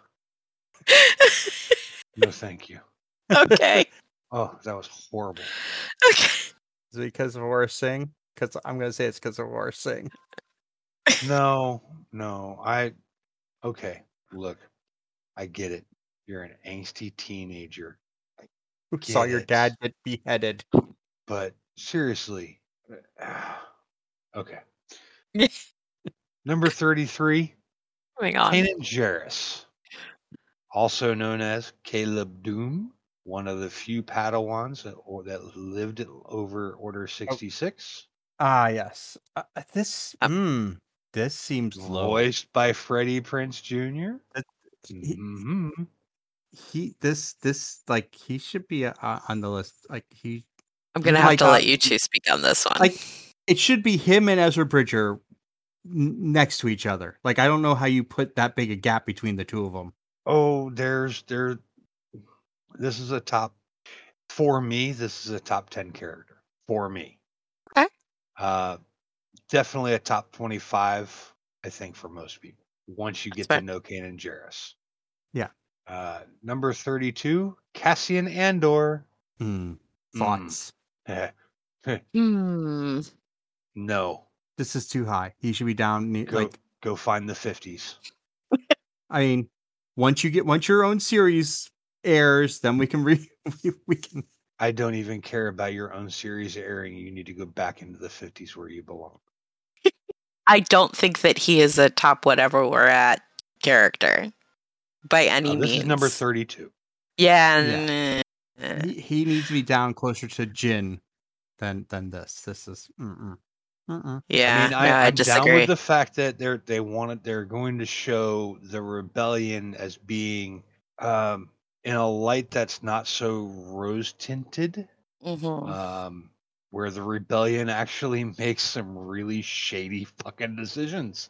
[SPEAKER 3] no, thank you.
[SPEAKER 5] okay.
[SPEAKER 3] [LAUGHS] Oh, that was
[SPEAKER 6] [LAUGHS]
[SPEAKER 3] horrible.
[SPEAKER 5] Okay.
[SPEAKER 1] Is it because of Aurora Singh? Because I'm gonna say it's because of Aurora Singh.
[SPEAKER 3] No, no, I. Okay, look, I get it. You're an angsty teenager.
[SPEAKER 1] Who saw your
[SPEAKER 3] Yes.
[SPEAKER 1] dad get beheaded?
[SPEAKER 3] but seriously uh, [SIGHS]
[SPEAKER 6] [LAUGHS]
[SPEAKER 3] okay number 33
[SPEAKER 5] Moving on.
[SPEAKER 3] Kanan Jarrus also known as Caleb Doom one of the few Padawans that, or, that lived over Order 66
[SPEAKER 1] Ah, yes. Uh, uh, this
[SPEAKER 5] Um,
[SPEAKER 1] mm, this seems low.
[SPEAKER 3] voiced by Freddie Prince Jr.
[SPEAKER 1] Uh, he-
[SPEAKER 3] Mhm.
[SPEAKER 1] He this this like he should be uh, uh, on the list. Like he
[SPEAKER 5] I'm going to
[SPEAKER 1] Oh
[SPEAKER 5] have
[SPEAKER 1] my
[SPEAKER 5] to let
[SPEAKER 1] God.
[SPEAKER 5] you two speak on this one.
[SPEAKER 1] like it should be him and Ezra Bridger n- next to each other. Like I don't know how you put that big a gap between the two of them.
[SPEAKER 3] oh there's there this is a top for me this is a top 10 character for me
[SPEAKER 5] Okay.
[SPEAKER 3] uh definitely a top 25 i think for most people once you
[SPEAKER 5] That's
[SPEAKER 3] get
[SPEAKER 5] fair.
[SPEAKER 3] to know Kanan Jarrus.
[SPEAKER 1] Yeah.
[SPEAKER 3] uh number 32 cassian andor Mm.
[SPEAKER 1] Thoughts.
[SPEAKER 3] Eh,
[SPEAKER 5] Hmm.
[SPEAKER 3] no
[SPEAKER 1] This is too high. He should be down. ne-
[SPEAKER 3] Go-
[SPEAKER 1] Like
[SPEAKER 3] go find the 50s
[SPEAKER 1] I mean, once you get once your own series airs, then we can re [LAUGHS] we, we can.
[SPEAKER 3] i don't even care about your own series airing you need to go back into the 50s where you belong
[SPEAKER 5] I don't think that he is a top whatever we're at character by any
[SPEAKER 3] Uh, this
[SPEAKER 5] means.
[SPEAKER 3] is number 32
[SPEAKER 5] Yeah. n-
[SPEAKER 1] He, he needs to be down closer to Jin than than this. This is mm-mm, mm-mm.
[SPEAKER 5] Yeah.
[SPEAKER 3] I mean, I,
[SPEAKER 5] no, I
[SPEAKER 3] I'm down
[SPEAKER 5] disagree.
[SPEAKER 3] with the fact that they're they wanted they're going to show the rebellion as being um, in a light that's not so rose tinted,
[SPEAKER 5] Mhm.
[SPEAKER 3] um, where the rebellion actually [LAUGHS] makes some really shady fucking decisions.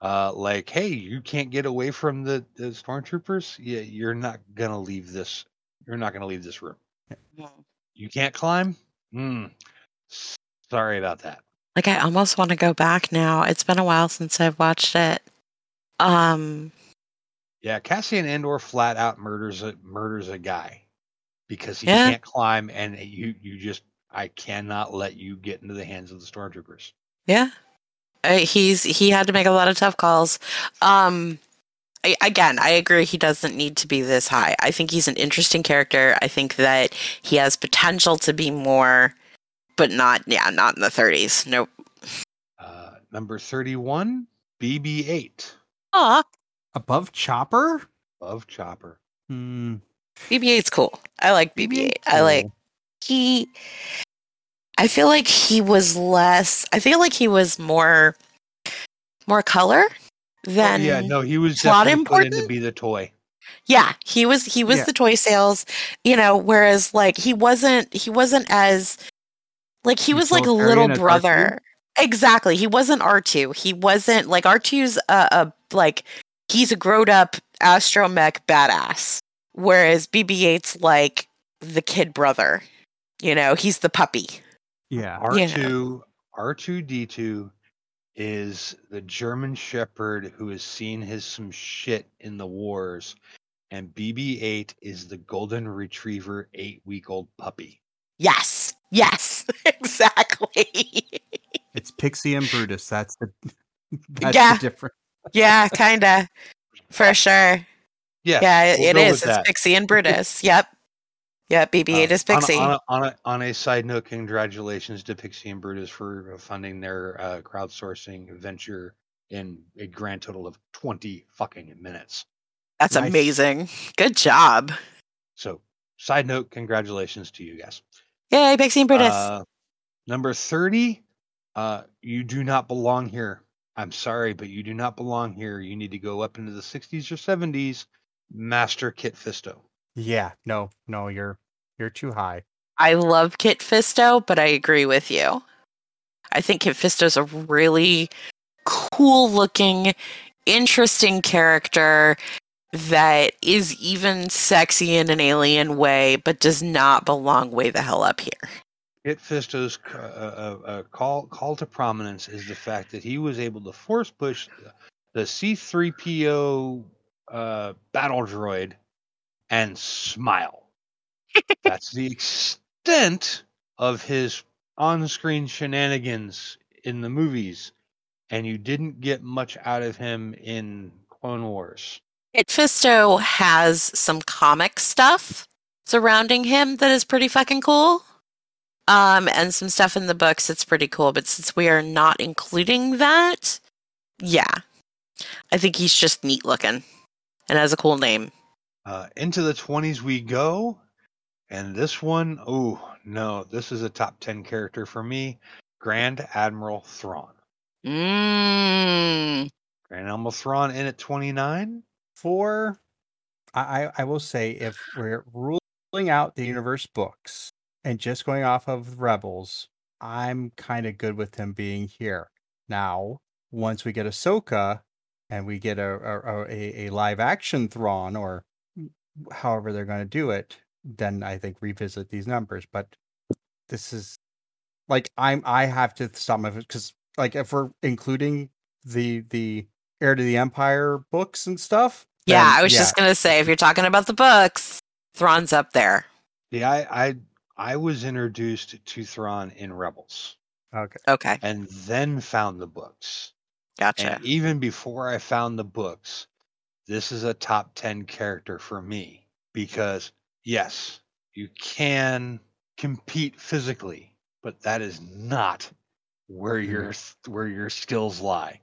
[SPEAKER 3] Uh, like, hey, you can't get away from the, the stormtroopers. Yeah, you're not gonna leave this. You're not gonna leave this room. You can't climb. Hmm. S- Sorry about that.
[SPEAKER 5] like I almost want to go back now. It's been a while since I've watched it. Um
[SPEAKER 3] Yeah, Cassian Andor flat out murders a murders a guy because he
[SPEAKER 5] Yeah.
[SPEAKER 3] can't climb, and you you just I cannot let you get into the hands of the stormtroopers.
[SPEAKER 5] yeah. Uh, he's he had to make a lot of tough calls. Um I, again, I agree he doesn't need to be this high. I think he's an interesting character. I think that he has potential to be more but not yeah, not in the 30s. Nope.
[SPEAKER 3] Uh, number thirty one, BB eight
[SPEAKER 5] Aw,
[SPEAKER 1] above Chopper.
[SPEAKER 3] of Chopper.
[SPEAKER 1] Hmm.
[SPEAKER 5] BB-8's cool. I like BB-8. I like he. I feel like he was less. I feel like he was more, more color
[SPEAKER 3] Oh,
[SPEAKER 5] than
[SPEAKER 3] yeah, no, he was
[SPEAKER 5] plot
[SPEAKER 3] definitely put in to
[SPEAKER 5] important?
[SPEAKER 3] be the toy.
[SPEAKER 5] yeah he was he was
[SPEAKER 1] Yeah.
[SPEAKER 5] the toy sales you know whereas like he wasn't he wasn't as like he was like a little
[SPEAKER 3] Utilitarian as
[SPEAKER 5] brother exactly he wasn't r2 he wasn't like r2's a, a like he's a grown up astromech badass whereas bb8's like the kid brother you know he's the puppy
[SPEAKER 1] Yeah.
[SPEAKER 3] R two R two D two is the German Shepherd who has seen his some shit in the wars, and BB eight is the Golden Retriever eight week old puppy.
[SPEAKER 5] yes yes [LAUGHS] exactly [LAUGHS]
[SPEAKER 1] It's Pixie and Brutus. That's the [LAUGHS] that's
[SPEAKER 5] Yeah.
[SPEAKER 1] the difference.
[SPEAKER 5] yeah kinda for sure
[SPEAKER 3] Yes,
[SPEAKER 5] Yeah,
[SPEAKER 3] we'll
[SPEAKER 5] it
[SPEAKER 3] go with
[SPEAKER 5] is. It's
[SPEAKER 3] that.
[SPEAKER 5] Pixie
[SPEAKER 3] [LAUGHS]
[SPEAKER 5] and Brutus. yep. Yep, BB-8
[SPEAKER 3] Uh,
[SPEAKER 5] is Pixie.
[SPEAKER 3] On a, on, a, on, a, on a side note, congratulations to Pixie and Brutus for funding their uh, crowdsourcing venture in a grand total of 20 fucking minutes.
[SPEAKER 5] That's
[SPEAKER 8] Nice.
[SPEAKER 5] amazing. Good job.
[SPEAKER 3] So, side note, congratulations to you guys.
[SPEAKER 5] Yay, Pixie and Brutus.
[SPEAKER 3] Uh, number 30, uh, you do not belong here. I'm sorry, but you do not belong here. You need to go up into the 60s or 70s. Master Kit Fisto.
[SPEAKER 1] Yeah, no, no, you're you're too high.
[SPEAKER 5] I love Kit Fisto, but I agree with you. I think Kit Fisto's a really cool looking, interesting character that is even sexy in an alien way, but does not belong way the hell up here.
[SPEAKER 3] Kit Fisto's c- uh, uh, uh, call call to prominence is the fact that he was able to force push the- the C-3PO uh, battle droid and smile. That's the extent of his on-screen shenanigans in the movies, and you didn't get much out of him in Clone Wars.
[SPEAKER 5] Kit Fisto has some comic stuff surrounding him that is pretty fucking cool. Um, and some stuff in the books that's pretty cool, but since we are not including that, yeah. I think he's just neat looking and has a cool name.
[SPEAKER 3] Uh, into the 20s we go. And this one, oh no, this is a top 10 character for me Grand Admiral Thrawn.
[SPEAKER 5] Mmm.
[SPEAKER 3] Grand Admiral Thrawn in at 29.
[SPEAKER 1] For I I- I will say if we're ruling out the universe books and just going off of Rebels, I'm kind of good with him being here. Now, once we get Ahsoka and we get a a, a- a, a live action Thrawn or however they're going to do it, then I think revisit these numbers. But this is like I'm I have to stop my because like if we're including the the heir to the empire books and stuff.
[SPEAKER 5] Yeah,
[SPEAKER 1] then
[SPEAKER 5] I was just gonna say if you're talking about the books, Thrawn's up there.
[SPEAKER 3] Yeah, I, I, I was introduced to Thrawn in Rebels
[SPEAKER 1] okay.
[SPEAKER 5] Okay,
[SPEAKER 3] and then found the books.
[SPEAKER 5] gotcha.
[SPEAKER 3] And even before I found the books, this is a top 10 character for me because, yes, you can compete physically, but that is not where your s- where your skills lie.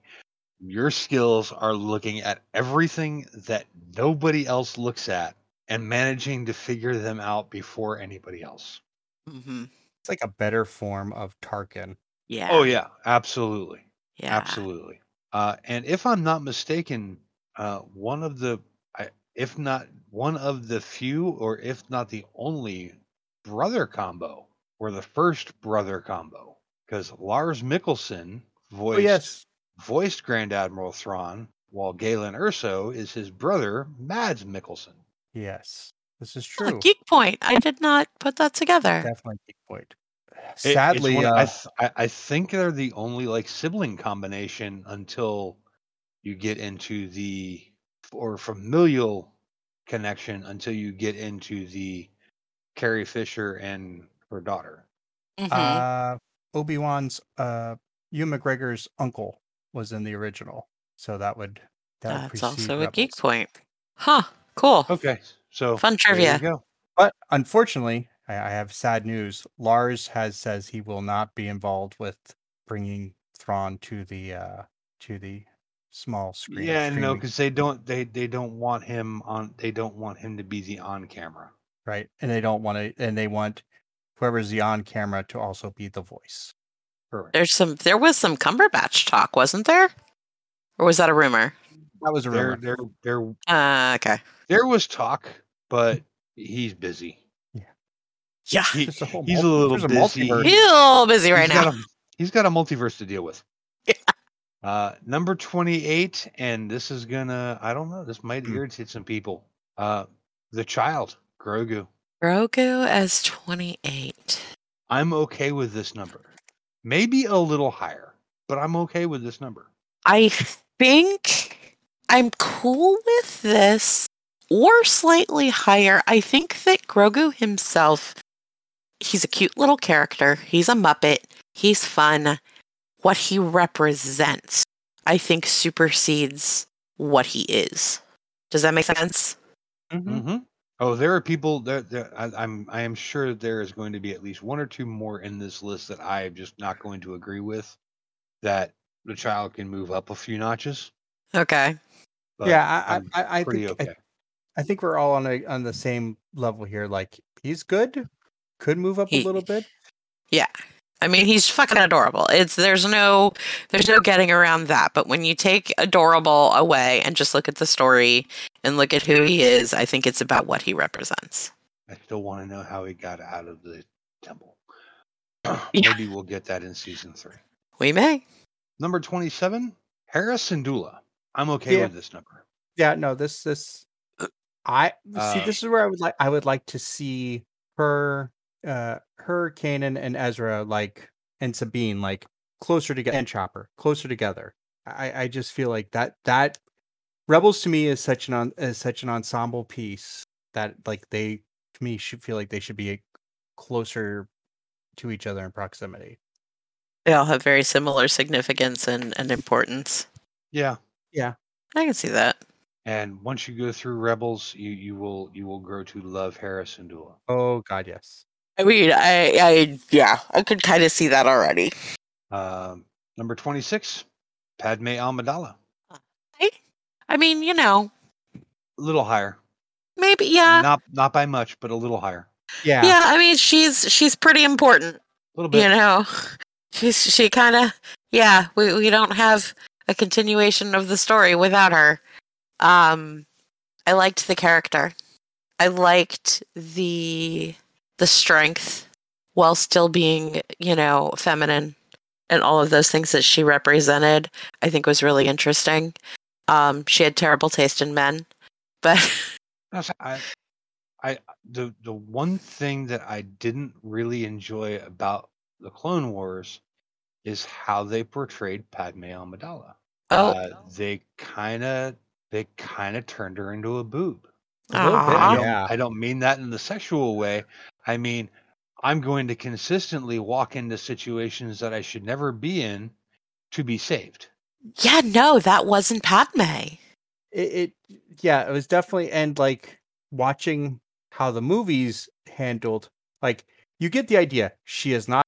[SPEAKER 3] Your skills are looking at everything that nobody else looks at and managing to figure them out before anybody else.
[SPEAKER 5] hmm
[SPEAKER 1] It's like a better form of Tarkin.
[SPEAKER 5] Yeah.
[SPEAKER 3] Oh yeah, absolutely.
[SPEAKER 5] yeah.
[SPEAKER 3] Absolutely. Uh, and if I'm not mistaken, uh, one of the, I- if not one of the few, or if not the only brother combo, or the first brother combo, because Lars Mickelson voiced voiced Grand Admiral Thrawn, while Galen Urso is his brother Mads Mickelson.
[SPEAKER 1] Yes. This is
[SPEAKER 5] Huh,
[SPEAKER 1] true.
[SPEAKER 5] Oh, Geek point. I did not put that together.
[SPEAKER 1] Definitely Geek Void.
[SPEAKER 3] It- it's
[SPEAKER 1] Sadly,
[SPEAKER 3] one-
[SPEAKER 1] uh,
[SPEAKER 3] I, th- I I think they're the only like sibling combination until you get into the or familial connection until you get into the Carrie Fisher and her daughter.
[SPEAKER 5] Mhm.
[SPEAKER 1] uh, Obi Wan's uh, Hugh McGregor's uncle was in the original, so that would that would
[SPEAKER 5] That's also
[SPEAKER 1] precede
[SPEAKER 5] a geek
[SPEAKER 1] Rebels.
[SPEAKER 5] point. Huh. Cool.
[SPEAKER 3] Okay, so
[SPEAKER 5] Fun
[SPEAKER 3] there you
[SPEAKER 5] trivia.
[SPEAKER 3] go.
[SPEAKER 1] But unfortunately, I, I have sad news. Lars has says he will not be involved with bringing Thrawn to the uh, to the small screen.
[SPEAKER 3] Yeah, no,
[SPEAKER 1] streaming,
[SPEAKER 3] because they don't they they don't want him on. They don't want him to be the on camera.
[SPEAKER 1] right, and they don't want to, and they want whoever's the on camera to also be the voice.
[SPEAKER 3] Correct.
[SPEAKER 5] There's some. There was some Cumberbatch talk, wasn't there? Or was that a rumor?
[SPEAKER 1] That was a rumor.
[SPEAKER 3] There there there
[SPEAKER 5] Uh, okay.
[SPEAKER 3] there was talk, but
[SPEAKER 1] [LAUGHS]
[SPEAKER 3] he's busy.
[SPEAKER 9] Yeah.
[SPEAKER 3] He-
[SPEAKER 1] Just a whole
[SPEAKER 3] he's a
[SPEAKER 1] multi-
[SPEAKER 3] little
[SPEAKER 1] there's a
[SPEAKER 3] busy.
[SPEAKER 1] multiverse.
[SPEAKER 3] He-
[SPEAKER 5] Real busy right
[SPEAKER 3] He's
[SPEAKER 5] now.
[SPEAKER 3] got a- he's got a multiverse to deal with.
[SPEAKER 5] [LAUGHS] Yeah.
[SPEAKER 3] Uh, number 28, and this is gonna, I don't know, this might
[SPEAKER 1] Hmm.
[SPEAKER 3] irritate some people. Uh, the child, Grogu.
[SPEAKER 5] Grogu as 28.
[SPEAKER 3] I'm okay with this number. Maybe a little higher, but I'm okay with this number.
[SPEAKER 5] I think I'm cool with this, or slightly higher. I think that Grogu himself, he's a cute little character. He's a Muppet. He's fun. What he represents, I think, supersedes what he is. Does that make sense?
[SPEAKER 3] Mm-hmm. Oh, there are people that, that I, I'm, I am sure that there is going to be at least one or two more in this list that I am just not going to agree with that the child can move up a few notches.
[SPEAKER 5] Okay.
[SPEAKER 3] but
[SPEAKER 1] yeah, I,
[SPEAKER 3] I'm
[SPEAKER 1] I, I, I
[SPEAKER 3] pretty
[SPEAKER 1] think I-
[SPEAKER 3] okay.
[SPEAKER 1] I think we're all on a on the same level here. Like he's good, could move up
[SPEAKER 5] He-
[SPEAKER 1] a little bit.
[SPEAKER 5] I mean, he's fucking adorable. It's there's no there's no getting around that. But when you take adorable away and just look at the story and look at who he is, I think it's about what he represents.
[SPEAKER 3] I still want to know how he got out of the temple.
[SPEAKER 5] Yeah.
[SPEAKER 3] Maybe we'll get that in season three.
[SPEAKER 5] We may.
[SPEAKER 3] Number 27, Harris and Dula. I'm okay
[SPEAKER 1] Yeah.
[SPEAKER 3] with this number.
[SPEAKER 1] Yeah, no, this this I see.
[SPEAKER 3] Uh,
[SPEAKER 1] This is where I would like I would like to see her, uh, her Kanan and Ezra like and Sabine like closer together and Chopper closer together. I I just feel like that that Rebels to me is such an on is such an ensemble piece that like they to me should feel like they should be closer to each other in proximity.
[SPEAKER 5] They all have very similar significance and, and importance.
[SPEAKER 3] Yeah.
[SPEAKER 5] I can see that.
[SPEAKER 3] And once you go through Rebels, you, you will you will grow to love Harris and Dula.
[SPEAKER 1] Oh God, yes.
[SPEAKER 5] I mean, I, I yeah, I could kind of see that already.
[SPEAKER 3] Um, number 26, Padme Amidala.
[SPEAKER 5] I mean, you know,
[SPEAKER 3] A little higher.
[SPEAKER 5] maybe yeah,
[SPEAKER 3] Not not by much, but a little higher.
[SPEAKER 1] Yeah.
[SPEAKER 5] yeah. I mean, she's she's pretty important.
[SPEAKER 3] A little bit.
[SPEAKER 5] you know she's she kind of yeah we, we don't have a continuation of the story without her um i liked the character i liked the the strength while still being you know feminine and all of those things that she represented i think was really interesting um she had terrible taste in men but [LAUGHS]
[SPEAKER 3] That's- I, I the the one thing that I didn't really enjoy about the Clone Wars is how they portrayed Padme Amidala.
[SPEAKER 5] oh
[SPEAKER 3] Uh, they kind of they kind of turned her into a boob.
[SPEAKER 1] a little bit,
[SPEAKER 5] Aw.
[SPEAKER 3] I don't,
[SPEAKER 1] yeah.
[SPEAKER 3] I don't mean that in the sexual way. I mean, I'm going to consistently walk into situations that I should never be in to be saved.
[SPEAKER 5] yeah no that wasn't padme
[SPEAKER 1] it, it yeah it was definitely and like watching how the movies handled like you get the idea she is not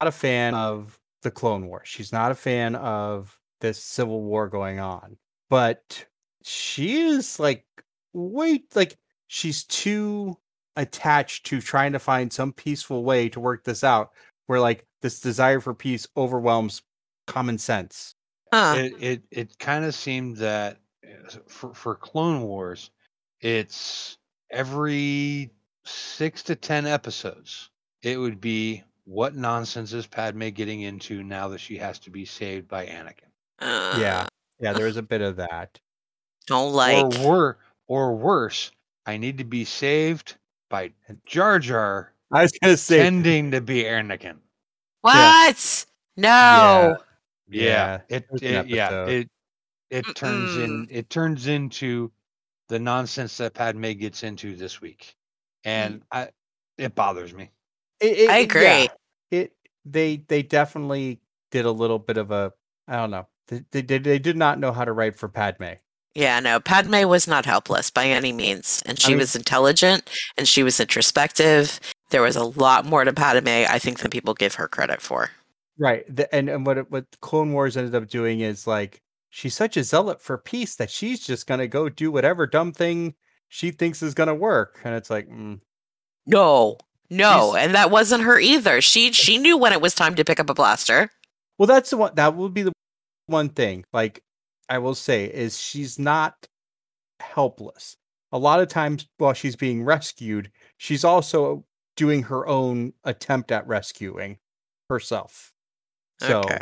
[SPEAKER 1] not a fan of the clone war she's not a fan of this civil war going on but she is like wait like she's too attached to trying to find some peaceful way to work this out where like this desire for peace overwhelms common sense
[SPEAKER 5] huh.
[SPEAKER 3] it it, it kind of seemed that uh, for for Clone Wars, it's every six to ten episodes. It would be what nonsense is Padme getting into now that she has to be saved by Anakin,
[SPEAKER 5] Uh,
[SPEAKER 1] [SIGHS] yeah yeah there is a bit of that
[SPEAKER 5] don't like
[SPEAKER 3] or were or worse, I need to be saved by Jar Jar
[SPEAKER 1] I was gonna say
[SPEAKER 3] pretending to be Anakin.
[SPEAKER 5] What?
[SPEAKER 1] Yeah.
[SPEAKER 5] No.
[SPEAKER 3] Yeah, it,
[SPEAKER 1] there's an
[SPEAKER 3] it yeah
[SPEAKER 1] episode.
[SPEAKER 3] it it turns in it turns into the nonsense that Padme gets into this week, and I it bothers me.
[SPEAKER 1] It- it-
[SPEAKER 5] I
[SPEAKER 1] it-
[SPEAKER 5] agree.
[SPEAKER 1] yeah, It they they definitely did a little bit of a I don't know. They, they, did- they did not know how to write for Padme.
[SPEAKER 5] Yeah, no. Padme was not helpless by any means. And she
[SPEAKER 1] mean-
[SPEAKER 5] was intelligent and she was introspective. There was a lot more to Padme, I think, than people give her credit for.
[SPEAKER 1] Right. The, and and what it- what Clone Wars ended up doing is like she's such a zealot for peace that she's just gonna go do whatever dumb thing she thinks is gonna work. And it's like mm,
[SPEAKER 5] No. No.
[SPEAKER 1] She's-
[SPEAKER 5] and that wasn't her either. She she knew when it was time to pick up a blaster.
[SPEAKER 1] Well, that's the one. That would be the one thing. Like I will say, is she's not helpless. A lot of times, while she's being rescued, she's also doing her own attempt at rescuing herself. So
[SPEAKER 5] Okay.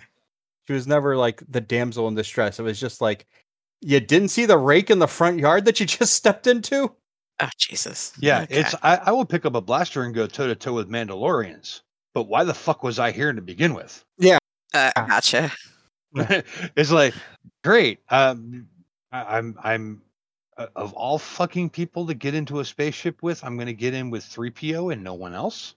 [SPEAKER 1] she was never like the damsel in distress. It was just like you didn't see the rake in the front yard that you [LAUGHS] just stepped into.
[SPEAKER 5] Oh Jesus.
[SPEAKER 3] Yeah,
[SPEAKER 5] Okay.
[SPEAKER 3] it's I, I will pick up a blaster and go toe to toe with Mandalorians, but why the fuck was I here to begin [LAUGHS] with?
[SPEAKER 5] uh, gotcha.
[SPEAKER 3] it's like great. Um, I, I'm I'm uh, of all fucking people to get into a spaceship with, I'm going to get in with three PO and no one else.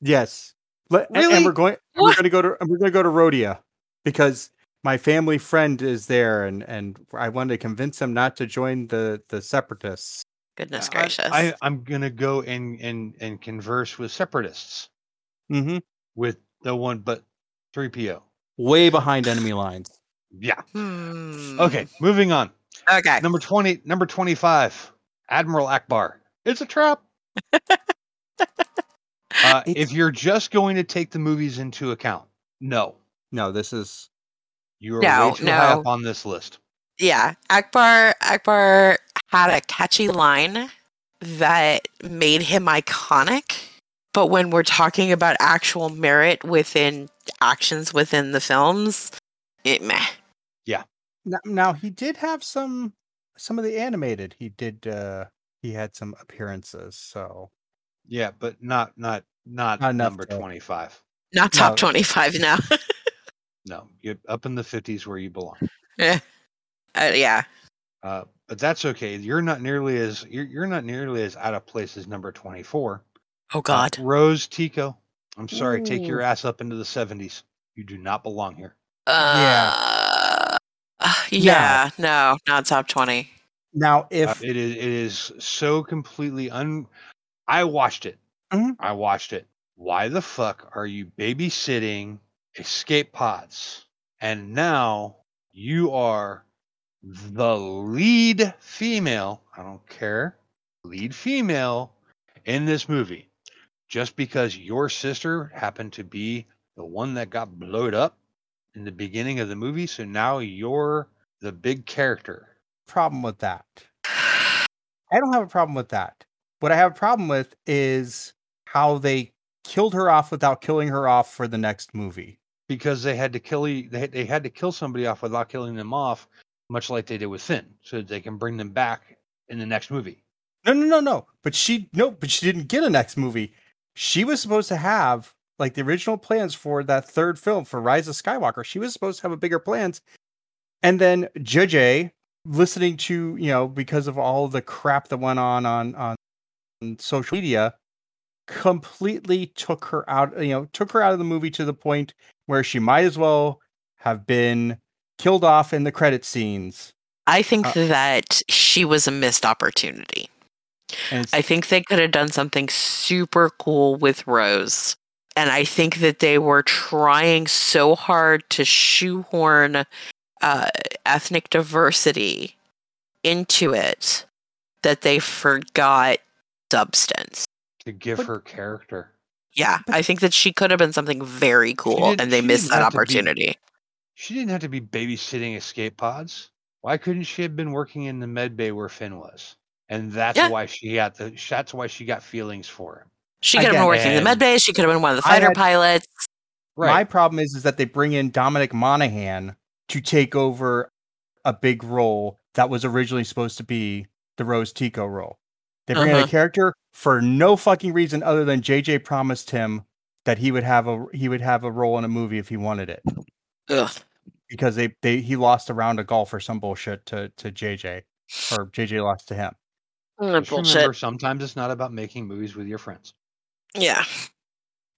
[SPEAKER 1] Yes. Let, and- And
[SPEAKER 3] Really?
[SPEAKER 1] we're going. and We're
[SPEAKER 5] What?
[SPEAKER 1] going to go to. and We're going to go to Rhodia because my family friend is there, and and I wanted to convince him not to join the the separatists.
[SPEAKER 5] Goodness
[SPEAKER 3] I-
[SPEAKER 5] gracious.
[SPEAKER 3] I, I'm gonna go and and and converse with separatists
[SPEAKER 1] Mm-hmm.
[SPEAKER 3] with no one but three PO.
[SPEAKER 1] Way behind enemy lines.
[SPEAKER 3] Yeah.
[SPEAKER 5] Hmm.
[SPEAKER 3] Okay, moving on.
[SPEAKER 5] Okay.
[SPEAKER 3] Number 20, number 25, Admiral Akbar. It's
[SPEAKER 5] [LAUGHS]
[SPEAKER 3] a trap. uh, if you're just going to take the movies into account, no.
[SPEAKER 1] No, this is
[SPEAKER 3] You are
[SPEAKER 5] No,
[SPEAKER 3] way too high
[SPEAKER 5] no.
[SPEAKER 3] up on this list.
[SPEAKER 5] Yeah, Akbar Akbar had a catchy line that made him iconic. But when we're talking about actual merit within actions within the films, it meh.
[SPEAKER 1] now, now he did have some some of the animated. He did uh he had some appearances, so
[SPEAKER 3] Yeah, but not not not
[SPEAKER 1] Not enough
[SPEAKER 3] number
[SPEAKER 1] to-
[SPEAKER 3] 25.
[SPEAKER 5] Not top
[SPEAKER 1] No.
[SPEAKER 5] twenty five now. [LAUGHS]
[SPEAKER 3] No, you're up in the 50s where you belong.
[SPEAKER 5] Uh, yeah.
[SPEAKER 3] Uh, but that's okay. You're not nearly as you're, you're not nearly as out of place as number 24.
[SPEAKER 5] Oh
[SPEAKER 3] Uh,
[SPEAKER 5] God.
[SPEAKER 3] Rose Tico. I'm sorry, take your ass up into the 70s. You do not belong here.
[SPEAKER 5] Uh, yeah. Yeah. No, not top twenty.
[SPEAKER 1] now if
[SPEAKER 3] Uh, it is it is so completely un I watched it.
[SPEAKER 1] Mhm.
[SPEAKER 3] I watched it. Why the fuck are you babysitting escape pods? And now you are the lead female, I don't care, lead female in this movie. Just because your sister happened to be the one that got blowed up in the beginning of the movie, so now you're the big character.
[SPEAKER 1] problem with that. I don't have a problem with that. What I have a problem with is how they killed her off without killing her off for the next movie.
[SPEAKER 3] because they had to kill e- they had- they had to kill somebody off without killing them off, much like they did with Finn, so that they can bring them back in the next movie.
[SPEAKER 1] No, no, no, no. But she no, but she didn't get a next movie. She was supposed to have like the original plans for that third film for Rise of Skywalker. She was supposed to have a bigger plans. And then JJ listening to, you know, because of all the crap that went on on on social media completely took her out, you know, took her out of the movie to the point where she might as well have been killed off in the credit scenes.
[SPEAKER 5] I think
[SPEAKER 1] Uh,
[SPEAKER 5] that she was a missed opportunity.
[SPEAKER 1] And it's,
[SPEAKER 5] I think they could have done something super cool with Rose. And I think that they were trying so hard to shoehorn uh, ethnic diversity into it that they forgot substance.
[SPEAKER 3] To give
[SPEAKER 1] But-
[SPEAKER 3] her character,
[SPEAKER 5] Yeah, I think that she could have been something very cool,
[SPEAKER 3] didn't-
[SPEAKER 5] and they
[SPEAKER 3] she
[SPEAKER 5] missed
[SPEAKER 3] didn't
[SPEAKER 5] that
[SPEAKER 3] have to be-
[SPEAKER 5] opportunity.
[SPEAKER 3] she didn't have to be babysitting escape pods. Why couldn't she have been working in the med bay where Finn was? And that's
[SPEAKER 5] Yeah.
[SPEAKER 3] why she got the that's why she got feelings for him.
[SPEAKER 5] She could have
[SPEAKER 1] Again,
[SPEAKER 5] been working in the med
[SPEAKER 3] and-
[SPEAKER 5] bay. She could have been one of the
[SPEAKER 1] I
[SPEAKER 5] fighter
[SPEAKER 1] had-
[SPEAKER 5] pilots.
[SPEAKER 1] My
[SPEAKER 3] Right.
[SPEAKER 1] problem is is that they bring in Dominic Monaghan to take over a big role that was originally supposed to be the Rose Tico role. They bring in
[SPEAKER 5] Uh-huh.
[SPEAKER 1] a character for no fucking reason other than JJ promised him that he would have a he would have a role in a movie if he wanted it
[SPEAKER 5] Ugh.
[SPEAKER 1] because they, they he lost a round of golf or some bullshit to to JJ or JJ lost to him.
[SPEAKER 5] Mm,
[SPEAKER 3] Just remember, sometimes it's not about making movies with your friends.
[SPEAKER 5] [LAUGHS] Yeah.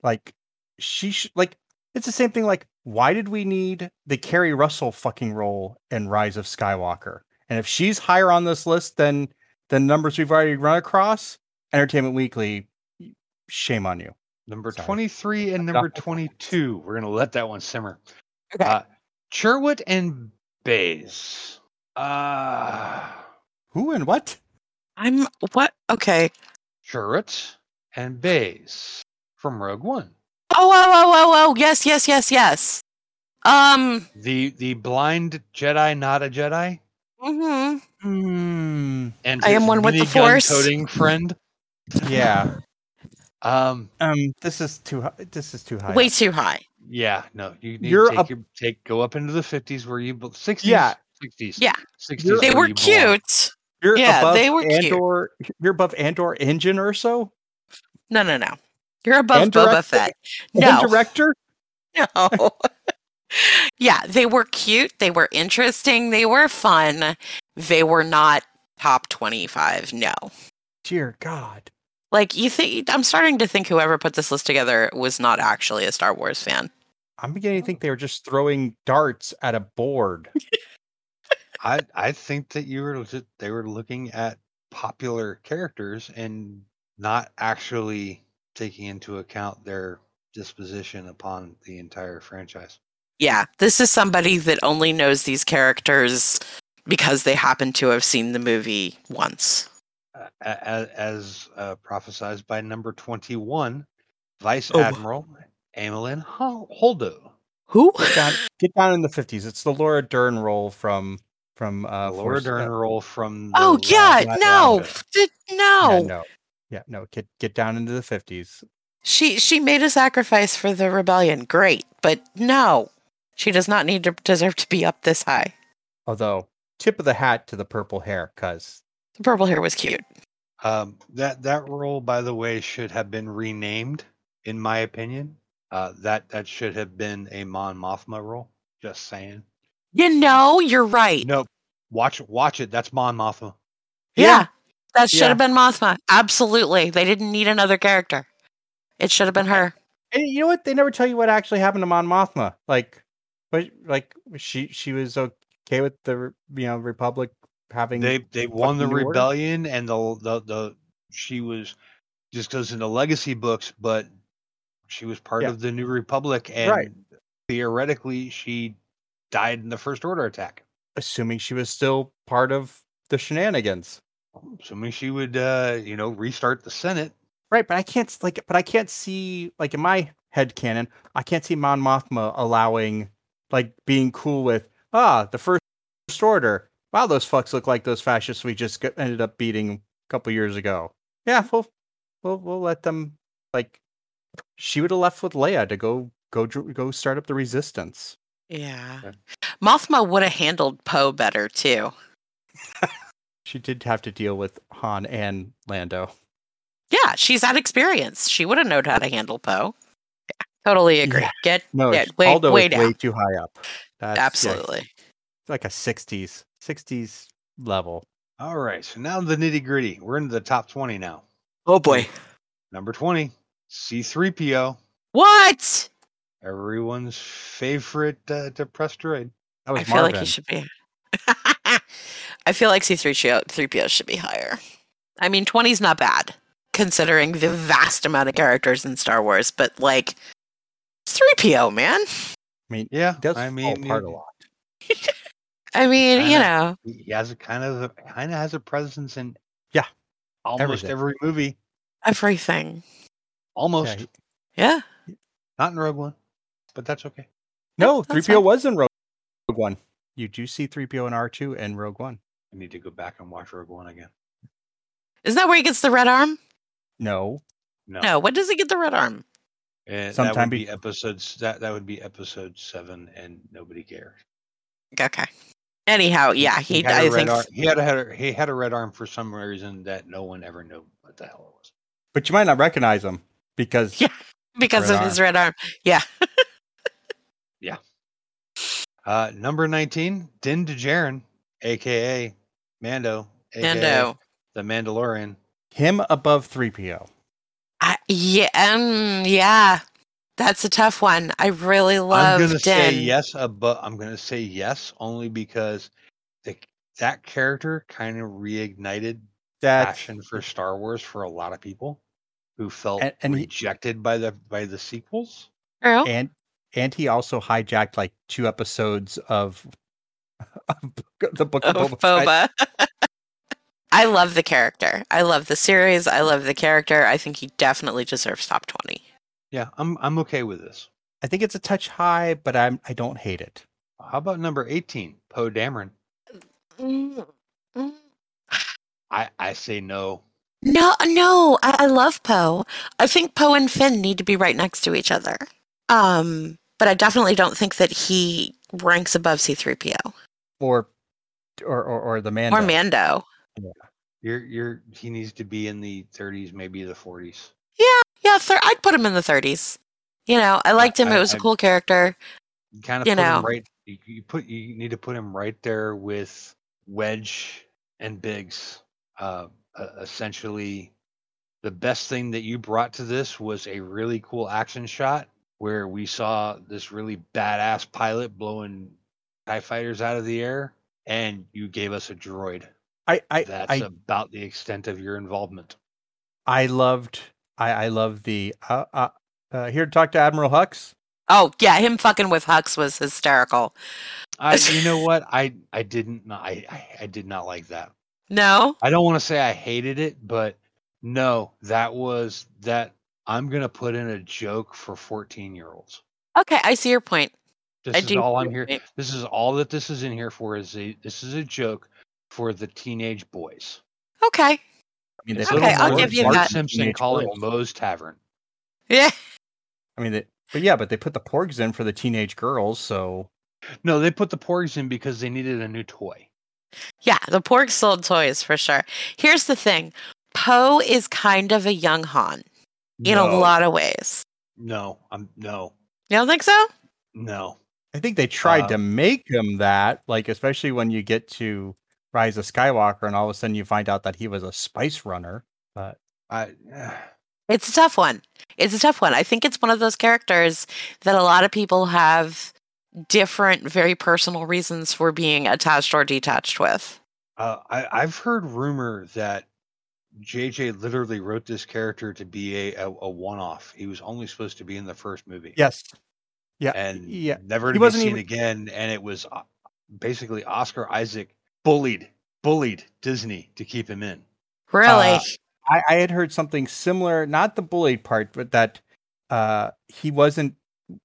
[SPEAKER 1] Like she sh- like it's the same thing. Like why did we need the Carrie Russell fucking role in Rise of Skywalker? And if she's higher on this list than than numbers we've already run across, Entertainment Weekly, y- shame on you.
[SPEAKER 3] Number
[SPEAKER 1] Sorry.
[SPEAKER 3] 23 and
[SPEAKER 1] Got
[SPEAKER 3] number
[SPEAKER 1] my thoughts.
[SPEAKER 3] 22. We're going to let that one simmer.
[SPEAKER 5] Okay.
[SPEAKER 3] Uh, Sherwood and Bays. Uh,
[SPEAKER 1] Who and what?
[SPEAKER 5] I'm what? Okay.
[SPEAKER 3] Chirrut and Bays from Rogue One.
[SPEAKER 5] Oh, oh, oh, oh, oh, yes, yes, yes, yes. Um,
[SPEAKER 3] The the blind Jedi, not a Jedi,
[SPEAKER 5] hmm
[SPEAKER 1] Hmm.
[SPEAKER 3] and
[SPEAKER 5] I am
[SPEAKER 3] his
[SPEAKER 5] one with the
[SPEAKER 3] minigun
[SPEAKER 5] Force.
[SPEAKER 3] toting friend.
[SPEAKER 1] Yeah.
[SPEAKER 3] Um,
[SPEAKER 1] [LAUGHS] Um. This is too. High. This is too high.
[SPEAKER 5] way too high.
[SPEAKER 3] yeah, no, you need
[SPEAKER 1] You're
[SPEAKER 3] to
[SPEAKER 1] up-
[SPEAKER 3] take, your, take go up into the fifties where you bel- 60s,
[SPEAKER 1] Yeah.
[SPEAKER 3] 60s,
[SPEAKER 5] Yeah.
[SPEAKER 3] 60s.
[SPEAKER 1] You're-
[SPEAKER 5] They
[SPEAKER 3] where
[SPEAKER 5] were
[SPEAKER 3] you belong.
[SPEAKER 5] cute.
[SPEAKER 1] You're
[SPEAKER 5] Yeah,
[SPEAKER 1] above
[SPEAKER 5] they were cute.
[SPEAKER 1] Andor. You're above Andor engine or so.
[SPEAKER 5] No, no, no. You're above
[SPEAKER 1] And
[SPEAKER 5] Boba
[SPEAKER 1] direct-
[SPEAKER 5] Fett.
[SPEAKER 1] And
[SPEAKER 5] No,
[SPEAKER 1] director.
[SPEAKER 5] no. yeah, they were cute. They were interesting. They were fun. They were not top twenty-five. No,
[SPEAKER 1] Dear God.
[SPEAKER 5] like you think. I'm starting to think whoever put this list together was not actually a Star Wars fan.
[SPEAKER 1] I'm beginning to
[SPEAKER 3] Oh.
[SPEAKER 1] think they were just throwing darts at a
[SPEAKER 3] [LAUGHS]
[SPEAKER 1] board.
[SPEAKER 3] I I think that you were just, they were looking at popular characters and not actually taking into account their disposition upon the entire franchise.
[SPEAKER 5] Yeah, this is somebody that only knows these characters because they happen to have seen the movie once.
[SPEAKER 3] as, as uh, prophesized by number 21, Vice
[SPEAKER 5] Oh.
[SPEAKER 3] Admiral Amelin Hol- Holdo.
[SPEAKER 5] Who?
[SPEAKER 1] Get down, get down in the 50s. It's the Laura Dern role from from uh
[SPEAKER 3] Laura
[SPEAKER 1] Force-
[SPEAKER 3] Dern
[SPEAKER 1] uh,
[SPEAKER 3] roll from. the
[SPEAKER 5] Oh
[SPEAKER 3] last
[SPEAKER 5] yeah,
[SPEAKER 3] round
[SPEAKER 5] no,
[SPEAKER 3] of-
[SPEAKER 5] did-
[SPEAKER 1] Yeah,
[SPEAKER 5] no.
[SPEAKER 1] no. Yeah, no. Get get down into the 50s.
[SPEAKER 5] She she made a sacrifice for the rebellion. Great, but no, she does not need to deserve to be up this high.
[SPEAKER 1] Although tip of the hat to the purple hair cuz
[SPEAKER 5] The purple hair was cute.
[SPEAKER 3] Um, that that role, by the way, should have been renamed, in my opinion. Uh, that that should have been a Mon Mothma role. Just saying.
[SPEAKER 5] You know, you're right.
[SPEAKER 3] Nope. Watch watch it. That's Mon Mothma.
[SPEAKER 5] Yeah.
[SPEAKER 6] Yeah.
[SPEAKER 5] That should
[SPEAKER 6] Yeah.
[SPEAKER 5] have been Mothma. Absolutely. They didn't need another character. It should have been her.
[SPEAKER 1] And you know what? They never tell you what actually happened to Mon Mothma. Like but like she she was okay with the re- you know Republic having
[SPEAKER 3] They they won the
[SPEAKER 1] fucking New Order?
[SPEAKER 3] rebellion, and the the the she was just goes into legacy books, but she was part
[SPEAKER 1] Yeah.
[SPEAKER 3] of the New Republic, and
[SPEAKER 1] Right.
[SPEAKER 3] theoretically, she died in the First Order attack.
[SPEAKER 1] assuming she was still part of the shenanigans.
[SPEAKER 3] Assuming she would, uh, you know, restart the Senate.
[SPEAKER 1] Right, but I can't s- like, but I can't see like in my head canon, I can't see Mon Mothma allowing, like, being cool with ah the first order. Wow, those fucks look like those fascists we just got, ended up beating a couple years ago. Yeah, we'll we'll we'll let them like. She would have left with Leia to go go dr- go start up the resistance.
[SPEAKER 5] Yeah.
[SPEAKER 3] Okay.
[SPEAKER 5] Mothma would have handled Poe better too.
[SPEAKER 1] She did have to deal with Han and Lando.
[SPEAKER 5] Yeah, she's had experience. She would have known how to handle Poe. Yeah, totally agree.
[SPEAKER 1] Yeah.
[SPEAKER 5] Get
[SPEAKER 1] No,
[SPEAKER 5] yeah,
[SPEAKER 1] she-
[SPEAKER 5] way,
[SPEAKER 1] Aldo
[SPEAKER 5] way
[SPEAKER 1] is
[SPEAKER 5] down.
[SPEAKER 1] way too high up. That's, yeah,
[SPEAKER 5] Absolutely.
[SPEAKER 1] like a '60s '60s level.
[SPEAKER 3] All right, so now the nitty gritty. We're into the top twenty now.
[SPEAKER 5] Oh boy.
[SPEAKER 3] Number twenty, C-3PO,
[SPEAKER 5] What?
[SPEAKER 3] everyone's favorite uh, depressed droid.
[SPEAKER 1] That was
[SPEAKER 5] I feel
[SPEAKER 1] Marvin.
[SPEAKER 5] like he should be. [LAUGHS] I feel like C3PO should be higher. I mean, 20's not bad considering the vast amount of characters in Star Wars, but like 3PO, man.
[SPEAKER 1] I mean,
[SPEAKER 3] Yeah,
[SPEAKER 1] does
[SPEAKER 3] I
[SPEAKER 1] fall
[SPEAKER 3] mean,
[SPEAKER 1] apart a
[SPEAKER 3] it-
[SPEAKER 1] lot.
[SPEAKER 5] I mean, you
[SPEAKER 3] Kinda.
[SPEAKER 5] know,
[SPEAKER 3] he he has a kind of a, kind of has a presence in
[SPEAKER 1] Yeah,
[SPEAKER 3] almost
[SPEAKER 1] everything.
[SPEAKER 3] every movie.
[SPEAKER 5] everything.
[SPEAKER 3] Almost
[SPEAKER 1] he-
[SPEAKER 5] Yeah.
[SPEAKER 3] not in Rogue One, but that's okay.
[SPEAKER 1] No,
[SPEAKER 5] that's
[SPEAKER 1] three PO
[SPEAKER 5] fine.
[SPEAKER 1] was in Rogue Rogue One. You do see three PO in R two and Rogue One.
[SPEAKER 3] I need to go back and watch Rogue One again.
[SPEAKER 5] Isn't that where he gets the red arm?
[SPEAKER 1] No,
[SPEAKER 3] No,
[SPEAKER 5] No, when does he get the red arm?
[SPEAKER 3] Eh, that
[SPEAKER 1] Sometime
[SPEAKER 3] would be
[SPEAKER 1] be-
[SPEAKER 3] episodes that that would be episode seven, and nobody cares.
[SPEAKER 5] Okay. Anyhow, yeah, he,
[SPEAKER 3] had a
[SPEAKER 5] I
[SPEAKER 3] red
[SPEAKER 5] think
[SPEAKER 3] arm- he had a, had a he had a red arm for some reason that no one ever knew what the hell it was.
[SPEAKER 1] but you might not recognize him because
[SPEAKER 5] Yeah. because
[SPEAKER 1] red
[SPEAKER 5] of his red arm. Yeah.
[SPEAKER 3] Uh, number nineteen, Din Djarin, aka Mando, aka
[SPEAKER 5] Mando.
[SPEAKER 3] the Mandalorian.
[SPEAKER 1] him above three PO.
[SPEAKER 5] I, yeah, um, yeah. That's a tough one. I really love
[SPEAKER 3] I'm gonna say
[SPEAKER 5] Din.
[SPEAKER 3] yes, uh, but I'm gonna say yes only because the, that character kind of reignited
[SPEAKER 1] That
[SPEAKER 3] passion for Star Wars for a lot of people who felt
[SPEAKER 1] And- and he-
[SPEAKER 3] rejected by the by the sequels.
[SPEAKER 5] True.
[SPEAKER 1] and and he also hijacked like two episodes of, [LAUGHS] of the
[SPEAKER 3] [LAUGHS]
[SPEAKER 1] book of
[SPEAKER 5] of
[SPEAKER 1] Boba, Fett.
[SPEAKER 5] [LAUGHS] Boba. I love the character. I love the series. I love the character. I think he definitely deserves top 20.
[SPEAKER 3] Yeah, I'm I'm okay with this.
[SPEAKER 1] I think it's a touch high, but I'm I don't hate it.
[SPEAKER 3] How about number 18, Poe Dameron? I I say no.
[SPEAKER 5] No, no, I, I love Poe. I think Poe and Finn need to be right next to each other. Um, but I definitely don't think that he ranks above C3PO
[SPEAKER 1] Or or or, or the man.
[SPEAKER 5] or Mando.
[SPEAKER 3] You're you're he needs to be in the 30s, maybe the 40s.
[SPEAKER 5] Yeah, thir- I'd put him in the 30s. You know, I liked him.
[SPEAKER 3] I-
[SPEAKER 5] it was a
[SPEAKER 3] I-
[SPEAKER 5] cool character.
[SPEAKER 3] You kind of
[SPEAKER 5] You
[SPEAKER 3] put
[SPEAKER 5] know.
[SPEAKER 3] him right. You, you put you need to put him right there with Wedge and Biggs. Uh, e- essentially, the best thing that you brought to this was a really cool action shot where we saw this really badass pilot blowing Tie fighters out of the air, and you gave us a droid.
[SPEAKER 1] I I
[SPEAKER 3] That's
[SPEAKER 1] I
[SPEAKER 3] about the extent of your involvement.
[SPEAKER 1] I loved I I love the uh, uh, uh here to talk to Admiral Hux.
[SPEAKER 5] Oh yeah, him fucking with Hux was hysterical. [LAUGHS]
[SPEAKER 3] I, you know what? I I didn't. kn- I I, I did not like that.
[SPEAKER 5] No,
[SPEAKER 3] I don't want to say I hated it, but no, that was that. I'm gonna put in a joke for 14 year olds.
[SPEAKER 5] okay, I see your point.
[SPEAKER 3] This
[SPEAKER 5] I
[SPEAKER 3] is
[SPEAKER 5] do
[SPEAKER 3] all I'm
[SPEAKER 5] see your
[SPEAKER 3] here.
[SPEAKER 5] point.
[SPEAKER 3] This is all that this is in here for. Is a, this is a joke for the teenage boys?
[SPEAKER 5] Okay,
[SPEAKER 1] mean,
[SPEAKER 3] It's
[SPEAKER 1] they
[SPEAKER 5] Okay,
[SPEAKER 1] put
[SPEAKER 5] I'll
[SPEAKER 3] Bart-
[SPEAKER 1] the
[SPEAKER 5] give you
[SPEAKER 1] Bart
[SPEAKER 3] Bart
[SPEAKER 5] that.
[SPEAKER 3] Simpson
[SPEAKER 1] teenage
[SPEAKER 3] calling
[SPEAKER 1] girls.
[SPEAKER 3] Moe's Tavern.
[SPEAKER 5] yeah,
[SPEAKER 1] I mean, they, but yeah, but they put the porgs in for the teenage girls, so
[SPEAKER 3] No, they put the porgs in because they needed a new toy.
[SPEAKER 5] yeah. The pork sold toys for sure. Here's the thing: Poe is kind of a young Han in a
[SPEAKER 3] No,
[SPEAKER 5] lot of ways.
[SPEAKER 3] No, I'm no,
[SPEAKER 5] You don't think so?
[SPEAKER 3] no.
[SPEAKER 1] I think they tried
[SPEAKER 3] Uh,
[SPEAKER 1] to make him that, like especially when you get to Rise of Skywalker, and all of a sudden you find out that he was a spice runner.
[SPEAKER 3] I [SIGHS]
[SPEAKER 5] It's a tough one. It's a tough one. I think it's one of those characters that a lot of people have different, very personal reasons for being attached or detached with.
[SPEAKER 3] uh, I I've heard rumor that JJ literally wrote this character to be a a, a one off. He was only supposed to be in the first movie.
[SPEAKER 1] Yes, yeah,
[SPEAKER 3] and
[SPEAKER 1] yeah.
[SPEAKER 3] never
[SPEAKER 1] He
[SPEAKER 3] to be
[SPEAKER 1] wasn't
[SPEAKER 3] seen
[SPEAKER 1] even-
[SPEAKER 3] again. And it was uh, basically Oscar Isaac bullied bullied Disney to keep him in.
[SPEAKER 5] Really?
[SPEAKER 1] Uh, I, I had heard something similar, not the bullied part, but that uh, he wasn't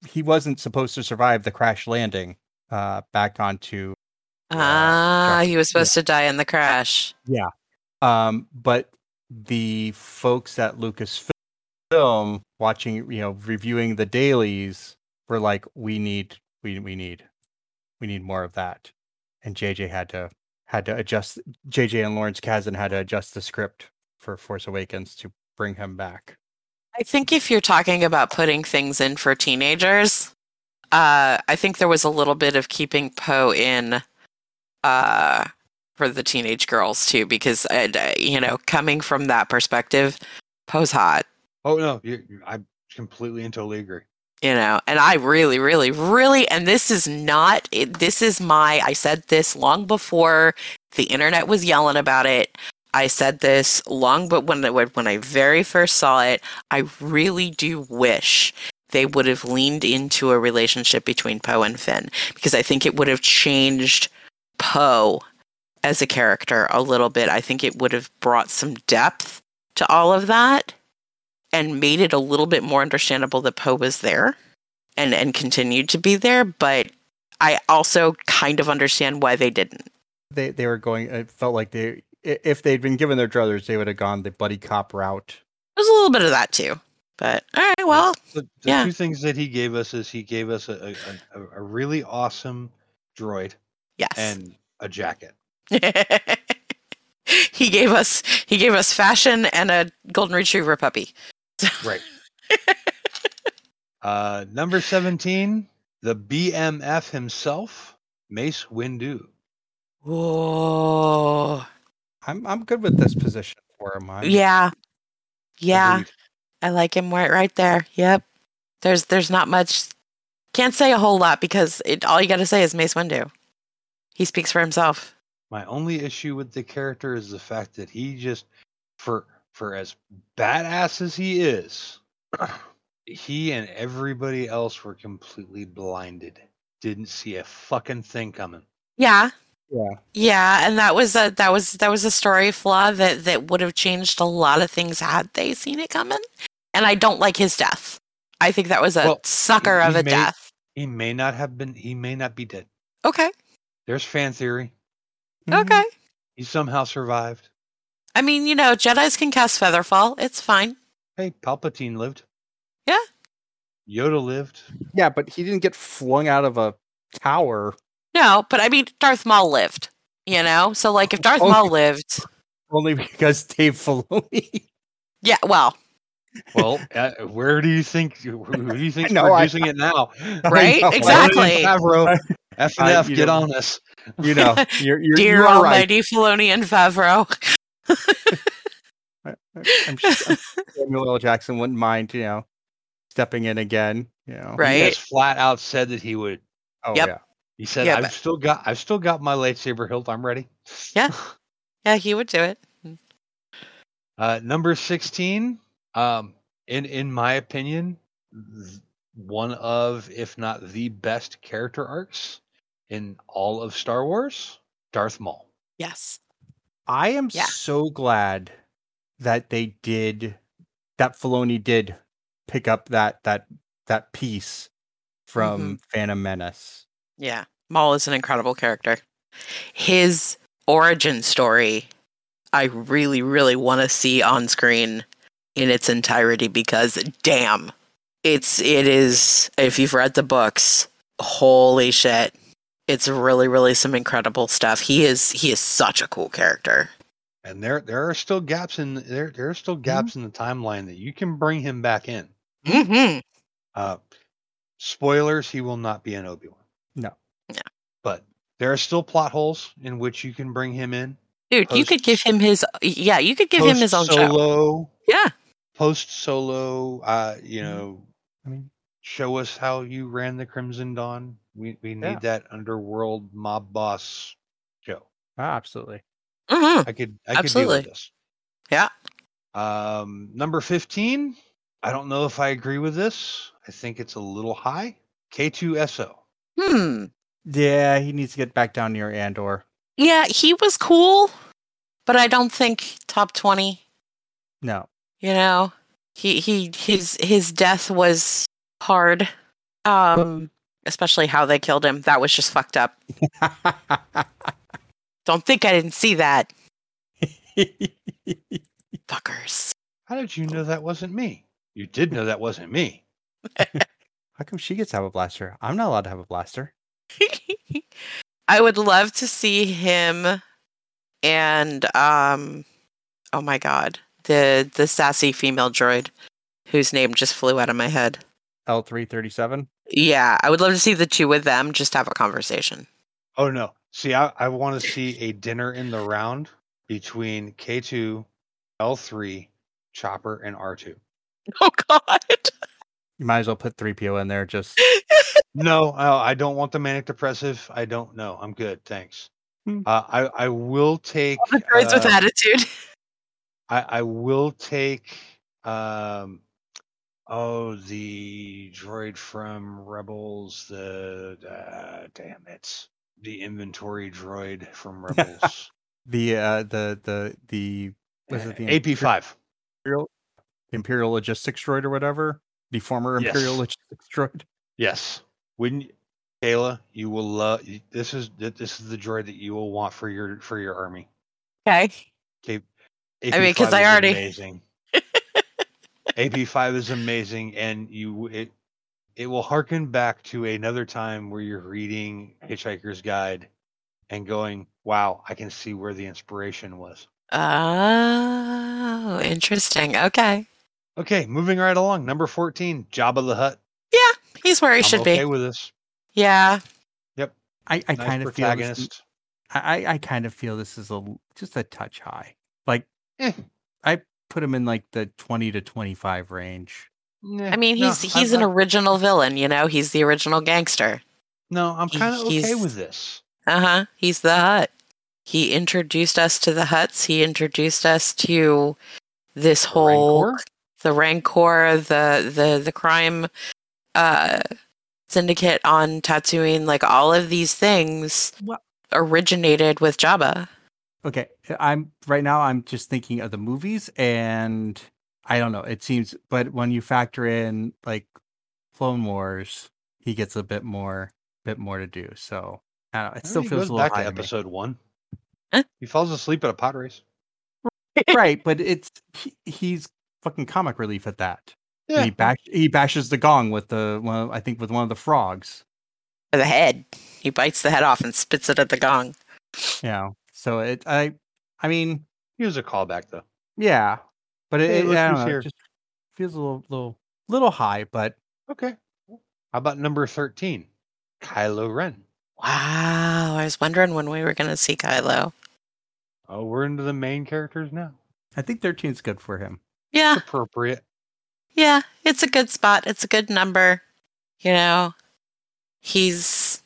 [SPEAKER 1] he wasn't supposed to survive the crash landing uh, back onto
[SPEAKER 5] Ah,
[SPEAKER 1] Jack-
[SPEAKER 5] he was supposed to die in the crash.
[SPEAKER 1] um, but the folks at Lucasfilm watching, you know, reviewing the dailies were like, we need, we we need, we need more of that, and JJ had to had to adjust. JJ and Lawrence Kazan had to adjust the script for Force Awakens to bring him back.
[SPEAKER 5] I think if you're talking about putting things in for teenagers, uh, I think there was a little bit of keeping Poe in uh, for the teenage girls too, because uh, d- you know, coming from that perspective, Poe's hot.
[SPEAKER 3] Oh no, you, you- I completely and totally agree.
[SPEAKER 5] you know and i really really really and this is not it, this is my i said this long before the internet was yelling about it i said this long but when I- when when i very first saw it i really do wish they would have leaned into a relationship between poe and finn because i think it would have changed poe as a character a little bit i think it would have brought some depth to all of that and made it a little bit more understandable that Poe was there and and continued to be there, but I also kind of understand why they didn't.
[SPEAKER 1] They they were going. It felt like they, i- if they'd been given their druthers, they would have gone the buddy cop route.
[SPEAKER 5] There's a little bit of that too. But all right, well,
[SPEAKER 3] the, the
[SPEAKER 5] yeah.
[SPEAKER 3] two things that he gave us is he gave us a, a, a, a really awesome droid
[SPEAKER 5] yes.
[SPEAKER 3] and a jacket.
[SPEAKER 5] [LAUGHS] he gave us he gave us fashion and a golden retriever puppy.
[SPEAKER 3] Right. uh, number 17, the BMF himself, Mace Windu.
[SPEAKER 5] Whoa.
[SPEAKER 1] I'm I'm good with this position for him. I'm-
[SPEAKER 5] Yeah. Yeah.
[SPEAKER 3] Agreed.
[SPEAKER 5] I like him right right there. Yep. There's there's not much can't say a whole lot because it all you gotta say is Mace Windu. He speaks for himself.
[SPEAKER 3] My only issue with the character is the fact that he just, for for as badass as he is, [CLEARS THROAT] he and everybody else were completely blinded. Didn't see a fucking thing coming.
[SPEAKER 5] Yeah.
[SPEAKER 1] Yeah.
[SPEAKER 5] Yeah, and that was a that was that was a story flaw that that would have changed a lot of things had they seen it coming. And I don't like his death. I think that was a
[SPEAKER 3] Well,
[SPEAKER 5] sucker
[SPEAKER 3] he
[SPEAKER 5] of a
[SPEAKER 3] may-
[SPEAKER 5] death.
[SPEAKER 3] He may not have been. He may not be dead.
[SPEAKER 5] Okay.
[SPEAKER 3] There's fan theory.
[SPEAKER 1] Mm-hmm.
[SPEAKER 5] Okay.
[SPEAKER 3] He somehow survived.
[SPEAKER 5] I mean, you know, Jedi's can cast Featherfall. It's fine.
[SPEAKER 3] Hey, Palpatine lived.
[SPEAKER 5] Yeah.
[SPEAKER 3] Yoda lived.
[SPEAKER 1] yeah, but he didn't get flung out of a tower
[SPEAKER 5] No, but I mean Darth Maul lived, you know? So like if Darth
[SPEAKER 1] Oh.
[SPEAKER 5] Maul lived,
[SPEAKER 1] only because Dave Filoni. [LAUGHS]
[SPEAKER 5] yeah, well, [LAUGHS]
[SPEAKER 3] Well, uh, where do you think? Who do you think's
[SPEAKER 1] know, I-
[SPEAKER 3] producing it now?
[SPEAKER 5] right?
[SPEAKER 1] know.
[SPEAKER 5] Exactly.
[SPEAKER 3] Favreau, F and F,
[SPEAKER 1] I- you
[SPEAKER 3] get
[SPEAKER 1] know.
[SPEAKER 3] on us.
[SPEAKER 5] [LAUGHS]
[SPEAKER 1] You know, you're, you're,
[SPEAKER 5] Dear
[SPEAKER 1] you're right.
[SPEAKER 5] Almighty Filoni and Favreau. [LAUGHS]
[SPEAKER 1] I'm sure, I'm sure Samuel L. Jackson wouldn't mind, you know, stepping in again. You know,
[SPEAKER 3] He
[SPEAKER 5] Right?
[SPEAKER 3] has flat out said that he would.
[SPEAKER 1] Oh
[SPEAKER 5] Yep.
[SPEAKER 1] yeah,
[SPEAKER 3] He said,
[SPEAKER 5] Yeah,
[SPEAKER 3] "I've
[SPEAKER 5] but-
[SPEAKER 3] still got, I've still got my lightsaber hilt. I'm ready." [LAUGHS]
[SPEAKER 5] Yeah. Yeah, he would do it.
[SPEAKER 3] Uh, number sixteen. Um, in in my opinion, th- one of, if not the best character arcs in all of Star Wars, Darth Maul.
[SPEAKER 5] Yes.
[SPEAKER 1] I am
[SPEAKER 5] Yeah.
[SPEAKER 1] so glad that they did that Filoni did pick up that that that piece from
[SPEAKER 5] Mm-hmm.
[SPEAKER 1] Phantom Menace.
[SPEAKER 5] Yeah. Maul is an incredible character. His origin story, I really, really want to see on screen in its entirety because damn, it's, it is, if you've read the books, holy shit. It's really, really some incredible stuff. He is, he is such a cool character.
[SPEAKER 3] And there there are still gaps in there there are
[SPEAKER 1] Mm-hmm.
[SPEAKER 3] still gaps in the timeline that you can bring him back in.
[SPEAKER 5] Mm-hmm.
[SPEAKER 3] Uh, spoilers: He will not be an Obi Wan.
[SPEAKER 1] No.
[SPEAKER 5] No.
[SPEAKER 3] But there are still plot holes in which you can bring him in.
[SPEAKER 5] Dude, you
[SPEAKER 3] Post-
[SPEAKER 5] could give him his, yeah, you could give him his own show.
[SPEAKER 3] solo.
[SPEAKER 5] Yeah.
[SPEAKER 3] Post solo. Uh, you
[SPEAKER 1] Mhm.
[SPEAKER 3] know,
[SPEAKER 1] I mean,
[SPEAKER 3] show us how you ran the Crimson Dawn. We we need
[SPEAKER 1] Yeah.
[SPEAKER 3] that underworld mob boss show.
[SPEAKER 1] Ah, absolutely.
[SPEAKER 5] hmm
[SPEAKER 3] I could I could deal
[SPEAKER 5] Absolutely.
[SPEAKER 3] with this.
[SPEAKER 5] Yeah.
[SPEAKER 3] Um, number fifteen. I don't know if I agree with this. I think it's a little high. K2SO.
[SPEAKER 5] Hmm.
[SPEAKER 1] Yeah, he needs to get back down near Andor.
[SPEAKER 5] Yeah, he was cool, but I don't think top 20,
[SPEAKER 1] No. [LAUGHS]
[SPEAKER 5] you know. He he his his death was hard. Um especially how they killed him. That was just fucked up. Don't think I didn't see that. Fuckers.
[SPEAKER 3] How did you know that wasn't me? You did know that wasn't me.
[SPEAKER 1] How come she gets to have a blaster? I'm not allowed to have a blaster.
[SPEAKER 5] I would love to see him and um oh my god, the the sassy female droid whose name just flew out of my head.
[SPEAKER 1] L337.
[SPEAKER 5] Yeah, I would love to see the two with them just have a conversation.
[SPEAKER 3] Oh no. See, I, I want to see a dinner in the round between K2, L3, Chopper, and R2.
[SPEAKER 5] [LAUGHS] Oh God!
[SPEAKER 1] You might as well put 3PO in there. Just
[SPEAKER 3] No, uh, I, I don't want the manic depressive. I don't know. I'm good. Thanks.
[SPEAKER 1] Hmm.
[SPEAKER 3] Uh, I I will take.
[SPEAKER 5] The droids with
[SPEAKER 3] uh,
[SPEAKER 5] attitude. [LAUGHS]
[SPEAKER 3] I, I will take um oh the droid from Rebels the uh, damn it the inventory droid
[SPEAKER 1] [LAUGHS]
[SPEAKER 3] from Rebels
[SPEAKER 1] the uh the the the was it the
[SPEAKER 3] AP Uh, five
[SPEAKER 1] Imperial Imperial Logistics Droid or whatever? The former Imperial
[SPEAKER 3] Yes.
[SPEAKER 1] Logistics Droid.
[SPEAKER 3] yes wouldn't y- Kayla you will love this is th- this is the droid that you will want for your for your army
[SPEAKER 5] Okay.
[SPEAKER 3] Okay
[SPEAKER 5] I mean, 'cause I already- [LAUGHS]
[SPEAKER 3] amazing AP five is amazing and you it it will harken back to another time where you're reading Hitchhiker's Guide and going, wow, I can see where the inspiration was.
[SPEAKER 5] Oh, interesting. Okay.
[SPEAKER 3] Okay, moving right along. Number 14, Jabba the Hutt.
[SPEAKER 5] He's where he should
[SPEAKER 3] okay
[SPEAKER 5] be.
[SPEAKER 3] with this.
[SPEAKER 5] Yeah.
[SPEAKER 1] I, I
[SPEAKER 3] nice
[SPEAKER 1] kind of feel this,
[SPEAKER 3] protagonist.
[SPEAKER 1] I, I- I kind of feel this is a l- just a touch high. Like
[SPEAKER 3] Eh,
[SPEAKER 1] put him in like the twenty to twenty five range.
[SPEAKER 3] nah,
[SPEAKER 5] I mean,
[SPEAKER 3] no,
[SPEAKER 5] he's he's
[SPEAKER 3] I'm,
[SPEAKER 5] an
[SPEAKER 3] I'm-
[SPEAKER 5] original villain. You know, he's the original gangster.
[SPEAKER 3] No, I'm
[SPEAKER 5] he-
[SPEAKER 3] kind of okay
[SPEAKER 5] he's-
[SPEAKER 3] with this.
[SPEAKER 5] Uh huh. He's the Hut. He introduced us to the Huts. He introduced us to this
[SPEAKER 3] The
[SPEAKER 5] whole
[SPEAKER 3] Rancor?
[SPEAKER 5] the rancor the the the crime uh syndicate on Tatooine like all of these things
[SPEAKER 1] Well-
[SPEAKER 5] originated with Jabba
[SPEAKER 1] Okay. uh, I'm right now I'm just thinking of the movies and I don't know, it seems but when you factor in like Clone Wars, he gets a bit more bit more to do. So I don't know, it
[SPEAKER 3] I
[SPEAKER 1] still
[SPEAKER 3] mean, he
[SPEAKER 1] feels
[SPEAKER 3] goes
[SPEAKER 1] a little
[SPEAKER 3] back
[SPEAKER 1] high
[SPEAKER 3] to
[SPEAKER 1] to me.
[SPEAKER 3] [LAUGHS] episode one.
[SPEAKER 5] Huh?
[SPEAKER 3] He falls asleep at a pot race.
[SPEAKER 1] [LAUGHS] right, but it's he, he's fucking comic relief at that.
[SPEAKER 3] Yeah.
[SPEAKER 1] He bash, he bashes the gong with the one I think with one of the frogs.
[SPEAKER 5] the head he bites the head off and spits it at the gong
[SPEAKER 1] You know. So it I I mean,
[SPEAKER 3] He was a callback, though.
[SPEAKER 1] yeah. But it,
[SPEAKER 3] Hey,
[SPEAKER 1] it-
[SPEAKER 3] look
[SPEAKER 1] I don't
[SPEAKER 3] who's
[SPEAKER 1] know, it
[SPEAKER 3] here.
[SPEAKER 1] just feels a little little little high, but
[SPEAKER 3] Okay. How about number 13? Kylo Ren.
[SPEAKER 5] wow I was wondering when we were gonna see Kylo
[SPEAKER 3] Oh, we're into the main characters now. [COUGHS]
[SPEAKER 1] I think 13's good for him.
[SPEAKER 5] yeah
[SPEAKER 3] Appropriate.
[SPEAKER 5] yeah it's a good spot it's a good number you know he's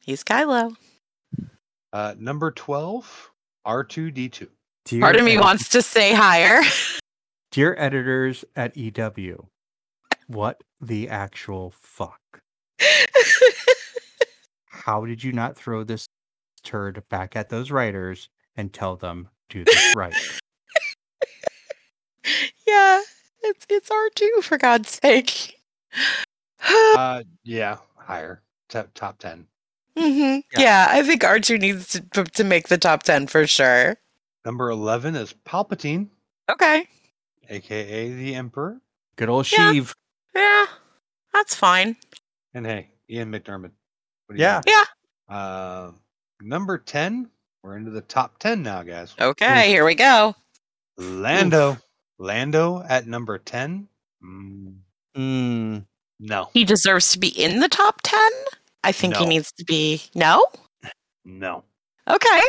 [SPEAKER 5] he's Kylo
[SPEAKER 3] Uh, number 12, R2D2.
[SPEAKER 1] Dear
[SPEAKER 5] part of me
[SPEAKER 1] ed-
[SPEAKER 5] wants to say higher [LAUGHS]
[SPEAKER 1] Dear editors at EW, E what
[SPEAKER 6] the actual fuck? How did you not throw this turd back at those writers and tell them do this
[SPEAKER 5] [LAUGHS]
[SPEAKER 6] right?
[SPEAKER 5] yeah, it's it's R two for God's sake. [SIGHS]
[SPEAKER 3] Uh, yeah, higher. Top, top 10.
[SPEAKER 5] hmm
[SPEAKER 6] Yeah.
[SPEAKER 5] yeah. I think R two needs to p- to make the top ten for sure.
[SPEAKER 3] Number 11 is Palpatine,
[SPEAKER 5] Okay,
[SPEAKER 3] aka the Emperor.
[SPEAKER 6] Good old
[SPEAKER 5] Yeah.
[SPEAKER 6] Sheev.
[SPEAKER 5] yeah, that's fine.
[SPEAKER 3] And hey, Ian McDermott. What do you
[SPEAKER 1] Yeah.
[SPEAKER 3] think?
[SPEAKER 5] Yeah.
[SPEAKER 3] Uh, number 10. We're into the top 10 now, guys.
[SPEAKER 5] Okay, here we go.
[SPEAKER 3] Lando. Lando at number 10. Mm,
[SPEAKER 6] Mm,
[SPEAKER 5] [SIGHS]
[SPEAKER 3] no,
[SPEAKER 5] He deserves to be in the top ten. I think he
[SPEAKER 3] No.
[SPEAKER 5] needs to be no.
[SPEAKER 3] no.
[SPEAKER 5] Okay,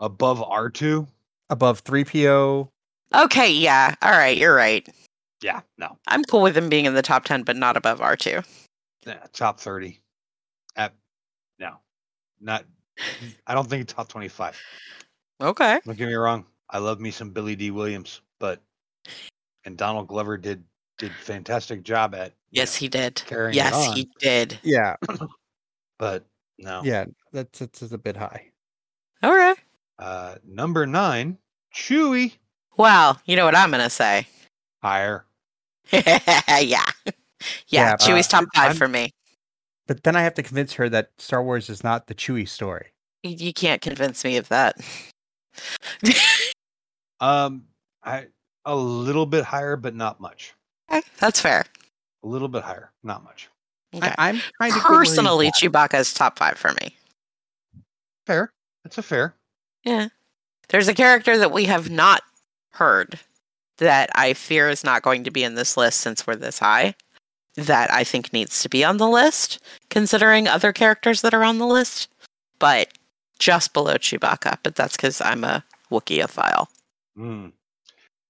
[SPEAKER 3] Above R2.
[SPEAKER 1] above 3PO.
[SPEAKER 5] okay, yeah. All right, you're right.
[SPEAKER 3] Yeah, no.
[SPEAKER 5] I'm cool with him being in the top ten, but not above R two.
[SPEAKER 3] Yeah, top 30. At, no, not. I don't think top 25.
[SPEAKER 5] Okay.
[SPEAKER 3] Don't get me wrong. I love me some Billy D. Williams, but and Donald Glover did did fantastic job at you
[SPEAKER 5] Yes,
[SPEAKER 3] know,
[SPEAKER 5] he did.
[SPEAKER 3] carrying it
[SPEAKER 5] Yes, he
[SPEAKER 3] on,
[SPEAKER 5] did.
[SPEAKER 1] Yeah.
[SPEAKER 3] But no,
[SPEAKER 1] Yeah. That's, that's, that's a bit high.
[SPEAKER 5] All right.
[SPEAKER 3] Uh, number nine, Chewy
[SPEAKER 5] Well, you know what I'm gonna say. [LAUGHS]
[SPEAKER 3] higher.
[SPEAKER 5] yeah. Yeah,
[SPEAKER 1] Yeah,
[SPEAKER 5] Chewie's
[SPEAKER 1] uh,
[SPEAKER 5] top 5
[SPEAKER 1] I'm-
[SPEAKER 5] for me.
[SPEAKER 1] But then I have to convince her that Star Wars is not the Chewie story.
[SPEAKER 5] You, you can't convince me of that.
[SPEAKER 3] Um, I a little bit higher, but not much.
[SPEAKER 5] That's fair.
[SPEAKER 3] A little bit higher, not much.
[SPEAKER 5] Okay.
[SPEAKER 1] I, am kind of
[SPEAKER 5] Personally, Chewbacca's top five for me.
[SPEAKER 3] Fair. That's a fair.
[SPEAKER 5] There's a character that we have not heard that I fear is not going to be in this list since we're this high. That I think needs to be on the list, considering other characters that are on the list, but just below Chewbacca. But that's because I'm a Wookieeophile.
[SPEAKER 3] Mm.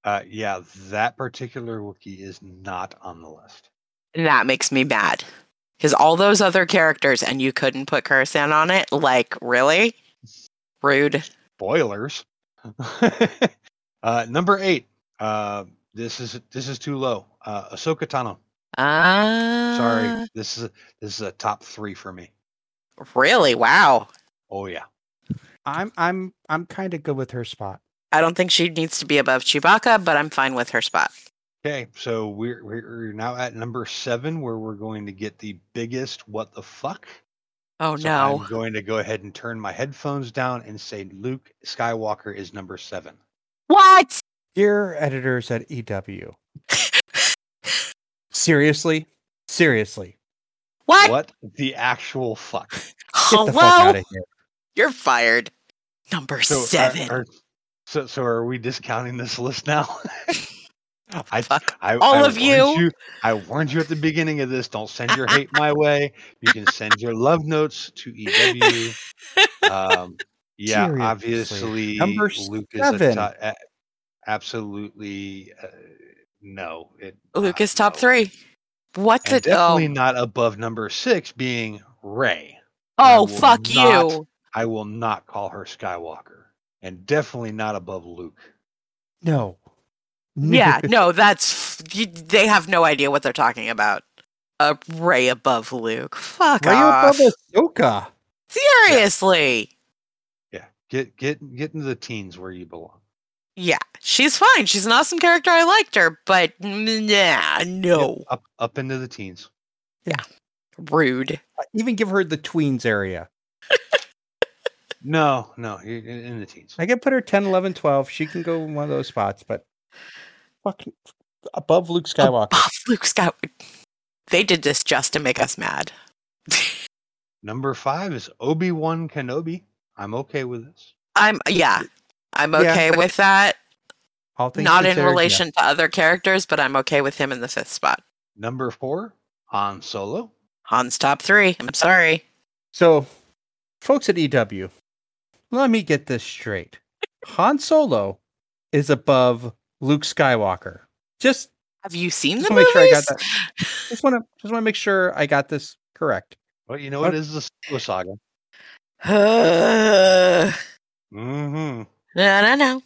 [SPEAKER 3] Uh, yeah, that particular Wookiee is not on the list.
[SPEAKER 5] And that makes me mad. Because all those other characters and you couldn't put Coruscant on it, like, really? Rude.
[SPEAKER 3] Spoilers. [LAUGHS] uh, number eight. Uh, this is this is too low. Uh, Ahsoka Tano.
[SPEAKER 5] Ah.
[SPEAKER 3] Sorry, this is a, this is a top three for me.
[SPEAKER 5] Really? Wow.
[SPEAKER 3] Oh yeah,
[SPEAKER 1] I'm I'm I'm kind of good with her spot.
[SPEAKER 5] I don't think she needs to be above Chewbacca, but I'm fine with her spot.
[SPEAKER 3] Okay, so we're we're now at number seven, where we're going to get the biggest what the fuck.
[SPEAKER 5] Oh,
[SPEAKER 3] So
[SPEAKER 5] no.
[SPEAKER 3] I'm going to go ahead and turn my headphones down and say Luke Skywalker is number seven.
[SPEAKER 5] What?
[SPEAKER 1] Dear editors at E EW. Seriously? Seriously.
[SPEAKER 5] What?
[SPEAKER 3] What the actual fuck?
[SPEAKER 1] Get the fuck out
[SPEAKER 5] Hello?
[SPEAKER 1] of here.
[SPEAKER 5] You're fired. Number
[SPEAKER 3] So uh, are-
[SPEAKER 5] seven.
[SPEAKER 3] are- so so are we discounting this
[SPEAKER 5] [LAUGHS]
[SPEAKER 3] list now? I,
[SPEAKER 5] Fuck.
[SPEAKER 3] I
[SPEAKER 5] All
[SPEAKER 3] I
[SPEAKER 5] of
[SPEAKER 3] warned
[SPEAKER 5] you.
[SPEAKER 3] I warned you at the beginning of this. Don't send your hate my way. You can send your love notes to
[SPEAKER 5] [LAUGHS]
[SPEAKER 3] EW. Um, yeah,
[SPEAKER 1] Seriously.
[SPEAKER 3] obviously,
[SPEAKER 1] Number
[SPEAKER 3] Luke
[SPEAKER 1] seven.
[SPEAKER 3] is a to- a- absolutely uh, no. It,
[SPEAKER 5] Luke
[SPEAKER 3] uh,
[SPEAKER 5] is top
[SPEAKER 3] no.
[SPEAKER 5] three. What
[SPEAKER 3] And
[SPEAKER 5] the? Oh,
[SPEAKER 3] definitely not above number six, being Ray. I
[SPEAKER 5] oh
[SPEAKER 3] will
[SPEAKER 5] fuck
[SPEAKER 3] not-
[SPEAKER 5] you.
[SPEAKER 3] I will not call her Skywalker, and definitely not above Luke.
[SPEAKER 1] No.
[SPEAKER 5] Yeah,
[SPEAKER 1] [LAUGHS]
[SPEAKER 5] no, that's f- you, they have no idea what they're talking about. A ray above Luke. Fuck
[SPEAKER 1] Ray
[SPEAKER 5] off.
[SPEAKER 1] above Ahsoka.
[SPEAKER 5] Seriously.
[SPEAKER 3] Yeah, get get get into the teens where you belong.
[SPEAKER 5] Yeah. she's fine. She's an awesome character. I liked her, but mm, nah, [SIGHS]
[SPEAKER 3] Yep,
[SPEAKER 5] no.
[SPEAKER 3] up up into the teens.
[SPEAKER 5] Rude.
[SPEAKER 1] Uh, Even give her the tweens area.
[SPEAKER 3] No, no, you're in in the teens.
[SPEAKER 1] I can put her 10, 11, 12. She can go in one of those spots, but fucking above Luke Skywalker.
[SPEAKER 5] Buff Luke Skywalker. They did this just to make us mad.
[SPEAKER 3] Number five is Obi Wan Kenobi. I'm okay with this.
[SPEAKER 5] I'm yeah. I'm
[SPEAKER 1] Yeah.
[SPEAKER 5] okay with that.
[SPEAKER 1] All things
[SPEAKER 5] Not in
[SPEAKER 1] considered, yeah.
[SPEAKER 5] relation to other characters, but I'm okay with him in the fifth spot.
[SPEAKER 3] Number four, Han Solo.
[SPEAKER 5] Han's top three. I'm sorry.
[SPEAKER 1] So, folks at EW, let me get this straight. Han Solo is above Luke Skywalker. Just,
[SPEAKER 5] Have you seen
[SPEAKER 1] just
[SPEAKER 5] the
[SPEAKER 1] want to make
[SPEAKER 5] movies?
[SPEAKER 1] sure I got that. Just want to just want to make sure I got this correct.
[SPEAKER 3] Well, you know what is the Solo saga? Mm-hmm.
[SPEAKER 5] no, no, no.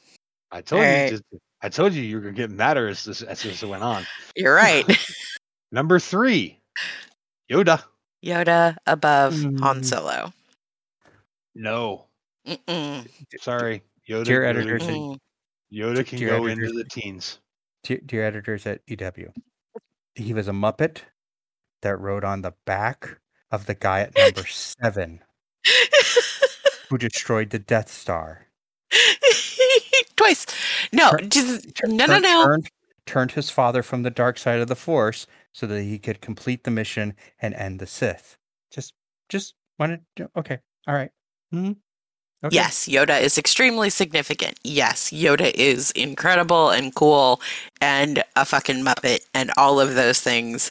[SPEAKER 3] I told you.
[SPEAKER 5] Alright.
[SPEAKER 3] just- I told you you were gonna get madder as this as this went on. [LAUGHS]
[SPEAKER 5] You're right.
[SPEAKER 3] Number three, Yoda.
[SPEAKER 5] Yoda above Han
[SPEAKER 1] Mm.
[SPEAKER 5] Solo.
[SPEAKER 3] No,
[SPEAKER 5] Mm-mm.
[SPEAKER 3] sorry, Yoda.
[SPEAKER 1] Dear
[SPEAKER 3] Yoda-
[SPEAKER 1] editors at-
[SPEAKER 5] Mm.
[SPEAKER 3] Yoda can
[SPEAKER 1] dear
[SPEAKER 3] go
[SPEAKER 1] editors.
[SPEAKER 3] into the teens.
[SPEAKER 1] dear, dear editors at EW, he was a Muppet that rode on the back of the guy at
[SPEAKER 5] [LAUGHS]
[SPEAKER 1] number seven who destroyed the Death Star.
[SPEAKER 5] [LAUGHS] Twice. No,
[SPEAKER 1] Turn-
[SPEAKER 5] just,
[SPEAKER 1] Tur-
[SPEAKER 5] no, no,
[SPEAKER 1] turn-
[SPEAKER 5] no.
[SPEAKER 1] Turned, turned his father from the dark side of the Force so that he could complete the mission and end the Sith. Just, just wanted. to- Okay, all right. Mhm. Okay.
[SPEAKER 5] Yes, Yoda is extremely significant. Yes, Yoda is incredible and cool and a fucking Muppet and all of those things.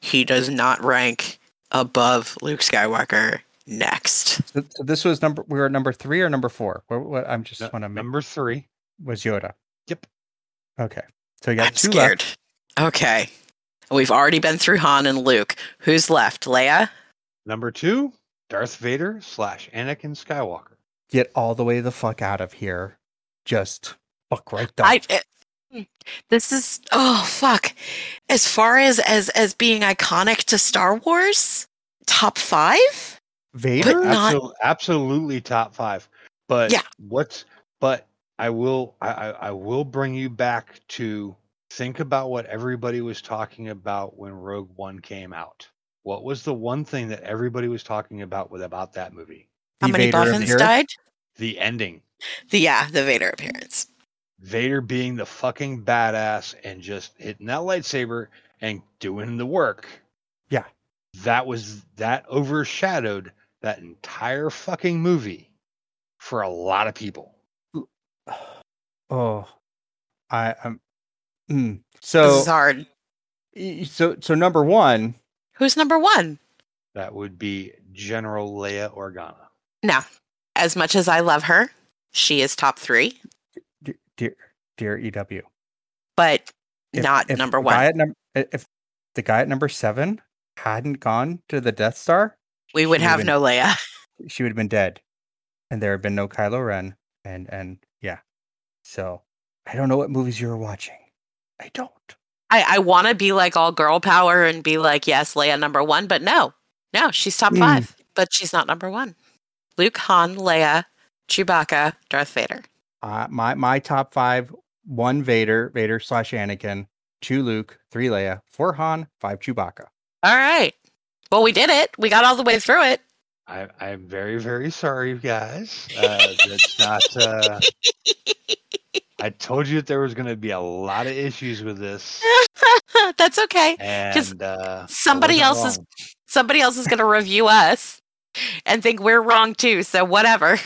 [SPEAKER 5] He does not rank above Luke Skywalker next.
[SPEAKER 1] So, so this was number. We were at number three or number four. What, what I'm just
[SPEAKER 3] Nu-
[SPEAKER 1] want to make
[SPEAKER 3] Number three.
[SPEAKER 1] was Yoda.
[SPEAKER 3] Yep.
[SPEAKER 1] Okay. So you got
[SPEAKER 5] I'm
[SPEAKER 1] two
[SPEAKER 5] scared.
[SPEAKER 1] left.
[SPEAKER 5] Okay. We've already been through Han and Luke. Who's left? Leia?
[SPEAKER 3] Number two, Darth Vader slash Anakin Skywalker.
[SPEAKER 1] Get all the way the fuck out of here. Just fuck right up.
[SPEAKER 5] I eh, This is oh fuck. As far as as as being iconic to Star Wars, top 5?
[SPEAKER 1] Vader.
[SPEAKER 5] but not-
[SPEAKER 3] Absol- absolutely top five. But
[SPEAKER 5] Yeah.
[SPEAKER 3] what's but I will I, I, I will bring you back to think about what everybody was talking about when Rogue One came out. What was the one thing that everybody was talking about with about that movie?
[SPEAKER 5] How
[SPEAKER 1] The
[SPEAKER 5] many
[SPEAKER 1] Vader
[SPEAKER 5] Boffins
[SPEAKER 1] appeared.
[SPEAKER 5] died?
[SPEAKER 3] The ending.
[SPEAKER 5] The, yeah, the Vader appearance.
[SPEAKER 3] Vader being the fucking badass and just hitting that lightsaber and doing the work.
[SPEAKER 1] Yeah.
[SPEAKER 3] That was that overshadowed that entire fucking movie for a lot of people.
[SPEAKER 1] Oh, I am. Mm. So
[SPEAKER 5] this is hard. [LAUGHS]
[SPEAKER 1] y- so so number one.
[SPEAKER 5] Who's number one?
[SPEAKER 3] That would be General Leia Organa.
[SPEAKER 5] As much as I love her, she is top three,
[SPEAKER 1] d- Dear dear EW.
[SPEAKER 5] but
[SPEAKER 1] if-
[SPEAKER 5] not
[SPEAKER 1] if
[SPEAKER 5] number
[SPEAKER 1] the guy
[SPEAKER 5] one.
[SPEAKER 1] at num- i- if the guy at number seven hadn't gone to the Death Star,
[SPEAKER 5] We would
[SPEAKER 1] she would've
[SPEAKER 5] have
[SPEAKER 1] been-
[SPEAKER 5] no Leia.
[SPEAKER 1] She would have been dead, and there had been no Kylo Ren, and and yeah. So I don't know what movies you were watching. I don't.
[SPEAKER 5] I, I want to be like all girl power and be like, yes, Leia number one, but no, no, she's top
[SPEAKER 1] Mm.
[SPEAKER 5] five, but she's not number one. Luke, Han, Leia, Chewbacca, Darth Vader.
[SPEAKER 1] Uh, my my top five: one Vader, Vader slash Anakin, two Luke, three Leia, four Han, five Chewbacca.
[SPEAKER 5] All right. Well, we did it. We got all the way through it.
[SPEAKER 3] I, I'm very, very sorry, guys. Uh, that's not. Uh, I told you that there was going to be a lot of issues
[SPEAKER 5] [LAUGHS]
[SPEAKER 3] with this,
[SPEAKER 5] That's okay.
[SPEAKER 3] and uh, I
[SPEAKER 5] somebody
[SPEAKER 3] wasn't
[SPEAKER 5] else is-
[SPEAKER 3] wrong.
[SPEAKER 5] Somebody else is going to review us and think we're wrong too. So, whatever.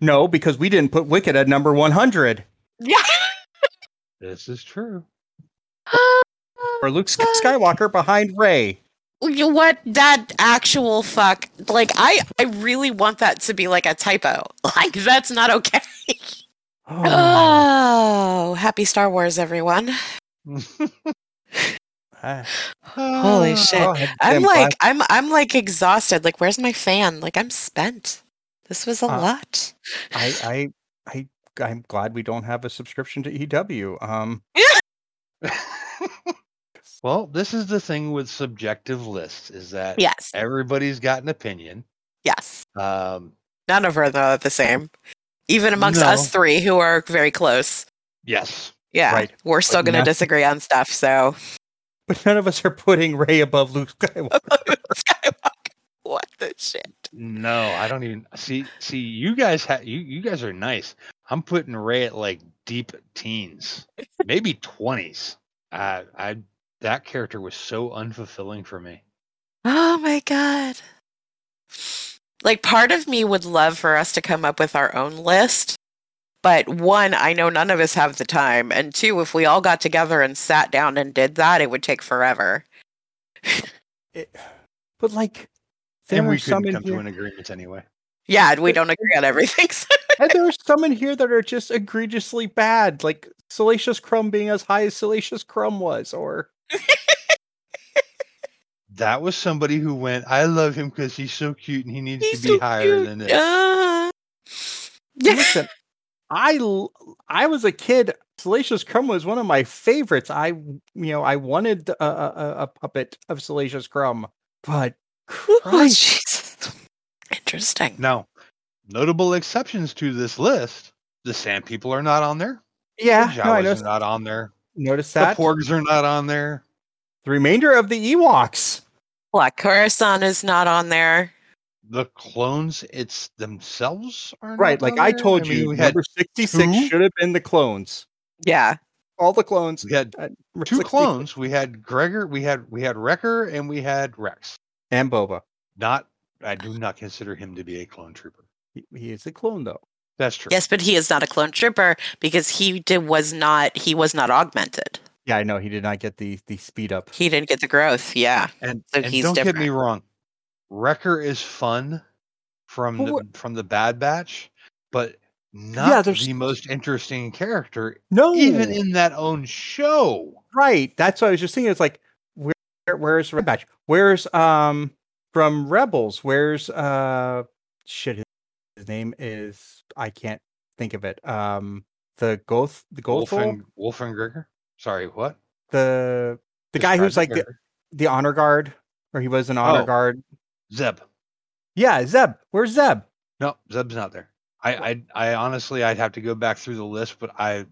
[SPEAKER 1] No, because we didn't put Wicked at number one hundred
[SPEAKER 5] Yeah.
[SPEAKER 3] This is true.
[SPEAKER 1] or Luke Sk- Skywalker behind Ray.
[SPEAKER 5] You- what that actual fuck like i i really want that to be like a typo [LAUGHS] like that's not okay
[SPEAKER 1] Oh,
[SPEAKER 5] oh happy star wars everyone
[SPEAKER 1] [SIGHS]
[SPEAKER 3] Ah,
[SPEAKER 5] Holy shit. i'm like i'm i'm like exhausted like where's my fan like i'm spent this was a
[SPEAKER 1] Uh,
[SPEAKER 5] lot
[SPEAKER 1] I, I, I, I'm glad we don't have a subscription to EW. Um,
[SPEAKER 3] [LAUGHS] well, this is the thing with subjective lists: is that
[SPEAKER 5] yes
[SPEAKER 3] everybody's got an opinion.
[SPEAKER 5] yes
[SPEAKER 3] Um,
[SPEAKER 5] none of her though are the same even amongst us
[SPEAKER 3] No.
[SPEAKER 5] three who are very close
[SPEAKER 3] yes,
[SPEAKER 5] yeah
[SPEAKER 1] Right.
[SPEAKER 5] we're still gonna
[SPEAKER 1] nothing-
[SPEAKER 5] disagree on stuff so [LAUGHS]
[SPEAKER 1] but none of us are putting Ray above Luke Skywalker.
[SPEAKER 5] Skywalker, what the shit
[SPEAKER 3] No, I don't even see. See, you guys have you. You guys are nice. I'm putting Ray at like deep teens, maybe twenties. I, I that character was so unfulfilling for me.
[SPEAKER 5] Oh my god. Like part of me would love for us to come up with our own list. But one, I know none of us have the time, and two, if we all got together and sat down and did that, it would take forever.
[SPEAKER 1] It- But like, there
[SPEAKER 3] And
[SPEAKER 1] are
[SPEAKER 3] we
[SPEAKER 1] some
[SPEAKER 3] couldn't
[SPEAKER 1] in
[SPEAKER 3] come
[SPEAKER 1] here,
[SPEAKER 3] to an agreement anyway.
[SPEAKER 5] Yeah, and we don't agree on everything. so-
[SPEAKER 1] and there are some in here that are just egregiously bad, like Salacious Crumb being as high as Salacious Crumb was, or
[SPEAKER 3] That was somebody who went. I love him because he's so cute and he needs
[SPEAKER 5] He's
[SPEAKER 3] to be
[SPEAKER 5] so
[SPEAKER 3] higher
[SPEAKER 5] cute.
[SPEAKER 3] than this.
[SPEAKER 5] Ah. yeah.
[SPEAKER 1] listen, I, l- I was a kid. Salacious Crumb was one of my favorites. I, you know, I wanted a, a, a- a puppet of Salacious Crumb, but
[SPEAKER 5] Oh,
[SPEAKER 1] Christ,
[SPEAKER 5] Jesus. Interesting.
[SPEAKER 3] Now, notable exceptions to this list: the Sand People are not on there.
[SPEAKER 1] yeah,
[SPEAKER 3] the
[SPEAKER 1] no, I
[SPEAKER 3] Jawas
[SPEAKER 1] noticed,
[SPEAKER 3] are not on there.
[SPEAKER 1] noticed that.
[SPEAKER 3] The Porgs are not on there.
[SPEAKER 1] the remainder of the Ewoks.
[SPEAKER 5] Black Coruscant is not on there.
[SPEAKER 3] The clones, it's themselves are
[SPEAKER 1] Right,
[SPEAKER 3] not
[SPEAKER 1] like
[SPEAKER 3] on
[SPEAKER 1] I
[SPEAKER 3] there.
[SPEAKER 1] told
[SPEAKER 3] mean,
[SPEAKER 1] you,
[SPEAKER 3] we had
[SPEAKER 1] number sixty-six
[SPEAKER 3] two?
[SPEAKER 1] should have been the clones.
[SPEAKER 5] Yeah.
[SPEAKER 1] All the clones.
[SPEAKER 3] we had
[SPEAKER 1] uh,
[SPEAKER 3] two
[SPEAKER 1] 60
[SPEAKER 3] clones. We had Gregor, we had we had Wrecker, and we had Rex.
[SPEAKER 1] and Boba.
[SPEAKER 3] Not, I do not consider him to be a clone trooper.
[SPEAKER 1] He, he is a clone though.
[SPEAKER 3] That's true.
[SPEAKER 5] Yes, but he is not a clone trooper because he did was not he was not augmented.
[SPEAKER 1] Yeah, I know he did not get the the speed up.
[SPEAKER 5] He didn't get the growth. Yeah.
[SPEAKER 3] and,
[SPEAKER 5] So
[SPEAKER 3] and
[SPEAKER 5] he's
[SPEAKER 3] don't get me wrong, Wrecker is fun from
[SPEAKER 1] But
[SPEAKER 3] the,
[SPEAKER 1] what-
[SPEAKER 3] from the Bad Batch, but not
[SPEAKER 1] there's- Oh.
[SPEAKER 3] the most interesting character,
[SPEAKER 1] No,
[SPEAKER 3] even in that own show.
[SPEAKER 1] right. That's what I was just thinking. It's like where where's Red Batch? Where's um from Rebels? Where's uh shit? His name is I can't think of it. Um, the Goth, the
[SPEAKER 3] Wolf
[SPEAKER 1] Gothel,
[SPEAKER 3] and, Wolf and Gregor. Sorry, what?
[SPEAKER 1] the the guy who's like
[SPEAKER 3] Describe
[SPEAKER 1] the,
[SPEAKER 3] character.
[SPEAKER 1] the honor guard, or he was an honor
[SPEAKER 3] Oh.
[SPEAKER 1] guard.
[SPEAKER 3] Zeb.
[SPEAKER 1] Yeah, Zeb. Where's Zeb?
[SPEAKER 3] No, Zeb's not there. I, I, I honestly, I'd have to go back through the list, but I,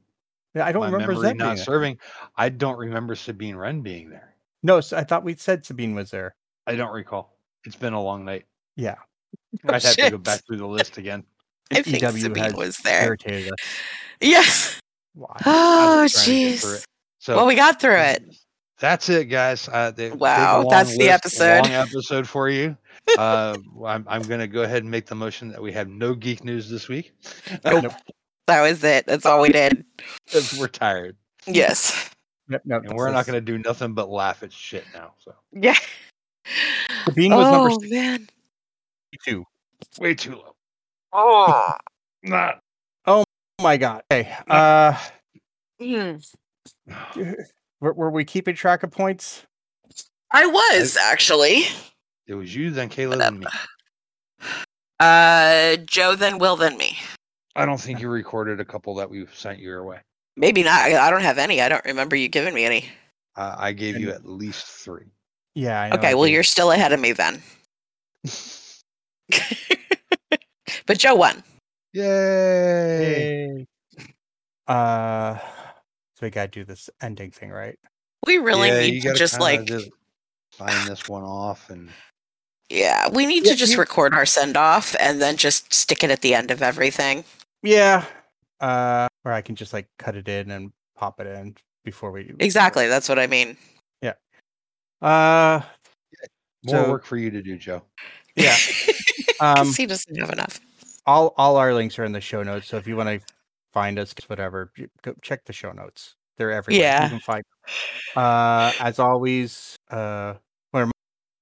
[SPEAKER 1] Yeah, I don't
[SPEAKER 3] my
[SPEAKER 1] remember
[SPEAKER 3] memory
[SPEAKER 1] Zeb.
[SPEAKER 3] not
[SPEAKER 1] being there.
[SPEAKER 3] serving. I don't remember Sabine Wren being there.
[SPEAKER 1] No, so I thought we said Sabine was there.
[SPEAKER 3] I don't recall. It's been a long night.
[SPEAKER 1] Yeah,
[SPEAKER 5] Oh,
[SPEAKER 3] I'd have to
[SPEAKER 5] [LAUGHS]
[SPEAKER 3] go
[SPEAKER 5] shit.
[SPEAKER 3] back E through the list again.
[SPEAKER 5] I think
[SPEAKER 1] EW E has
[SPEAKER 5] Sabine was there.
[SPEAKER 1] irritated us.
[SPEAKER 5] [LAUGHS] Yes.
[SPEAKER 1] [GASPS] Why?
[SPEAKER 5] [GASPS] Oh
[SPEAKER 3] was trying to get through
[SPEAKER 5] jeez.
[SPEAKER 3] it. So
[SPEAKER 5] Well, we got through it.
[SPEAKER 3] That's it, guys. Uh, the big
[SPEAKER 5] Wow,
[SPEAKER 3] long
[SPEAKER 5] that's the
[SPEAKER 3] list,
[SPEAKER 5] episode.
[SPEAKER 3] Long episode
[SPEAKER 5] [LAUGHS]
[SPEAKER 3] for you. Uh, I'm, I'm going to go ahead and make the motion that we have no geek news this week.
[SPEAKER 1] Nope.
[SPEAKER 5] That was it. That's all we did.
[SPEAKER 3] 'Cause we're tired
[SPEAKER 5] Yes.
[SPEAKER 1] Nope, nope,
[SPEAKER 3] and we're not
[SPEAKER 1] this is-
[SPEAKER 3] going to do nothing but laugh at shit now. So
[SPEAKER 5] Yeah.
[SPEAKER 1] Sabine was number
[SPEAKER 5] Oh man.
[SPEAKER 1] sixty-two.
[SPEAKER 3] way too low.
[SPEAKER 5] Oh.
[SPEAKER 3] Not. [SIGHS]
[SPEAKER 1] Oh my god. Okay. Uh
[SPEAKER 5] Hmm.
[SPEAKER 3] I
[SPEAKER 1] were, were we keeping track of points?
[SPEAKER 5] I was actually.
[SPEAKER 3] It was you, then Kayla, then me.
[SPEAKER 5] Uh, Joe, then Will, then me.
[SPEAKER 3] I don't think you recorded a couple that we sent your way.
[SPEAKER 5] Maybe not. I, I don't have any. I don't remember you giving me any.
[SPEAKER 3] Uh, I gave you
[SPEAKER 1] And-
[SPEAKER 3] at least three.
[SPEAKER 1] Yeah. I know
[SPEAKER 5] Okay,
[SPEAKER 1] I
[SPEAKER 5] well,
[SPEAKER 1] did.
[SPEAKER 5] you're still ahead of me
[SPEAKER 3] [LAUGHS]
[SPEAKER 5] then. [LAUGHS] but Joe won.
[SPEAKER 3] Yay!
[SPEAKER 1] Yay. Uh, so we gotta do this ending thing, right?
[SPEAKER 5] We really
[SPEAKER 3] Yeah, you
[SPEAKER 5] need to
[SPEAKER 3] gotta
[SPEAKER 5] just
[SPEAKER 3] kinda
[SPEAKER 5] like,
[SPEAKER 3] just sign this one off and.
[SPEAKER 5] yeah, we need
[SPEAKER 1] Yeah,
[SPEAKER 5] to just
[SPEAKER 1] you-
[SPEAKER 5] record our send off and then just stick it at the end of everything.
[SPEAKER 1] Yeah. Uh, or I can just like cut it in and pop it in before we
[SPEAKER 5] Exactly. That's what I mean.
[SPEAKER 1] Uh,
[SPEAKER 3] More
[SPEAKER 1] So-
[SPEAKER 3] work for you to do, Joe.
[SPEAKER 1] yeah.
[SPEAKER 5] [LAUGHS] 'Cause
[SPEAKER 1] Um,
[SPEAKER 5] he doesn't have enough.
[SPEAKER 1] all all our links are in the show notes. So if you want to find us, whatever, j- go check the show notes. They're everywhere.
[SPEAKER 5] Yeah.
[SPEAKER 1] You can find. Uh, as always, uh, want to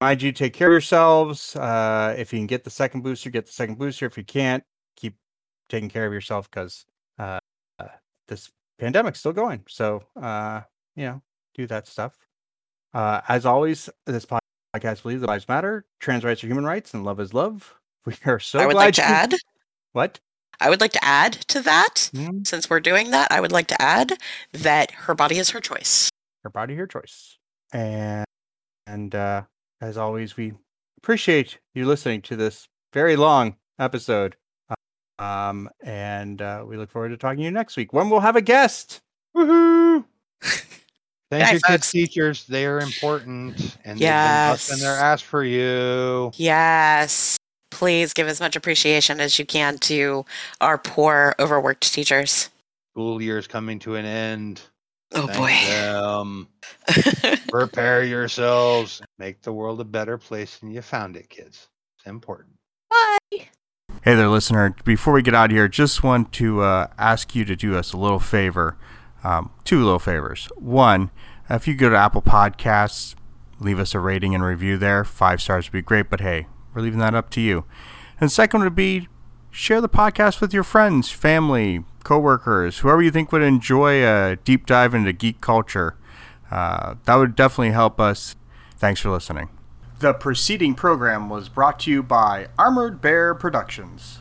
[SPEAKER 1] remind you take care of yourselves. Uh, if you can get the second booster, get the second booster. If you can't, keep taking care of yourself because uh, uh, this pandemic's still going. So uh, you know, do that stuff. Uh, as always, this podcast believes that lives matter, trans rights are human rights, and love is love. [LAUGHS] We are so
[SPEAKER 5] I would
[SPEAKER 1] glad
[SPEAKER 5] like to
[SPEAKER 1] you-
[SPEAKER 5] add.
[SPEAKER 1] What?
[SPEAKER 5] I would like to add to that.
[SPEAKER 1] Hmm?
[SPEAKER 5] Since we're doing that, I would like to add that her body is her choice.
[SPEAKER 1] her body her choice and and uh as always we appreciate you listening to this very long episode um and uh we look forward to talking to you next week when we'll have a guest
[SPEAKER 3] Woohoo! Thank
[SPEAKER 5] Bye,
[SPEAKER 3] you, good
[SPEAKER 5] folks.
[SPEAKER 3] teachers. They are important, and they've been busting their
[SPEAKER 5] Yes.
[SPEAKER 3] ass for you.
[SPEAKER 5] Yes. Please give as much appreciation as you can to our poor, overworked teachers. [LAUGHS]
[SPEAKER 3] School year is coming to an end.
[SPEAKER 5] Oh,
[SPEAKER 3] Thank them.
[SPEAKER 5] boy.
[SPEAKER 3] Prepare yourselves. Make the world a better place than you found it, kids. It's important.
[SPEAKER 5] Bye.
[SPEAKER 1] Hey there, listener. Before we get out of here, just want to uh, ask you to do us a little favor. Um, two little favors. One, if you go to Apple Podcasts, leave us a rating and review there. Five stars would be great, but hey, we're leaving that up to you. And second would be share the podcast with your friends, family, coworkers, whoever you think would enjoy a deep dive into geek culture. Uh, that would definitely help us. Thanks for listening. The preceding program was brought to you by Armored Bear Productions.